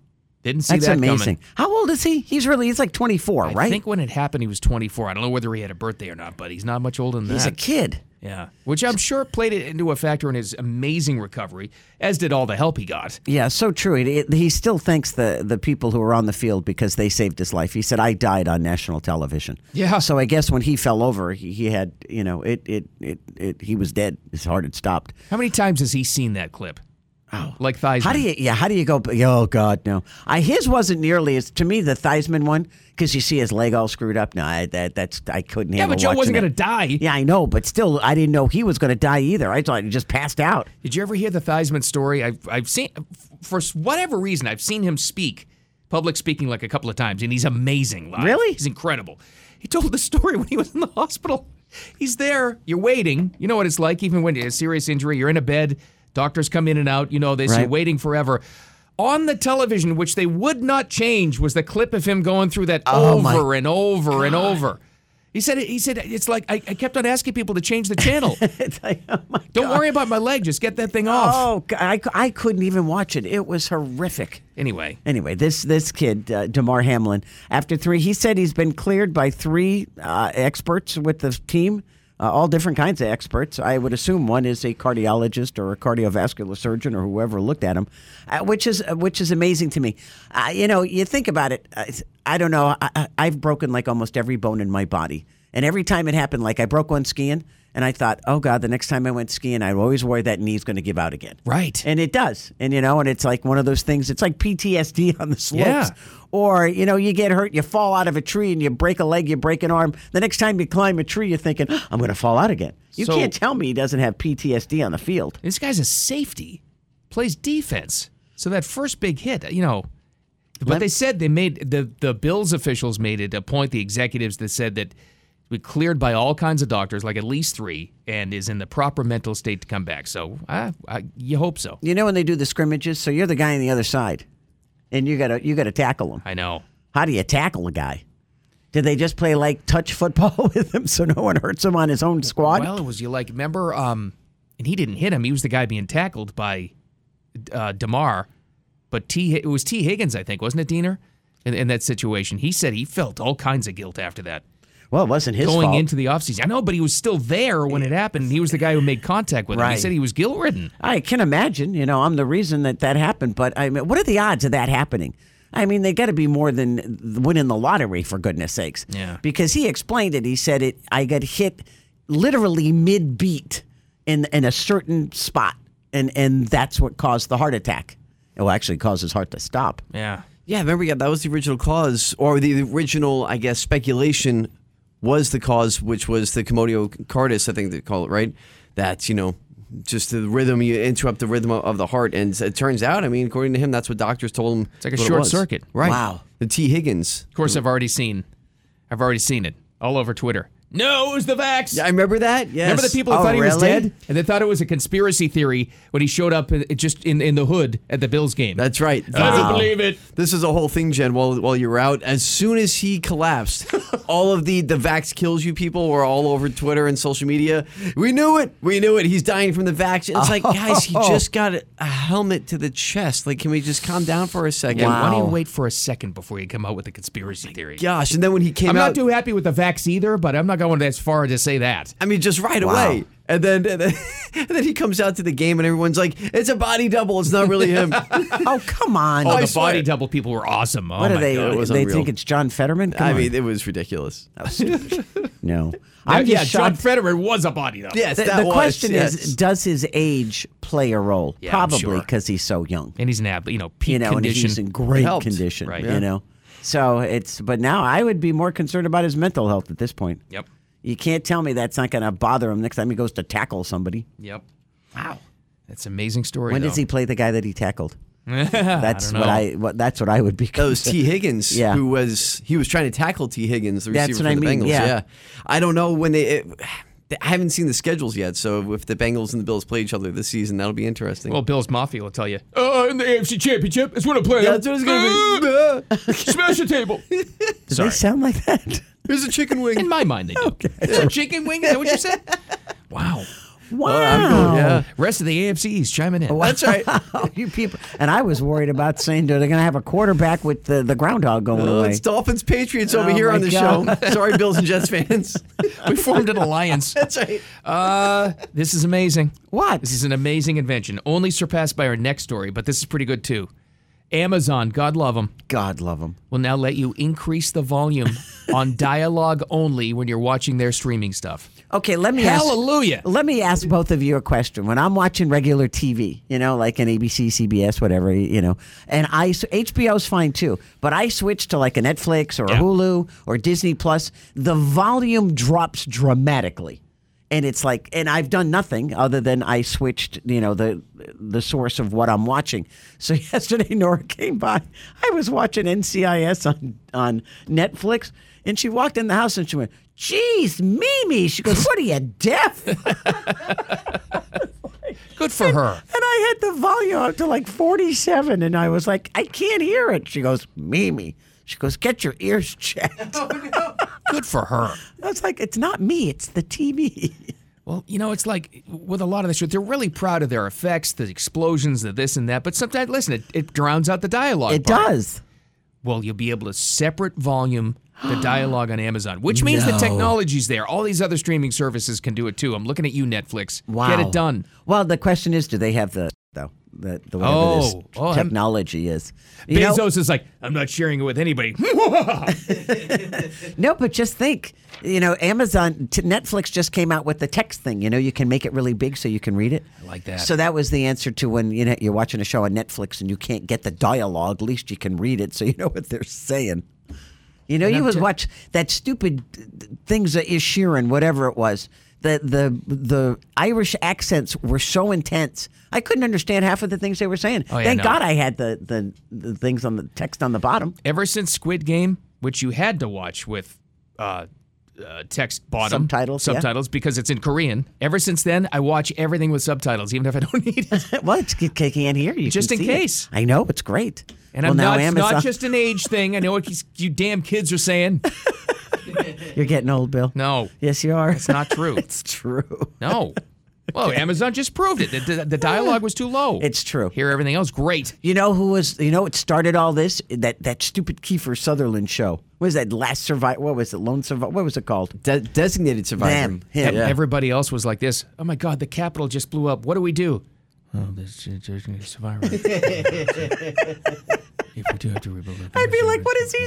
Speaker 3: Didn't see
Speaker 4: that's
Speaker 3: that coming.
Speaker 4: amazing. How old is he? He's really he's like twenty four,
Speaker 3: I
Speaker 4: right?
Speaker 3: think when it happened, he was 24. I don't know whether he had a birthday or not, but he's not much older than
Speaker 4: he's
Speaker 3: that.
Speaker 4: a kid.
Speaker 3: Yeah, which I'm sure played it into a factor in his amazing recovery, as did all the help he got.
Speaker 4: Yeah, so true. It, it, he still thanks the, the people who were on the field because they saved his life. He said, "I died on national television."
Speaker 3: Yeah.
Speaker 4: So I guess when he fell over, he, he had you know it, it it it he was dead. His heart had stopped.
Speaker 3: How many times has he seen that clip? Oh, like thighs.
Speaker 4: How do you yeah? How do you go? Oh God, no. I his wasn't nearly as to me the Theismann one because you see his leg all screwed up. No, I, that that's I couldn't
Speaker 3: Yeah,
Speaker 4: handle.
Speaker 3: but Joe wasn't going
Speaker 4: watching
Speaker 3: to die.
Speaker 4: it. Yeah, I know, but still, I didn't know he was going to die either. I thought he just passed out.
Speaker 3: Did you ever hear the Theismann story? I've I've seen for whatever reason I've seen him speak public speaking like a couple of times, and he's amazing. Live.
Speaker 4: Really?
Speaker 3: he's incredible. He told the story when he was in the hospital. He's there, you're waiting. You know what it's like, even when a serious injury, you're in a bed. Doctors come in and out. You know this. You're
Speaker 4: Right.
Speaker 3: waiting forever. On the television, which they would not change, was the clip of him going through that
Speaker 4: Oh, my
Speaker 3: over and over and over. He said, "He said it's like I, I kept on asking people to change the channel.
Speaker 4: It's like, oh my
Speaker 3: Don't worry about my leg; just get that thing off."
Speaker 4: Oh, God, I, cou- I couldn't even watch it. It was horrific.
Speaker 3: Anyway,
Speaker 4: Anyway, this this kid, uh, Damar Hamlin, after three, he said he's been cleared by three uh, experts with the team uh, all different kinds of experts. I would assume one is a cardiologist or a cardiovascular surgeon or whoever looked at him, uh, which is uh, which is amazing to me. Uh, you know, you think about it. I, I don't know. I, I- I've broken like almost every bone in my body, and every time it happened, like I broke one skiing, and I thought, oh god, the next time I went skiing, I always worry that knee's going to give out again.
Speaker 3: Right.
Speaker 4: And it does. And you know, and it's like one of those things. It's like PTSD on the slopes.
Speaker 3: Yeah.
Speaker 4: Or, you know, you get hurt, you fall out of a tree and you break a leg, you break an arm. The next time you climb a tree, you're thinking, I'm going to fall out again. You
Speaker 3: So-
Speaker 4: can't tell me he doesn't have PTSD on the field.
Speaker 3: This guy's a safety, plays defense. So that first big hit, you know. But they said they made the the Bills officials made it a point. The executives that said that we cleared by all kinds of doctors, like at least three, and is in the proper mental state to come back. So I, I you hope so.
Speaker 4: You know when they do the scrimmages, so you're the guy on the other side, and you gotta you gotta tackle him.
Speaker 3: I know.
Speaker 4: How do you tackle a guy? Did they just play like touch football with him so no one hurts him on his own squad?
Speaker 3: Well, it was you like remember, um, and he didn't hit him. He was the guy being tackled by uh, Demar, but T it was T Higgins, I think, wasn't it, Diener? In, in that situation, he said he felt all kinds of guilt after that.
Speaker 4: Well, it wasn't his
Speaker 3: going
Speaker 4: fault.
Speaker 3: into the offseason. I know, but he was still there when it happened. He was the guy who made contact with him. He
Speaker 4: Right.
Speaker 3: said he was guilt ridden.
Speaker 4: I can imagine. You know, I'm the reason that that happened. But I mean, what are the odds of that happening? I mean, they got to be more than winning the lottery for goodness sakes.
Speaker 3: Yeah.
Speaker 4: Because he explained it. He said it. I got hit literally mid beat in in a certain spot, and and that's what caused the heart attack. It will actually cause his heart to stop.
Speaker 3: Yeah.
Speaker 6: Yeah, remember yeah, that was the original cause, or the original, I guess, speculation was the cause, which was the commodio cardis, I think they call it, right? That's, you know, just the rhythm, you interrupt the rhythm of of the heart. And it turns out, I mean, according to him, that's what doctors told him. It's
Speaker 3: like a short circuit.
Speaker 6: Right.
Speaker 3: Wow.
Speaker 6: The T. Higgins.
Speaker 3: Of course, I've already seen, I've already seen it all over Twitter. No, it was the vax.
Speaker 6: I remember that. Yes.
Speaker 3: Remember the people who
Speaker 6: Oh,
Speaker 3: thought he was
Speaker 6: really?
Speaker 3: dead and they thought it was a conspiracy theory when he showed up in- just in, in the hood at the Bills game.
Speaker 6: That's right.
Speaker 3: Doesn't believe it.
Speaker 6: This is a whole thing, Jen. While while you're out, as soon as he collapsed, all of the the vax kills you people were all over Twitter and social media. We knew it. We knew it. He's dying from the vax. And It's like, guys, he
Speaker 3: Oh.
Speaker 6: just got a a helmet to the chest. Like, can we just calm down for a second?
Speaker 3: Yeah, why do you wait for a second before you come out with a conspiracy theory?
Speaker 6: Gosh, and then when he came
Speaker 3: I'm
Speaker 6: out,
Speaker 3: not too happy with the vax either, but I'm not going as far to say that.
Speaker 6: I mean, just right away. And then, and then and then he comes out to the game, and everyone's like, "It's a body double. It's not really him."
Speaker 4: oh come on!
Speaker 3: Oh,
Speaker 6: I
Speaker 3: the
Speaker 6: swear.
Speaker 3: body double people were awesome. Oh
Speaker 4: what are
Speaker 3: my
Speaker 4: they?
Speaker 3: God, it was
Speaker 4: they
Speaker 3: unreal.
Speaker 4: think it's John Fetterman. Come
Speaker 6: I
Speaker 4: on.
Speaker 6: mean, it was ridiculous.
Speaker 4: no,
Speaker 3: i
Speaker 4: I'm
Speaker 3: yeah,
Speaker 4: just
Speaker 3: John
Speaker 4: shocked.
Speaker 3: Federer was a body double.
Speaker 6: Yes,
Speaker 4: the
Speaker 6: that
Speaker 4: the
Speaker 6: was,
Speaker 4: question
Speaker 6: yes.
Speaker 4: is, does his age play a role?
Speaker 3: Yeah, I'm
Speaker 4: Probably
Speaker 3: sure.
Speaker 4: because he's so young.
Speaker 3: and he's in ab, you know, peak
Speaker 4: you know,
Speaker 3: condition.
Speaker 4: and he's in great
Speaker 3: Helped.
Speaker 4: condition,
Speaker 3: Right.
Speaker 4: You know, so it's. But now I would be more concerned about his mental health at this point.
Speaker 3: Yep.
Speaker 4: You can't tell me that's not going to bother him next time he goes to tackle somebody.
Speaker 3: Yep. Wow. That's an amazing story.
Speaker 4: when does he play the guy that he tackled? That's what
Speaker 3: know.
Speaker 4: I. What, that's what I would be.
Speaker 6: That was T. Higgins,
Speaker 4: Yeah.
Speaker 6: who was he was trying to tackle T. Higgins, the receiver
Speaker 4: That's
Speaker 6: for
Speaker 4: what I
Speaker 6: the
Speaker 4: mean,
Speaker 6: Bengals.
Speaker 4: yeah.
Speaker 6: I don't know when they. It, I haven't seen the schedules yet, so if the Bengals and the Bills play each other this season, that'll be interesting.
Speaker 3: Well, Bill's Mafia will tell you. Oh, in the AFC Championship, it's what I play.
Speaker 6: Yeah, that's what it's gonna
Speaker 3: be. Smash the table.
Speaker 4: Does
Speaker 3: Sorry.
Speaker 4: they sound like that?
Speaker 6: Here's a chicken wing.
Speaker 3: In my mind, they do. It's a chicken wing. Is that what you said? Wow.
Speaker 4: Wow.
Speaker 6: yeah.
Speaker 3: Rest of the AFC East chiming
Speaker 4: Oh,
Speaker 3: in.
Speaker 6: That's right.
Speaker 4: you people. And I was worried about saying, "Do they going to have a quarterback with the, the groundhog going
Speaker 6: Well,
Speaker 4: away?"
Speaker 6: it's Dolphins Patriots over
Speaker 4: Oh,
Speaker 6: here
Speaker 4: my
Speaker 6: on the
Speaker 4: God.
Speaker 6: show. Sorry, Bills and Jets fans.
Speaker 3: We formed an alliance.
Speaker 6: That's right.
Speaker 3: Uh, this is amazing.
Speaker 4: What?
Speaker 3: This is an amazing invention, only surpassed by our next story, but this is pretty good too. Amazon, God love them,
Speaker 4: God love him.
Speaker 3: will now let you increase the volume on dialogue only when you're watching their streaming stuff.
Speaker 4: Okay, let me
Speaker 3: Hallelujah.
Speaker 4: Ask, let me ask both of you a question. When I'm watching regular TV, you know, like an ABC, CBS, whatever, you know, and I so HBO's fine too, but I switch to like a Netflix or a Hulu or Disney Plus, the volume drops dramatically. And it's like, and I've done nothing other than I switched, you know, the the source of what I'm watching. So yesterday, Nora came by. I was watching NCIS on on Netflix, and she walked in the house and she went, "Jeez, Mimi!" She goes, "What are you deaf?" and
Speaker 3: Good for her.
Speaker 4: I had the volume up to like 47, and I was like, "I can't hear it." She goes, "Mimi." She goes, "Get your ears checked."
Speaker 3: Good for her.
Speaker 4: I was like, "It's not me. It's the TV."
Speaker 3: Well, you know, it's like with a lot of the show, they're really proud of their effects, the explosions, the this and that. But sometimes, listen, it, it drowns out the dialogue.
Speaker 4: It
Speaker 3: part.
Speaker 4: does.
Speaker 3: Well, you'll be able to separate volume the dialogue on Amazon, which means the
Speaker 4: No.
Speaker 3: technology's there. All these other streaming services can do it too. I'm looking at you, Netflix.
Speaker 4: Wow.
Speaker 3: Get it done.
Speaker 4: Well, the question is, do they have the though the the whatever this
Speaker 3: Oh, oh, I'm-
Speaker 4: technology is? You know-
Speaker 3: Bezos is like, I'm not sharing it with anybody.
Speaker 4: no, but just think, you know, Amazon t- Netflix just came out with the text thing. You know, you can make it really big so you can read it. I
Speaker 3: like that.
Speaker 4: So that was the answer to when you know you're watching a show on Netflix and you can't get the dialogue. At least you can read it so you know what they're saying. You know,
Speaker 15: And
Speaker 4: you
Speaker 15: I'm
Speaker 4: would
Speaker 15: ju-
Speaker 4: watch that stupid uh, things that is Sheeran, whatever it was. The the the Irish accents were so intense. I couldn't understand half of the things they were saying.
Speaker 3: Oh, yeah,
Speaker 4: Thank
Speaker 3: no.
Speaker 4: God I had the, the the things on the text on the bottom.
Speaker 3: Ever since Squid Game, which you had to watch with uh, uh, text bottom
Speaker 4: Subtitles, yeah.
Speaker 3: subtitles because it's in Korean. Ever since then, I watch everything with subtitles, even if I don't need it.
Speaker 4: well, it's kicking in here. You
Speaker 3: just
Speaker 4: can
Speaker 3: in
Speaker 4: see it.
Speaker 3: case.
Speaker 4: I know it's great.
Speaker 3: And
Speaker 4: well,
Speaker 3: I'm
Speaker 4: now
Speaker 3: not, it's
Speaker 4: Amazon,
Speaker 3: not just an age thing. I know what you, you damn kids are saying.
Speaker 4: you're getting old, Bill.
Speaker 3: No.
Speaker 4: Yes, you are.
Speaker 3: It's not true.
Speaker 4: it's true.
Speaker 3: No. Well, Amazon just proved it. The, the, the dialogue was too low.
Speaker 4: It's true.
Speaker 3: Hear everything else, great.
Speaker 4: You know who was? You know what started all this? That that stupid Kiefer Sutherland show. What was that last survivor? What was it? Lone survivor. What was it called?
Speaker 6: designated survivor.
Speaker 4: Them.
Speaker 3: Ev-
Speaker 4: Him.
Speaker 3: Everybody else was like this. Oh my God, the Capitol just blew up. What do we do? Oh, this is survivor. if we do have to rebuild it.
Speaker 4: I'd be like, what is he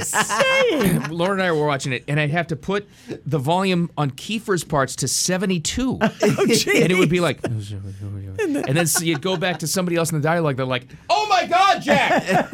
Speaker 4: saying?
Speaker 3: Lauren and I were watching it, and I'd have to put the volume on Kiefer's parts to 72.
Speaker 4: Oh,
Speaker 3: and it would be like, and then so you'd go back to somebody else in the dialogue. They're like, oh my God, Jack!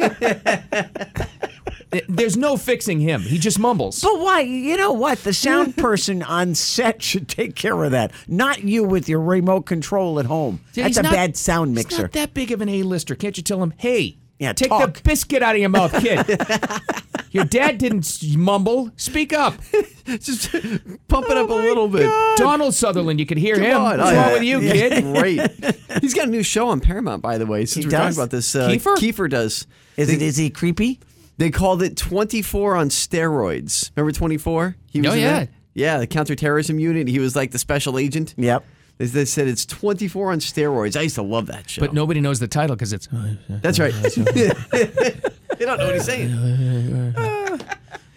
Speaker 3: Th- There's no fixing him. He just mumbles.
Speaker 4: But why? You know what? The sound person on set should take care of that. Not you with your remote control at home.
Speaker 3: Yeah,
Speaker 4: That's
Speaker 3: he's
Speaker 4: a
Speaker 3: not-
Speaker 4: bad sound
Speaker 3: he's
Speaker 4: mixer.
Speaker 3: not that big of an A-lister. Can't you tell him, hey,
Speaker 4: Yeah,
Speaker 3: take the
Speaker 4: talk.
Speaker 3: biscuit out of your mouth, kid? Your dad didn't s- mumble. Speak up.
Speaker 6: Just pump
Speaker 4: Oh
Speaker 6: it up a little bit.
Speaker 3: Donald Sutherland, you could hear
Speaker 6: Come
Speaker 3: him.
Speaker 6: on.
Speaker 3: What's wrong
Speaker 6: Oh, yeah.
Speaker 3: with you,
Speaker 6: Yeah,
Speaker 3: kid?
Speaker 6: Great. He's got a new show on Paramount, by the way. Since
Speaker 4: He
Speaker 6: we're
Speaker 4: does?
Speaker 6: talking about this, uh,
Speaker 4: Kiefer?
Speaker 6: does.
Speaker 4: Is it? Is he creepy?
Speaker 6: They called it 24 on steroids. Remember 24? He
Speaker 3: Oh,
Speaker 6: in
Speaker 3: yeah.
Speaker 6: that? Yeah, the counterterrorism unit. He was like the special agent.
Speaker 4: Yep.
Speaker 6: They, they said it's 24 on steroids. I used to love that show.
Speaker 3: But nobody knows the title because it's.
Speaker 6: That's right. they don't know what he's saying.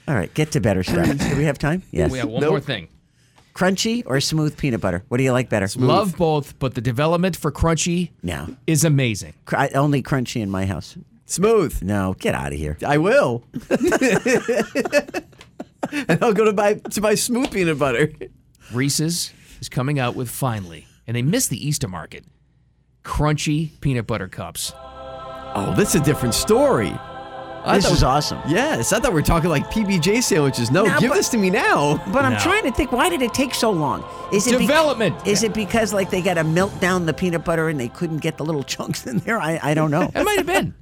Speaker 4: All right, get to better stuff. Do we have time? Yes.
Speaker 3: We have one
Speaker 6: Nope.
Speaker 3: more thing.
Speaker 4: Crunchy or smooth peanut butter? What do you like better?
Speaker 3: Love both, but the development for Crunchy
Speaker 4: No.
Speaker 3: is amazing.
Speaker 4: Cr- I- only crunchy in my house.
Speaker 6: Smooth.
Speaker 4: No, get out of here.
Speaker 6: I will. and I'll go to my to my smooth peanut butter.
Speaker 3: Reese's is coming out with finally, and they missed the Easter market. Crunchy peanut butter cups.
Speaker 6: Oh, that's a different story. I
Speaker 4: This
Speaker 6: thought-
Speaker 4: is awesome.
Speaker 6: Yes, I thought we were talking like PBJ sandwiches. No,
Speaker 4: No,
Speaker 6: give
Speaker 4: but-
Speaker 6: this to me now.
Speaker 4: But I'm
Speaker 3: No.
Speaker 4: trying to think, why did it take so long? Is it bec-
Speaker 3: Development.
Speaker 4: is it because like they got to melt down the peanut butter and they couldn't get the little chunks in there? I, I don't know.
Speaker 3: It might have been.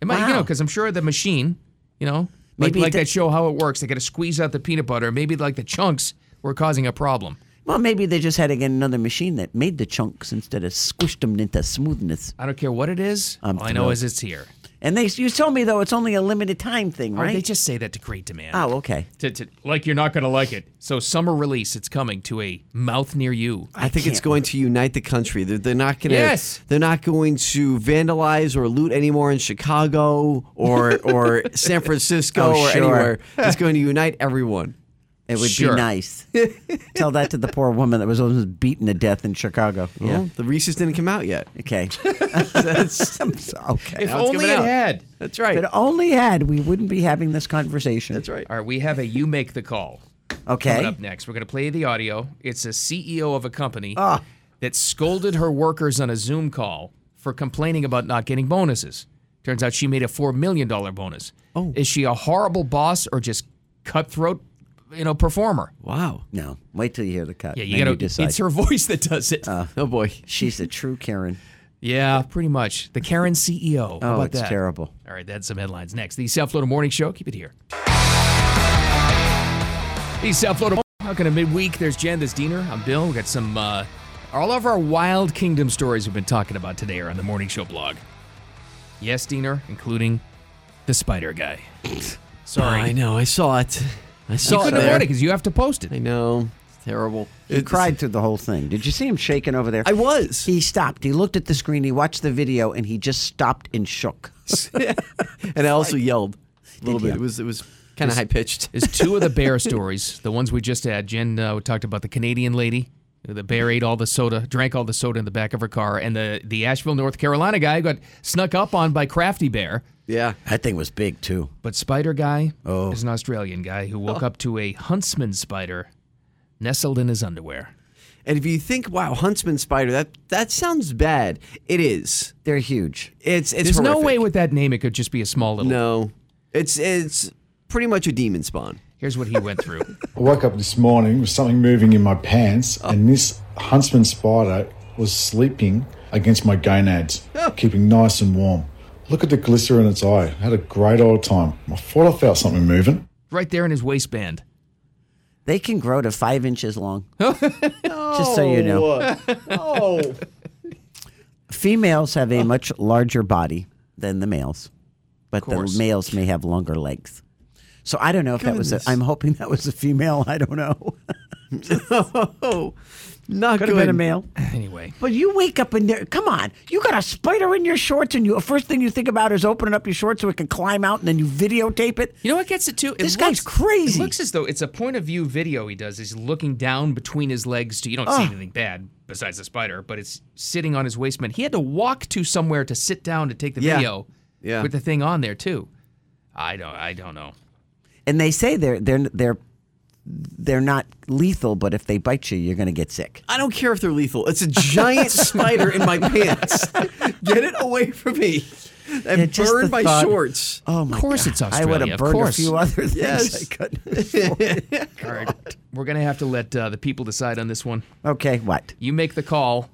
Speaker 3: It might, you know,
Speaker 4: Wow.
Speaker 3: because I'm sure the machine, you know, like,
Speaker 4: Maybe it
Speaker 3: like
Speaker 4: did-
Speaker 3: that show how it works. They got to squeeze out the peanut butter. Maybe like the chunks were causing a problem.
Speaker 4: well, maybe they just had to get another machine that made the chunks instead of squished them into smoothness.
Speaker 3: I don't care what it is.
Speaker 4: I'm
Speaker 3: all I know
Speaker 4: thrilled.
Speaker 3: is it's here.
Speaker 4: And they you told me though it's only a limited time thing,
Speaker 3: Or
Speaker 4: right?
Speaker 3: they just say that to create demand.
Speaker 4: oh, okay.
Speaker 3: To, to, like you're not going to like it. So summer release, it's coming to a mouth near you.
Speaker 6: I think it's
Speaker 4: can't
Speaker 6: going to unite the country. They're, they're not going to.
Speaker 3: Yes.
Speaker 6: They're not going to vandalize or loot anymore in Chicago or or San Francisco
Speaker 4: Oh,
Speaker 6: or
Speaker 4: sure.
Speaker 6: anywhere. It's going to unite everyone.
Speaker 4: It would
Speaker 3: Sure.
Speaker 4: be nice. Tell that to the poor woman that was almost beaten to death in Chicago. Oh,
Speaker 6: Well, the Reese's didn't come out yet.
Speaker 4: Okay. I'm so- okay.
Speaker 3: If
Speaker 6: Now it's
Speaker 3: only
Speaker 6: coming
Speaker 3: it
Speaker 6: out.
Speaker 3: had.
Speaker 6: That's
Speaker 4: If
Speaker 6: right.
Speaker 4: it only had, we wouldn't be having this conversation.
Speaker 6: That's right.
Speaker 3: All right, we have a you make the call. Coming
Speaker 4: Okay.
Speaker 3: up next, we're going to play the audio. It's a CEO of a company
Speaker 4: Ah.
Speaker 3: that scolded her workers on a Zoom call for complaining about not getting bonuses. Turns out she made a $4 million bonus.
Speaker 6: Oh.
Speaker 3: Is she a horrible boss or just cutthroat, you know, performer?
Speaker 6: Wow.
Speaker 4: No, wait till you hear the cut.
Speaker 3: Yeah, you
Speaker 4: then
Speaker 3: got to
Speaker 4: decide. Ah.
Speaker 3: It's her voice that does it.
Speaker 6: Oh boy.
Speaker 4: She's a true Karen.
Speaker 3: yeah, pretty much. The Karen CEO. How
Speaker 4: Oh,
Speaker 3: about
Speaker 4: it's
Speaker 3: that?
Speaker 4: terrible.
Speaker 3: All right, that's some headlines next. The South Florida Morning Show. Keep it here. The South Florida. Welcome to midweek. There's Jen. There's Diener. I'm Bill. We got some. Uh, all of our wild kingdom stories we've been talking about today are on the Morning Show blog. Yes, Diener, including the spider guy. Sorry,
Speaker 6: I know. I saw it. I
Speaker 3: you
Speaker 6: saw it.
Speaker 3: couldn't
Speaker 6: there.
Speaker 3: avoid it because you have to post it.
Speaker 6: I know. It's terrible.
Speaker 4: He cried through the whole thing. Did you see him shaking over there?
Speaker 6: I was.
Speaker 4: He stopped. He looked at the screen. He watched the video, and he just stopped and shook.
Speaker 6: and I also yelled. a little bit. It was it was kind of high pitched.
Speaker 3: There's two of the bear stories. The ones we just had. Jen uh, talked about the Canadian lady. The bear ate all the soda, drank all the soda in the back of her car, and the the Asheville, North Carolina guy who got snuck up on by Crafty Bear.
Speaker 6: Yeah,
Speaker 4: that thing was big too.
Speaker 3: But Spider Guy
Speaker 6: Oh.
Speaker 3: is an Australian guy who woke up to a huntsman spider nestled in his underwear.
Speaker 6: And if you think, wow, huntsman spider, that that sounds bad. It is.
Speaker 4: They're huge.
Speaker 6: It's it's
Speaker 3: There's no
Speaker 6: horrific.
Speaker 3: way with that name it could just be a small little.
Speaker 6: No, it's it's pretty much a demon spawn.
Speaker 3: Here's what he went through.
Speaker 7: I woke up this morning with something moving in my pants, and this huntsman spider was sleeping against my gonads, keeping nice and warm. Look at the glitter in its eye. I had a great old time. I thought I felt something moving.
Speaker 3: right there in his waistband.
Speaker 4: They can grow to five inches long. Just so you know.
Speaker 6: Oh.
Speaker 4: Females have a much larger body than the males, but the
Speaker 6: course.
Speaker 4: males may have longer legs. So I don't know if that was
Speaker 6: Goodness.
Speaker 4: a, I'm hoping that was a female. I don't know.
Speaker 6: oh, not
Speaker 4: Could
Speaker 6: good.
Speaker 4: have been a male.
Speaker 3: Anyway,
Speaker 4: But you wake up in there. Come on, you got a spider in your shorts, and you the first thing you think about is opening up your shorts so it can climb out, and then you videotape it.
Speaker 3: You know what gets it too? It
Speaker 4: This guy's crazy.
Speaker 3: It looks as though it's a point of view video he does. He's looking down between his legs to you don't see
Speaker 4: Ah.
Speaker 3: anything bad besides the spider, but it's sitting on his waistband. He had to walk to somewhere to sit down to take the
Speaker 6: Yeah.
Speaker 3: video
Speaker 6: Yeah.
Speaker 3: with the thing on there too. I don't I don't know.
Speaker 4: and they say they're they're they're they're not lethal, but if they bite you, you're going to get sick.
Speaker 6: I don't care if they're lethal. It's a giant spider in my pants. Get it away from me. And
Speaker 4: Yeah, just
Speaker 6: burn
Speaker 4: the
Speaker 6: my
Speaker 4: thought-
Speaker 6: shorts.
Speaker 4: Oh my!
Speaker 3: Of course
Speaker 4: God.
Speaker 3: it's
Speaker 4: I
Speaker 3: Australia.
Speaker 4: would have burned
Speaker 3: of
Speaker 4: a
Speaker 3: course.
Speaker 4: few other things.
Speaker 6: Yes.
Speaker 4: I couldn't. afford.
Speaker 3: All right. We're going to have to let uh, the people decide on this one.
Speaker 4: okay, what?
Speaker 3: You make the call.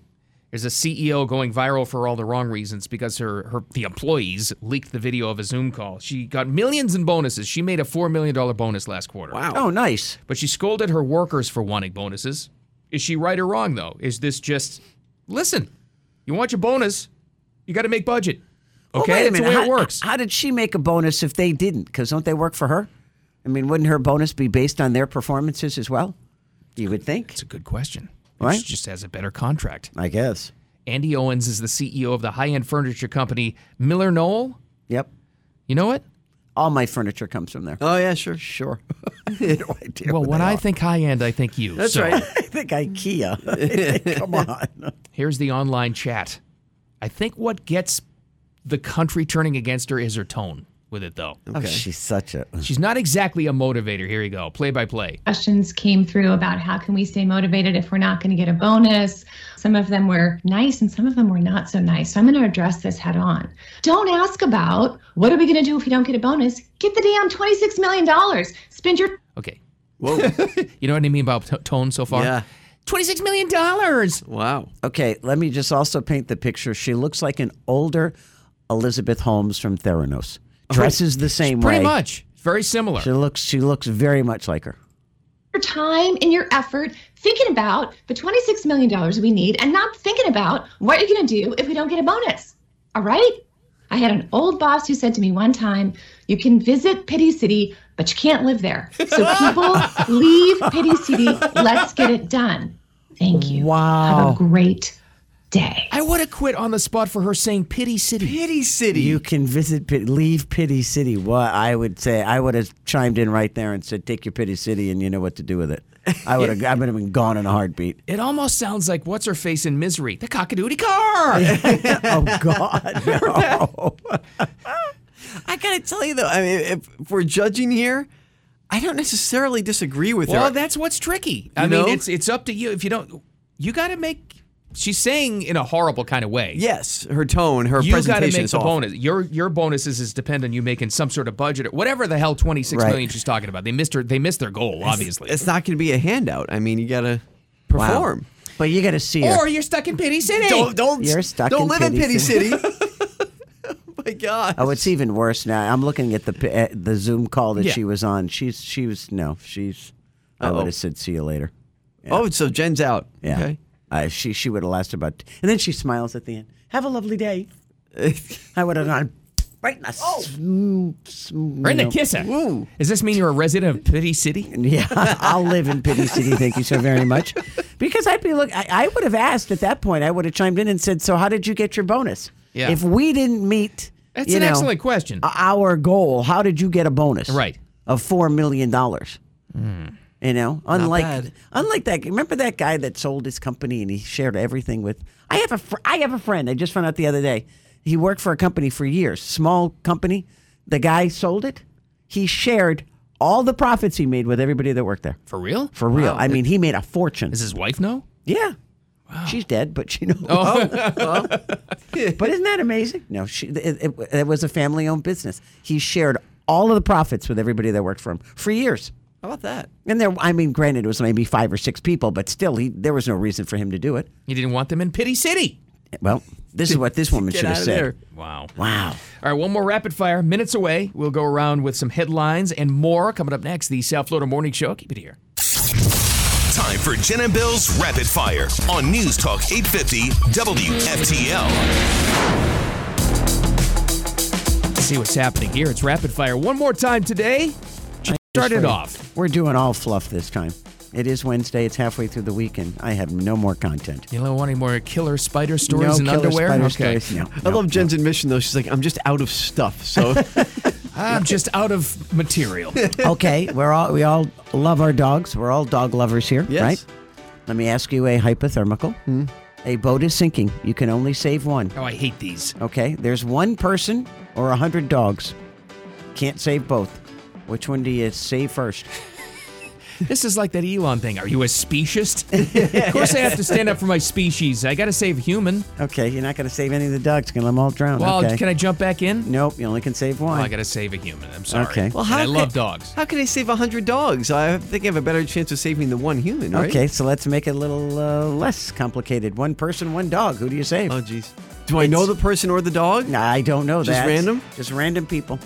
Speaker 3: There's a CEO going viral for all the wrong reasons because her, her the employees leaked the video of a Zoom call. She got millions in bonuses. She made a four million dollar bonus last quarter.
Speaker 6: Wow.
Speaker 4: Oh, nice.
Speaker 3: But she scolded her workers for wanting bonuses. Is she right or wrong though? Is this just listen? You want your bonus? You got to make budget. Okay,
Speaker 4: well, wait a
Speaker 3: that's
Speaker 4: minute.
Speaker 3: the way
Speaker 4: how,
Speaker 3: it works.
Speaker 4: How did she make a bonus if they didn't? Because don't they work for her? I mean, wouldn't her bonus be based on their performances as well? You would think.
Speaker 3: It's a good question.
Speaker 4: Right?
Speaker 3: She just has a better contract.
Speaker 4: I guess.
Speaker 3: Andy Owens is the CEO of the high-end furniture company Miller Knoll.
Speaker 4: Yep.
Speaker 3: You know what?
Speaker 4: All my furniture comes from there.
Speaker 6: Oh yeah, sure.
Speaker 4: Sure. I had no idea.
Speaker 3: Well,
Speaker 4: what
Speaker 3: when
Speaker 4: they
Speaker 3: I
Speaker 4: are.
Speaker 3: think high end, I think you.
Speaker 6: That's
Speaker 3: So,
Speaker 6: right.
Speaker 4: I think IKEA. Come on.
Speaker 3: Here's the online chat. I think what gets the country turning against her is her tone with it, though.
Speaker 4: Oh, she's such a.
Speaker 3: She's not exactly a motivator. Here you go, play by play.
Speaker 15: questions came through about how can we stay motivated if we're not going to get a bonus. Some of them were nice and some of them were not so nice. So I'm going to address this head on. Don't ask about what are we going to do if we don't get a bonus? Get the damn $26 million. Spend your
Speaker 3: Okay,
Speaker 6: Whoa.
Speaker 3: you know what I mean about t- tone so far.
Speaker 6: Yeah.
Speaker 3: Twenty-six million dollars.
Speaker 6: Wow.
Speaker 4: Okay, let me just also paint the picture. She looks like an older Elizabeth Holmes from Theranos. Dresses the same
Speaker 3: Pretty
Speaker 4: way.
Speaker 3: much. Very similar.
Speaker 4: She looks. She looks very much like her.
Speaker 15: your time and your effort thinking about the $26 million we need and not thinking about what you're going to do if we don't get a bonus. All right? I had an old boss who said to me one time, You can visit Pity City, but you can't live there. So people leave Pity City. Let's get it done. Thank you. Have a
Speaker 4: Wow.
Speaker 15: great day.
Speaker 3: I would have quit on the spot for her saying "pity city."
Speaker 6: Pity City.
Speaker 4: You can visit, Pit- leave Pity City. What I would say, I would have chimed in right there and said, "Take your Pity City, and you know what to do with it." I would have. I would have been gone in a heartbeat.
Speaker 3: It almost sounds like what's her face in misery? The cockadoodie car.
Speaker 4: oh God, no.
Speaker 6: I gotta tell you though, I mean, if if we're judging here, I don't necessarily disagree with
Speaker 3: Well,
Speaker 6: her.
Speaker 3: that's what's tricky. I
Speaker 6: You
Speaker 3: mean,
Speaker 6: know?
Speaker 3: it's it's up to you. If you don't, you got to make. She's saying in a horrible kind of way.
Speaker 6: yes, her tone, her
Speaker 3: you got to
Speaker 6: presentation
Speaker 3: make
Speaker 6: is
Speaker 3: the
Speaker 6: awful.
Speaker 3: bonus. Your your bonuses is dependent on you making some sort of budget or whatever the hell twenty six million
Speaker 4: Right.
Speaker 3: she's talking about. They missed her. They missed their goal, obviously.
Speaker 6: It's not gonna be a handout. I mean, you gotta perform.
Speaker 4: But you got to see her.
Speaker 3: or you're stuck in pity city.
Speaker 6: Don't don't
Speaker 4: You're stuck
Speaker 6: don't
Speaker 4: in
Speaker 6: live in
Speaker 4: Pity
Speaker 6: Pity City.
Speaker 4: City.
Speaker 6: oh my god.
Speaker 4: Oh, it's even worse now. I'm looking at the p- at the Zoom call that
Speaker 3: Yeah.
Speaker 4: she was on. She's she was no, she's. I
Speaker 6: Uh-oh.
Speaker 4: would have said, "See you later."
Speaker 6: Oh, so Jen's out.
Speaker 4: Yeah,
Speaker 6: Okay.
Speaker 4: I, she she would have lasted about, and then she smiles at the end. Have a lovely day. I would have gone right in the sm- sm-
Speaker 3: Brenda
Speaker 4: you know.
Speaker 3: Kisser.
Speaker 6: Woo.
Speaker 3: Does this mean you're a resident of pity city?
Speaker 4: Yeah, I'll live in Pity City. Thank you so very much. Because I'd be look, I, I would have asked at that point. I would have chimed in and said, "So how did you get your bonus?
Speaker 3: Yeah.
Speaker 4: If we didn't meet
Speaker 3: That's
Speaker 4: you
Speaker 3: an
Speaker 4: know,
Speaker 3: excellent question.
Speaker 4: o- Our goal. How did you get a bonus?
Speaker 3: Right.
Speaker 4: Of four million dollars. You know,
Speaker 6: Not
Speaker 4: unlike
Speaker 6: bad.
Speaker 4: unlike that. Remember that guy that sold his company and he shared everything with. I have a fr- I have a friend. I just found out the other day. He worked for a company for years, small company. The guy sold it. He shared all the profits he made with everybody that worked there.
Speaker 3: For real?
Speaker 4: For real.
Speaker 3: Wow.
Speaker 4: I mean, he made a fortune.
Speaker 3: Does his wife know?
Speaker 4: Yeah. She's dead, but she knows.
Speaker 3: Oh.
Speaker 4: but isn't that amazing? No, she, it, it, it was a family owned business. He shared all of the profits with everybody that worked for him for years.
Speaker 6: How about that?
Speaker 4: And there, I mean, granted, it was maybe five or six people, but still, he, there was no reason for him to do it.
Speaker 3: He didn't want them in Pity City.
Speaker 4: Well, this is what this woman
Speaker 3: Get
Speaker 4: should have
Speaker 3: out of
Speaker 4: said.
Speaker 3: there. Wow.
Speaker 4: Wow.
Speaker 3: All right, one more rapid fire. Minutes away. We'll go around with some headlines and more coming up next. The South Florida Morning Show. Keep it here.
Speaker 1: Time for Jen and Bill's Rapid Fire on News Talk 850 WFTL.
Speaker 3: Let's see what's happening here. It's rapid fire. One more time today. Start it off.
Speaker 4: We're doing all fluff this time. It is Wednesday. It's halfway through the weekend. I have no more content.
Speaker 3: You don't want any more killer spider stories
Speaker 4: No
Speaker 3: and
Speaker 4: killer
Speaker 3: underwear?
Speaker 4: spider
Speaker 3: okay.
Speaker 4: stories, no.
Speaker 6: I love Jen's admission though. She's like, I'm just out of stuff. So
Speaker 3: I'm just out of material.
Speaker 4: okay, we're all we all love our dogs. We're all dog lovers here,
Speaker 6: Yes.
Speaker 4: right? Let me ask you a hypothermical.
Speaker 3: Hmm.
Speaker 4: A boat is sinking. You can only save one.
Speaker 3: Oh, I hate these.
Speaker 4: Okay, there's one person or a hundred dogs. Can't save both. Which one do you save first?
Speaker 3: This is like that Elon thing. Are you a speciest? of course, I have to stand up for my species. I got to save human.
Speaker 4: Okay, you're not going to save any of the dogs. You're going to let them all drown.
Speaker 3: Well,
Speaker 4: okay.
Speaker 3: can I jump back in?
Speaker 4: Nope, you only can save
Speaker 3: Oh,
Speaker 4: one.
Speaker 3: I got to save a human. I'm sorry.
Speaker 4: Okay. Well,
Speaker 3: And I
Speaker 6: could-
Speaker 3: love dogs.
Speaker 6: How can I save hundred dogs? I think I have a better chance of saving the one human, right?
Speaker 4: Okay, so let's make it a little uh, less complicated. One person, one dog. Who do you save?
Speaker 6: Oh jeez. Do I know the person or the dog?
Speaker 4: Nah, I don't know
Speaker 6: Just
Speaker 4: that.
Speaker 6: random?
Speaker 4: Just random people.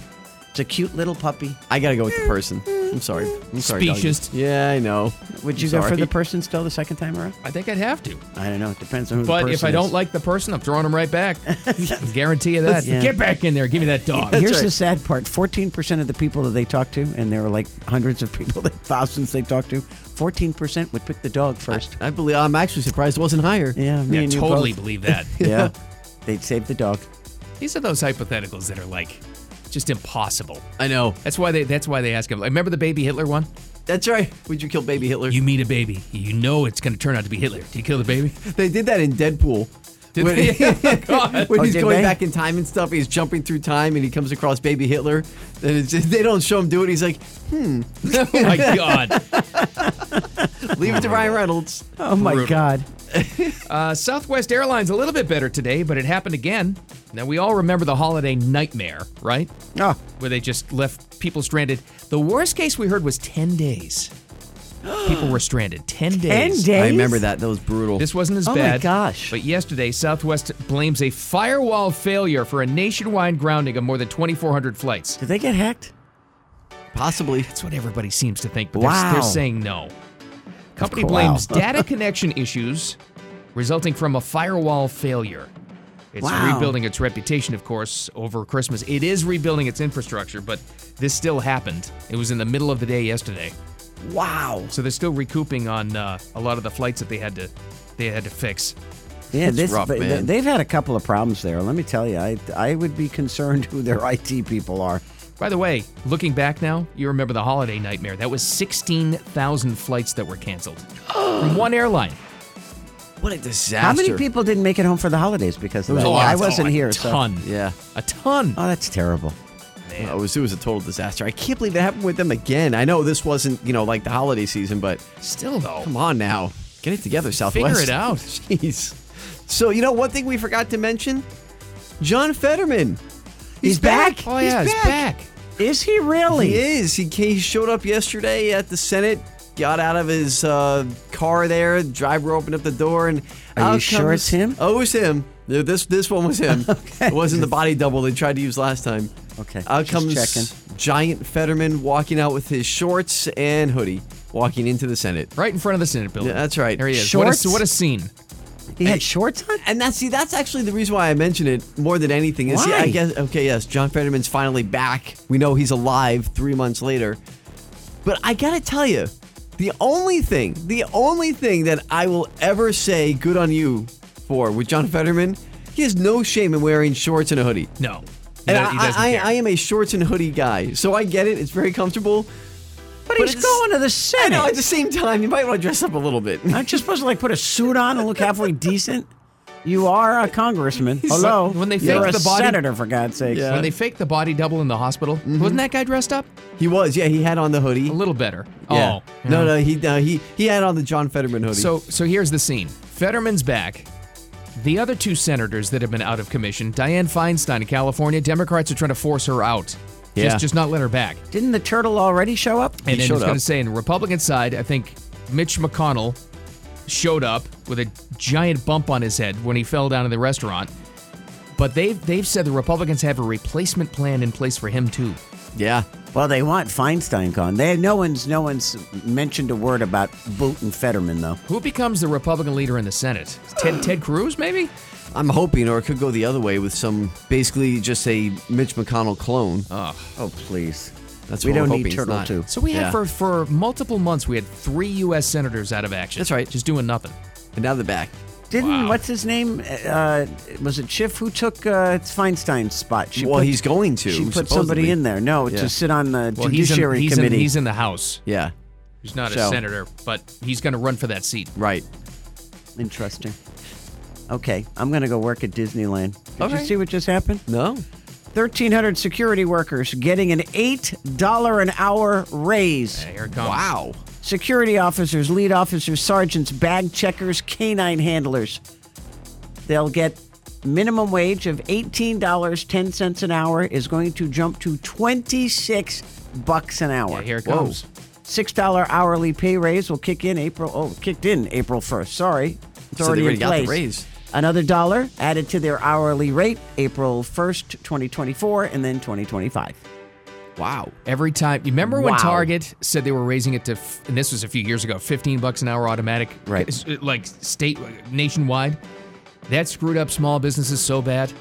Speaker 4: It's a cute little puppy.
Speaker 6: I gotta go with the person. I'm sorry. I'm sorry. doggy.
Speaker 3: Speciest.
Speaker 6: Yeah, I know.
Speaker 4: Would
Speaker 6: I'm
Speaker 4: you go for
Speaker 6: sorry.
Speaker 4: the person still the second time around?
Speaker 3: I think I'd have to.
Speaker 4: I don't know. It depends on who the
Speaker 3: But
Speaker 4: person
Speaker 3: if I
Speaker 4: is.
Speaker 3: don't like the person, I'm throwing them right back. Guarantee you that.
Speaker 4: Yeah.
Speaker 3: Get back in there. Give me that dog.
Speaker 4: Uh, Here's the sad part 14% of the people that they talk to, and there were like hundreds of people, that, thousands they talked to, 14% would pick the dog first.
Speaker 6: I believe I'm actually surprised it wasn't higher.
Speaker 4: yeah, me
Speaker 3: Yeah,
Speaker 4: and you
Speaker 3: totally
Speaker 4: both.
Speaker 3: believe that.
Speaker 4: Yeah. They'd save the dog.
Speaker 3: These are those hypotheticals that are like just impossible.
Speaker 6: I know.
Speaker 3: That's why they. That's why they ask him. Remember the baby Hitler one?
Speaker 6: That's right. Would you kill baby Hitler?
Speaker 3: You meet a baby, you know it's going to turn out to be Hitler. Do you kill the baby?
Speaker 6: They did that in Deadpool.
Speaker 3: Did
Speaker 6: when
Speaker 3: they? Oh, God.
Speaker 6: when
Speaker 4: Oh,
Speaker 6: he's
Speaker 4: did
Speaker 6: going
Speaker 4: they?
Speaker 6: back in time and stuff, he's jumping through time and he comes across baby Hitler. Then it's just, they don't show him do it. He's like,
Speaker 3: oh my God.
Speaker 6: leave it to Ryan Reynolds.
Speaker 4: Oh my
Speaker 3: Brutal.
Speaker 4: God.
Speaker 3: Uh, Southwest Airlines a little bit better today, but it happened again. Now we all remember the holiday nightmare, right?
Speaker 4: Oh,
Speaker 3: Where they just left people stranded. The worst case we heard was ten days. people were stranded ten days.
Speaker 4: 10 days?
Speaker 6: I remember that. That was brutal.
Speaker 3: This wasn't as
Speaker 4: Oh my
Speaker 3: bad.
Speaker 4: gosh.
Speaker 3: But yesterday, Southwest blames a firewall failure for a nationwide grounding of more than 2,400 flights.
Speaker 4: Did they get hacked?
Speaker 6: Possibly.
Speaker 3: That's what everybody seems to think, but they're- they're,
Speaker 4: Wow.
Speaker 3: saying no. Company
Speaker 4: cool.
Speaker 3: blames
Speaker 4: Wow.
Speaker 3: data connection issues resulting from a firewall failure. It's
Speaker 4: Wow.
Speaker 3: rebuilding its reputation, of course, over Christmas. It is rebuilding its infrastructure, but this still happened. It was in the middle of the day yesterday,
Speaker 4: Wow.
Speaker 3: so they're still recouping on uh, a lot of the flights that they had to they had to fix.
Speaker 4: Yeah,
Speaker 6: That's
Speaker 4: this,
Speaker 6: rough,
Speaker 4: but
Speaker 6: man.
Speaker 4: they've had a couple of problems there. Let me tell you, I, I would be concerned who their IT people are.
Speaker 3: By the way, looking back now, you remember the holiday nightmare. That was 16,000 flights that were canceled from one airline.
Speaker 6: What a disaster.
Speaker 4: How many people didn't make it home for the holidays because of
Speaker 6: There was
Speaker 4: that?
Speaker 6: a lot.
Speaker 4: I
Speaker 6: Oh,
Speaker 4: wasn't
Speaker 3: a
Speaker 4: here. So.
Speaker 3: Ton.
Speaker 6: Yeah. Uh,
Speaker 3: A ton.
Speaker 4: Oh, that's terrible.
Speaker 6: No, it was it was a total disaster. I can't believe it happened with them again. I know this wasn't you know like the holiday season, but
Speaker 3: Still though.
Speaker 6: come on now, get it together, Southwest.
Speaker 3: Figure it out.
Speaker 6: Jeez. So you know one thing we forgot to mention, John Fetterman.
Speaker 4: He's back?
Speaker 3: Oh yeah, it's back.
Speaker 4: Is he really?
Speaker 6: He is. He, ca- he showed up yesterday at the Senate, got out of his uh, car there. The driver opened up the door, and
Speaker 4: Are you
Speaker 6: out
Speaker 4: sure it's
Speaker 6: comes-
Speaker 4: him?
Speaker 6: Oh, it was him. No, This this one was him. It wasn't the body double they tried to use last time.
Speaker 4: Okay,
Speaker 6: Out
Speaker 4: just
Speaker 6: comes
Speaker 4: checking.
Speaker 6: giant Fetterman walking out with his shorts and hoodie, walking into the Senate.
Speaker 3: Right in front of the Senate building.
Speaker 6: Yeah, that's right.
Speaker 3: There he is.
Speaker 4: Shorts?
Speaker 3: What a, what a scene.
Speaker 4: He had shorts on?
Speaker 6: And that's see, that's actually the reason why I mention it more than anything. Is yeah,
Speaker 4: Why?
Speaker 6: I guess okay, yes, John Fetterman's finally back. We know he's alive three months later. But I gotta tell you, the only thing, the only thing that I will ever say good on you for with John Fetterman, he has no shame in wearing shorts and a hoodie.
Speaker 3: No.
Speaker 6: And
Speaker 3: No,
Speaker 6: I,
Speaker 3: he doesn't
Speaker 6: I,
Speaker 3: care.
Speaker 6: I am a shorts and hoodie guy, so I get it. It's very comfortable.
Speaker 4: But, he's going to the Senate.
Speaker 6: I know. At the same time, you might want to dress up a little bit.
Speaker 4: Aren't you supposed to like put a suit on and look halfway decent? You are a congressman. Hello.
Speaker 3: When they
Speaker 4: You're a
Speaker 3: faked the body-
Speaker 4: senator, for God's sake.
Speaker 3: When they faked the body double in the hospital,
Speaker 6: Mm-hmm.
Speaker 3: wasn't that guy dressed up?
Speaker 6: He was. Yeah, he had on the hoodie. A
Speaker 3: little better.
Speaker 6: Yeah.
Speaker 3: Oh,
Speaker 6: no,
Speaker 3: yeah.
Speaker 6: no. He no, he he had on the John Fetterman hoodie.
Speaker 3: So, so here's the scene. Fetterman's back. The other two senators that have been out of commission, Dianne Feinstein in California, Democrats are trying to force her out.
Speaker 4: Yeah.
Speaker 3: Just, just not let her back.
Speaker 4: Didn't the turtle already show up?
Speaker 3: And then I was going to say, in the Republican side, I think Mitch McConnell showed up with a giant bump on his head when he fell down in the restaurant. But they've they've said the Republicans have a replacement plan in place for him too.
Speaker 6: Yeah.
Speaker 4: Well, they want Feinstein gone. They no one's no one's mentioned a word about Boot and Fetterman though.
Speaker 3: Who becomes the Republican leader in the Senate? Ted Ted Cruz, maybe?
Speaker 6: I'm hoping, or it could go the other way with some basically just a Mitch McConnell clone.
Speaker 3: Oh,
Speaker 4: oh please.
Speaker 6: That's
Speaker 4: We
Speaker 6: what
Speaker 4: don't
Speaker 6: we're
Speaker 4: need
Speaker 6: hoping it's
Speaker 4: Turtle
Speaker 6: not.
Speaker 4: too.
Speaker 3: So we
Speaker 6: Yeah.
Speaker 3: had for for multiple months we had three U.S. senators out of action. That's right, just doing nothing.
Speaker 6: And now they're back.
Speaker 4: Didn't what's his name? Uh, was it Schiff who took uh, Feinstein's spot?
Speaker 6: Well, he's going to,
Speaker 4: She put
Speaker 6: supposedly.
Speaker 4: somebody in there. No,
Speaker 6: Yeah.
Speaker 4: to sit on the
Speaker 3: Well, he's in-
Speaker 4: Judiciary
Speaker 3: he's in-
Speaker 4: Committee.
Speaker 3: he's in the House.
Speaker 6: Yeah.
Speaker 3: He's not
Speaker 4: So-
Speaker 3: a senator, but he's going to run for that seat.
Speaker 6: Right.
Speaker 4: Interesting. Okay, I'm going to go work at Disneyland. Did
Speaker 6: Okay.
Speaker 4: you see what just happened?
Speaker 6: No.
Speaker 4: 1,300 security workers getting an $8 an hour raise.
Speaker 3: here it comes.
Speaker 6: Wow.
Speaker 4: Security officers, lead officers, sergeants, bag checkers, canine handlers. They'll get minimum wage of $18.10 an hour is going to jump to 26 bucks an hour.
Speaker 3: Yeah, here it
Speaker 4: Whoa.
Speaker 3: comes.
Speaker 4: $6 hourly pay raise will kick in April. Oh, kicked in April 1st. Sorry. It's
Speaker 6: So they
Speaker 4: already
Speaker 6: already
Speaker 4: in
Speaker 6: got the
Speaker 4: place.
Speaker 6: raise.
Speaker 4: Another dollar added to their hourly rate April 1st, 2024, and then 2025.
Speaker 6: Wow.
Speaker 3: Every time, you remember when
Speaker 4: Wow.
Speaker 3: Target said they were raising it to, f- and this was a few years ago, fifteen bucks an hour automatic,
Speaker 6: Right.
Speaker 3: s- Like state, uh, nationwide. That screwed up small businesses so bad.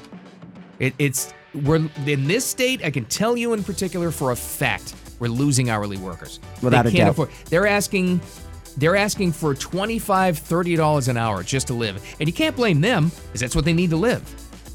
Speaker 3: It, it's we're in this state. I can tell you in particular for a fact, we're losing hourly workers.
Speaker 4: Without
Speaker 3: they
Speaker 4: a
Speaker 3: can't
Speaker 4: doubt.
Speaker 3: Afford, they're asking, they're asking for 25 dollars an hour just to live, and you can't blame them, because that's what they need to live.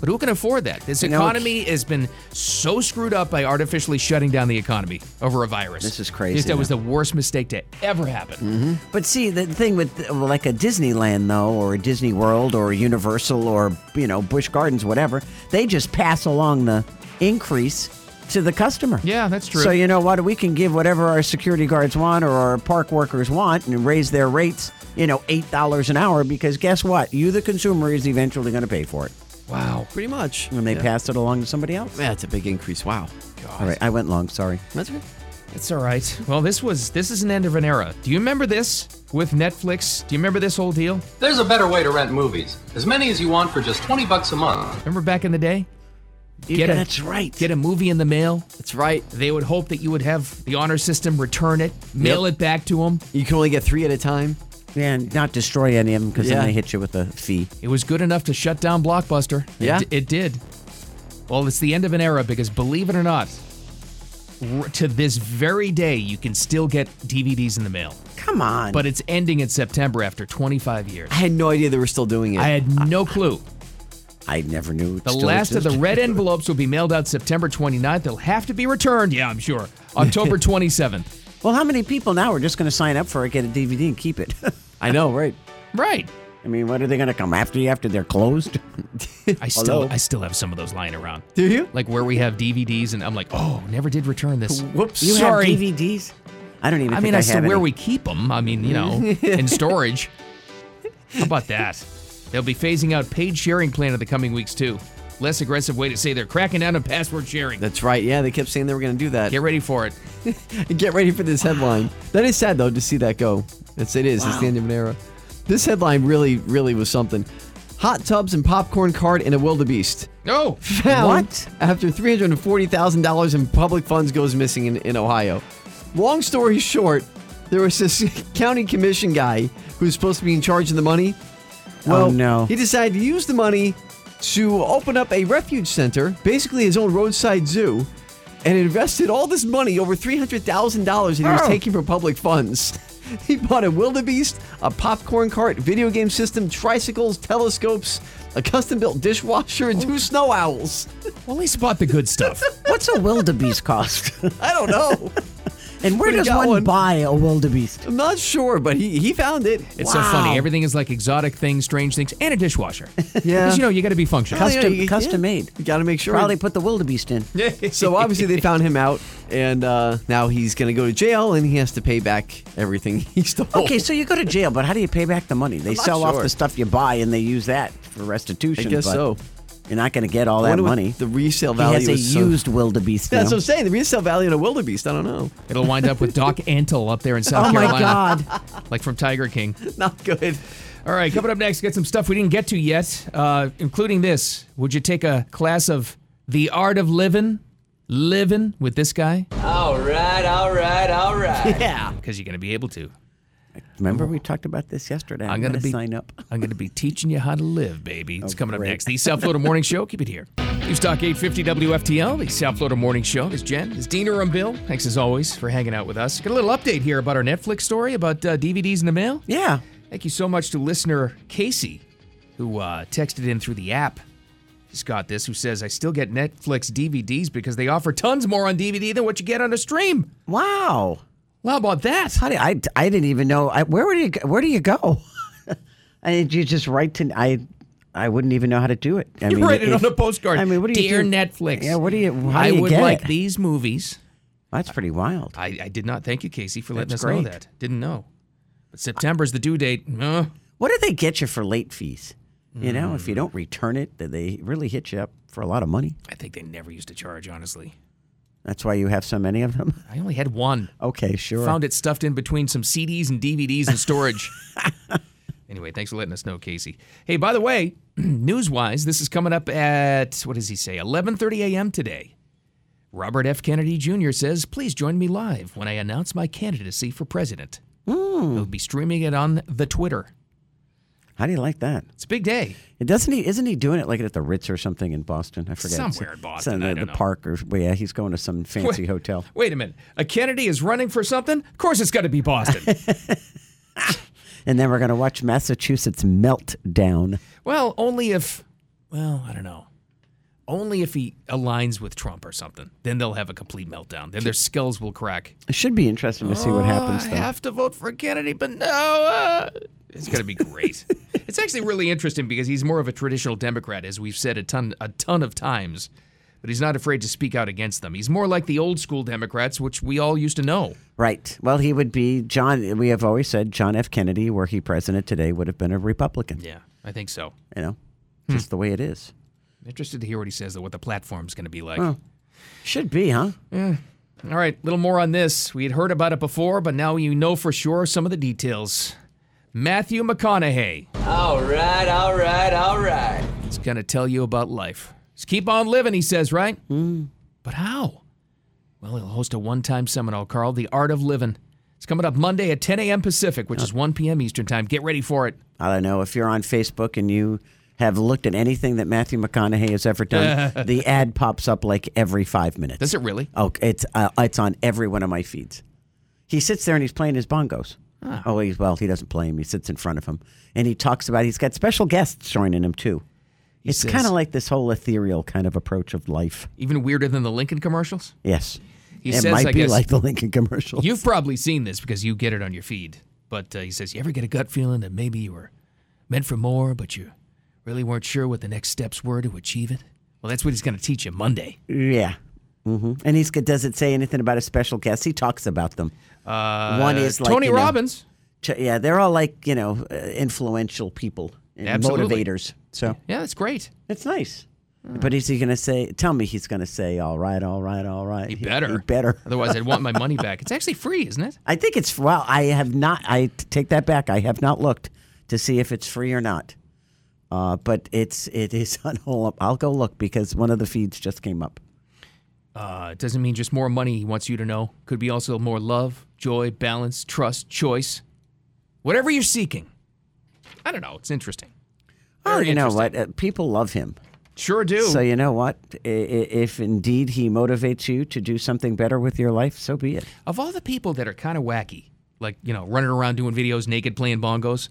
Speaker 3: But who can afford that? This
Speaker 4: You know,
Speaker 3: economy has been so screwed up by artificially shutting down the economy over a virus.
Speaker 4: This is crazy, Mm-hmm.
Speaker 3: Just, that was
Speaker 4: yeah.
Speaker 3: the worst mistake to ever happen.
Speaker 4: But see, the thing with well, like a Disneyland though, or a Disney World, or a Universal, or you know Busch Gardens, whatever, they just pass along the increase to the customer.
Speaker 3: Yeah, that's true.
Speaker 4: So you know what? We can give whatever our security guards want or our park workers want, and raise their rates. You know, eight dollars an hour because guess what? You, the consumer, is eventually going to pay for it
Speaker 3: Wow.
Speaker 6: Pretty much.
Speaker 4: when they
Speaker 6: Yeah.
Speaker 4: pass it along to somebody else.
Speaker 6: Man, that's a big increase. Wow. God.
Speaker 4: All right, I went long. Sorry.
Speaker 6: That's good.
Speaker 3: It's all right. Well, this was this is an end of an era. Do you remember this with Netflix? Do you remember this whole deal?
Speaker 16: There's a better way to rent movies. As many as you want for just 20 bucks a month.
Speaker 3: Remember back in the day?
Speaker 4: You
Speaker 3: Get
Speaker 4: can-
Speaker 3: a-
Speaker 4: that's right.
Speaker 3: Get a movie in the mail.
Speaker 6: That's right.
Speaker 3: They would hope that you would have the honor system return it, mail it back to them.
Speaker 6: You can only get three at a time.
Speaker 4: Yeah, and not destroy any of them because
Speaker 6: Yeah.
Speaker 4: then they hit you with a fee.
Speaker 3: It was good enough to shut down Blockbuster. It
Speaker 6: Yeah.
Speaker 3: d- It, did. Well, it's the end of an era because believe it or not, r- to this very day, you can still get DVDs in the mail.
Speaker 4: Come on.
Speaker 3: But it's ending in September after 25 years.
Speaker 6: I had no idea they were still doing it.
Speaker 3: I had no clue.
Speaker 4: I never knew. it
Speaker 3: The
Speaker 4: still
Speaker 3: last of the
Speaker 4: existed.
Speaker 3: red envelopes will be mailed out September 29th. They'll have to be returned. Yeah, I'm sure. October 27th.
Speaker 4: Well, how many people now are just going to sign up for it, get a DVD, and keep it?
Speaker 6: I know, right?
Speaker 3: Right.
Speaker 4: I mean, what are they going to come after you after they're closed?
Speaker 3: I still
Speaker 4: Hello?
Speaker 3: I still have some of those lying around.
Speaker 6: Do you?
Speaker 3: Like where we have DVDs and I'm like, "Oh, never did return this."
Speaker 6: Whoops.
Speaker 4: You
Speaker 3: Sorry.
Speaker 4: have DVDs? I don't even.
Speaker 3: I
Speaker 4: think
Speaker 3: mean,
Speaker 4: I
Speaker 3: as to
Speaker 4: have
Speaker 3: where
Speaker 4: any.
Speaker 3: we keep them, I mean, you know, in storage. How about that? They'll be phasing out paid sharing plan in the coming weeks too. Less aggressive way to say they're cracking down on password sharing.
Speaker 6: That's right. Yeah, they kept saying they were going to do that.
Speaker 3: Get ready for it.
Speaker 6: Get ready for this headline. That is sad though to see that go. It's it is. It's the end of an era. This headline really, really was something. Hot tubs and popcorn cart in a wildebeest.
Speaker 3: No.
Speaker 6: Found
Speaker 4: What?
Speaker 6: After three hundred and forty thousand dollars in public funds goes missing in, in Ohio. Long story short, there was this county commission guy who was supposed to be in charge of the money. Well,
Speaker 4: oh no!
Speaker 6: He decided to use the money to open up a refuge center, basically his own roadside zoo, and invested all this money, over $300,000 that he was
Speaker 4: Oh.
Speaker 6: taking from public funds. He bought a wildebeest, a popcorn cart, video game system, tricycles, telescopes, a custom built dishwasher, and two snow owls.
Speaker 3: Well, at least bought the good stuff.
Speaker 4: What's a wildebeest cost?
Speaker 6: I don't know.
Speaker 4: and where
Speaker 6: But he
Speaker 4: does
Speaker 6: got
Speaker 4: one,
Speaker 6: one.
Speaker 4: buy a wildebeest?
Speaker 6: I'm not sure, but he, he found it.
Speaker 3: It's so funny. Everything is like exotic things, strange things, and a dishwasher. Because, you know, you got to be functional.
Speaker 6: Well, you know,
Speaker 4: Custom,
Speaker 6: you-
Speaker 4: custom
Speaker 6: yeah.
Speaker 4: made.
Speaker 6: You got to make sure.
Speaker 4: Probably put the wildebeest in.
Speaker 6: so obviously they found him out, and uh, now he's going to go to jail, and he has to pay back everything he stole.
Speaker 4: Okay, so you go to jail, but how do you pay back the money? They
Speaker 6: not
Speaker 4: sell off
Speaker 6: sure.
Speaker 4: the stuff you buy, and they use that for restitution.
Speaker 6: I guess
Speaker 4: but
Speaker 6: so.
Speaker 4: You're not going to get all that
Speaker 6: I wonder what
Speaker 4: money.
Speaker 6: The resale
Speaker 4: He
Speaker 6: value
Speaker 4: has a
Speaker 6: is so-
Speaker 4: used wildebeest. now.
Speaker 6: That's what I'm saying. The resale value in a wildebeest. I don't know.
Speaker 3: It'll wind up with Doc Antle up there in South
Speaker 4: Oh my
Speaker 3: Carolina.
Speaker 4: God.
Speaker 3: Like from Tiger King.
Speaker 6: Not good.
Speaker 3: All right, coming up next, got some stuff we didn't get to yet, uh, including this. Would you take a class of the art of living? Living with this guy?
Speaker 17: All right, all right, all right.
Speaker 3: Yeah. Because you're going to be able to.
Speaker 4: Remember we talked about this yesterday.
Speaker 3: I'm gonna
Speaker 4: Oh. gonna
Speaker 3: be-
Speaker 4: sign up.
Speaker 3: I'm going to be teaching you how to live, baby. It's
Speaker 4: Oh,
Speaker 3: coming
Speaker 4: great.
Speaker 3: up next. The South Florida Morning Show. Keep it here. News Talk 850 WFTL, the South Florida Morning Show. Is Jen, is Dina, and Bill. Thanks as always for hanging out with us. Got a little update here about our Netflix story about uh, DVDs in the mail.
Speaker 4: Yeah.
Speaker 3: Thank you so much to listener Casey, who uh, texted in through the app. She's got this. Who says I still get Netflix DVDs because they offer tons more on DVD than what you get on a stream.
Speaker 4: Wow.
Speaker 3: Well, how about that?
Speaker 4: How do, I, I didn't even know. I, where would you go- where do you go? I mean, do you just write to I I wouldn't even know how to do it. I
Speaker 3: you
Speaker 4: mean,
Speaker 3: write it
Speaker 4: if-
Speaker 3: on a postcard.
Speaker 4: I mean, what do you
Speaker 3: Dear
Speaker 4: do?
Speaker 3: Netflix.
Speaker 4: Yeah, what do you? How
Speaker 3: I
Speaker 4: do you
Speaker 3: would
Speaker 4: get
Speaker 3: like
Speaker 4: it?
Speaker 3: these movies.
Speaker 4: That's pretty wild.
Speaker 3: I, I did not. Thank you, Casey, for letting
Speaker 4: That's
Speaker 3: us know
Speaker 4: great.
Speaker 3: that. Didn't know. But September's the due date. Uh,
Speaker 4: What do they get you for late fees? You know, if you
Speaker 3: Mm.
Speaker 4: don't return it, then they really hit you up for a lot of money.
Speaker 3: I think they never used to charge, honestly.
Speaker 4: That's why you have so many of them.
Speaker 3: I only had one.
Speaker 4: Okay, sure.
Speaker 3: Found it stuffed in between some CDs and DVDs in storage. anyway, thanks for letting us know, Casey. Hey, by the way, news-wise, this is coming up at what does he say? 11:30 a.m. today. Robert F. Kennedy Jr. says, "Please join me live when I announce my candidacy for president." He'll be streaming it on the Twitter.
Speaker 4: How do you like that?
Speaker 3: It's a big day.
Speaker 4: It doesn't he? Isn't he doing it like at the Ritz or something in Boston? I forget.
Speaker 3: Somewhere in Boston,
Speaker 4: some-
Speaker 3: I
Speaker 4: the
Speaker 3: don't know.
Speaker 4: park or well, yeah, he's going to some fancy
Speaker 3: Wait.
Speaker 4: hotel.
Speaker 3: Wait a minute. A Kennedy is running for something? Of course it's got to be Boston.
Speaker 4: And then we're going to watch Massachusetts melt down.
Speaker 3: well, only if, well, I don't know. Only if he aligns with Trump or something. Then they'll have a complete meltdown. Then their skulls will crack.
Speaker 4: It should be interesting to see what happens.
Speaker 3: Oh, I
Speaker 4: Though.
Speaker 3: have to vote for Kennedy, but no. uh, it's going to be great. it's actually really interesting because he's more of a traditional Democrat, as we've said a ton, a ton of times. But he's not afraid to speak out against them. He's more like the old school Democrats, which we all used to know.
Speaker 4: Right. Well, he would be John. We have always said John F. Kennedy, were he president today, would have been a Republican.
Speaker 3: Yeah, Hmm. I think so.
Speaker 4: You know, just the way it is.
Speaker 3: Interested to hear what he says, though, what the platform's going to be like.
Speaker 4: Well, should be, huh?
Speaker 3: All right, little more on this. We had heard about it before, but now you know for sure some of the details. Matthew McConaughey
Speaker 17: All right, all right, all right.
Speaker 3: is going to tell you about life. Just keep on living, he says, right? But how? Well, he'll host a one time seminar called The Art of Living. It's coming up Monday at 10 a.m. Pacific, which is 1 p.m. Eastern Time. Get ready for it.
Speaker 4: I don't know. If you're on Facebook and you have looked at anything that Matthew McConaughey has ever done, the ad pops up like every five minutes.
Speaker 3: Does it really?
Speaker 4: Oh, it's uh, it's on every one of my feeds. He sits there and he's playing his bongos.
Speaker 3: Ah.
Speaker 4: Oh, he's, well, he doesn't play him. He sits in front of him and he talks about. He's got special guests joining him too.
Speaker 3: He
Speaker 4: it's
Speaker 3: says-
Speaker 4: kind of like this whole ethereal kind of approach of life.
Speaker 3: Even weirder than the Lincoln commercials?
Speaker 4: Yes,
Speaker 3: He
Speaker 4: it
Speaker 3: says,
Speaker 4: might
Speaker 3: I
Speaker 4: be
Speaker 3: guess-
Speaker 4: like the Lincoln commercial.
Speaker 3: You've probably seen this because you get it on your feed. But uh, he says, You ever get a gut feeling that maybe you were meant for more, but you really weren't sure what the next steps were to achieve it? Well, that's what he's going to teach you Monday.
Speaker 4: Yeah. hmm And he's does it say anything about a special guest? He talks about them.
Speaker 3: Uh,
Speaker 4: One is like,
Speaker 3: Tony
Speaker 4: you know,
Speaker 3: Robbins.
Speaker 4: Ch- Yeah, they're all like you know uh, influential people, and
Speaker 3: Absolutely.
Speaker 4: motivators. So
Speaker 3: Yeah, that's great.
Speaker 4: it's nice.
Speaker 3: Hmm.
Speaker 4: But is he going to say? Tell me he's going to say, "All right, all right, all right."
Speaker 3: He better.
Speaker 4: He better.
Speaker 3: Otherwise, I'd want my money back. It's actually free, isn't it?
Speaker 4: I think it's well. I have not. I t- take that back. I have not looked to see if it's free or not. Uh, but it's it is on hold up. I'll go look because one of the feeds just came up.
Speaker 3: Uh, it doesn't mean just more money he wants you to know. Could be also more love, joy, balance, trust, choice. Whatever you're seeking. I don't know. It's interesting.
Speaker 4: Oh,
Speaker 3: Very
Speaker 4: you know
Speaker 3: interesting.
Speaker 4: what? Uh, people love him.
Speaker 3: Sure do.
Speaker 4: So you know what? I- i- If indeed he motivates you to do something better with your life, so be it.
Speaker 3: Of all the people that are kind of wacky, like you know running around doing videos naked playing bongos.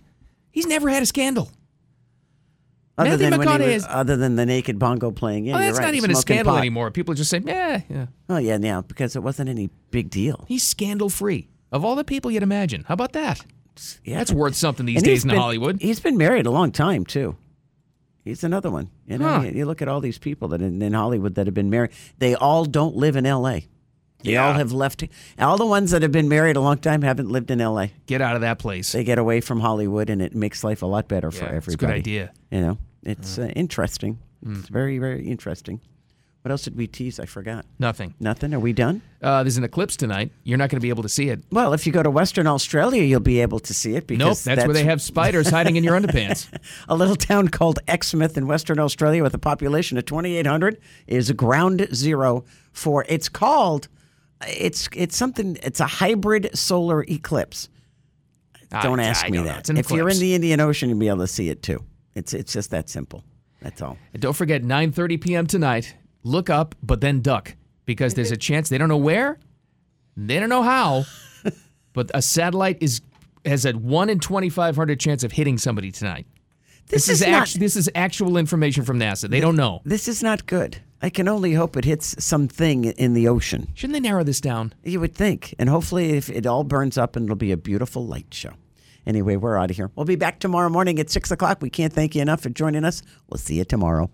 Speaker 3: He's never had a scandal.
Speaker 4: Other
Speaker 3: Matthew
Speaker 4: than when he
Speaker 3: McConaughey
Speaker 4: was-
Speaker 3: is-
Speaker 4: other than the naked bongo playing. Yeah,
Speaker 3: oh,
Speaker 4: you're
Speaker 3: that's
Speaker 4: right,
Speaker 3: not even a
Speaker 4: smoking
Speaker 3: scandal
Speaker 4: pot.
Speaker 3: anymore. People just say, "Yeah, yeah."
Speaker 4: Oh yeah, yeah, because it wasn't any big deal.
Speaker 3: He's scandal free of all the people you'd imagine. How about that?
Speaker 4: Yeah.
Speaker 3: That's worth something these
Speaker 4: And
Speaker 3: days
Speaker 4: he's
Speaker 3: in
Speaker 4: been-
Speaker 3: Hollywood.
Speaker 4: He's been married a long time too. He's another one. You
Speaker 3: Huh.
Speaker 4: know, you, you look at all these people that in, in Hollywood that have been married. They all don't live in L.A. They all have left. All the ones that have been married a long time haven't lived in L.A.
Speaker 3: Get out of that place.
Speaker 4: They get away from Hollywood, and it makes life a lot better for
Speaker 3: Yeah, it's a
Speaker 4: everybody.
Speaker 3: good idea.
Speaker 4: You know, it's uh, interesting.
Speaker 3: Mm.
Speaker 4: It's very, very interesting. What else did we tease? I forgot.
Speaker 3: Nothing.
Speaker 4: Nothing. Are we done?
Speaker 3: Uh, there's an eclipse tonight. You're not going to be able to see it.
Speaker 4: Well, if you go to Western Australia, you'll be able to see it because
Speaker 3: nope, that's, where they have spiders hiding in your underpants.
Speaker 4: a little town called Exmouth in Western Australia with a population of 2,800 is ground zero for it's called it's it's something it's a hybrid solar eclipse. Don't
Speaker 3: I-
Speaker 4: ask
Speaker 3: I
Speaker 4: me
Speaker 3: don't know.
Speaker 4: that.
Speaker 3: It's an
Speaker 4: if you're in
Speaker 3: eclipse.
Speaker 4: the Indian Ocean, you'll be able to see it too. It's it's just that simple. That's all.
Speaker 3: And don't forget 9:30 p.m. tonight. Look up, but then duck because there's a chance they don't know where, they don't know how, but a satellite is has a one in 2,500 chance of hitting somebody tonight.
Speaker 4: This is
Speaker 3: act-
Speaker 4: not-
Speaker 3: this is actual information from NASA. They don't know.
Speaker 4: This is not good. I can only hope it hits something in the ocean.
Speaker 3: Shouldn't they narrow this down?
Speaker 4: You would think. And hopefully, if it all burns up, and it'll be a beautiful light show. Anyway, we're out of here. We'll be back tomorrow morning at 6 o'clock. We can't thank you enough for joining us. We'll see you tomorrow.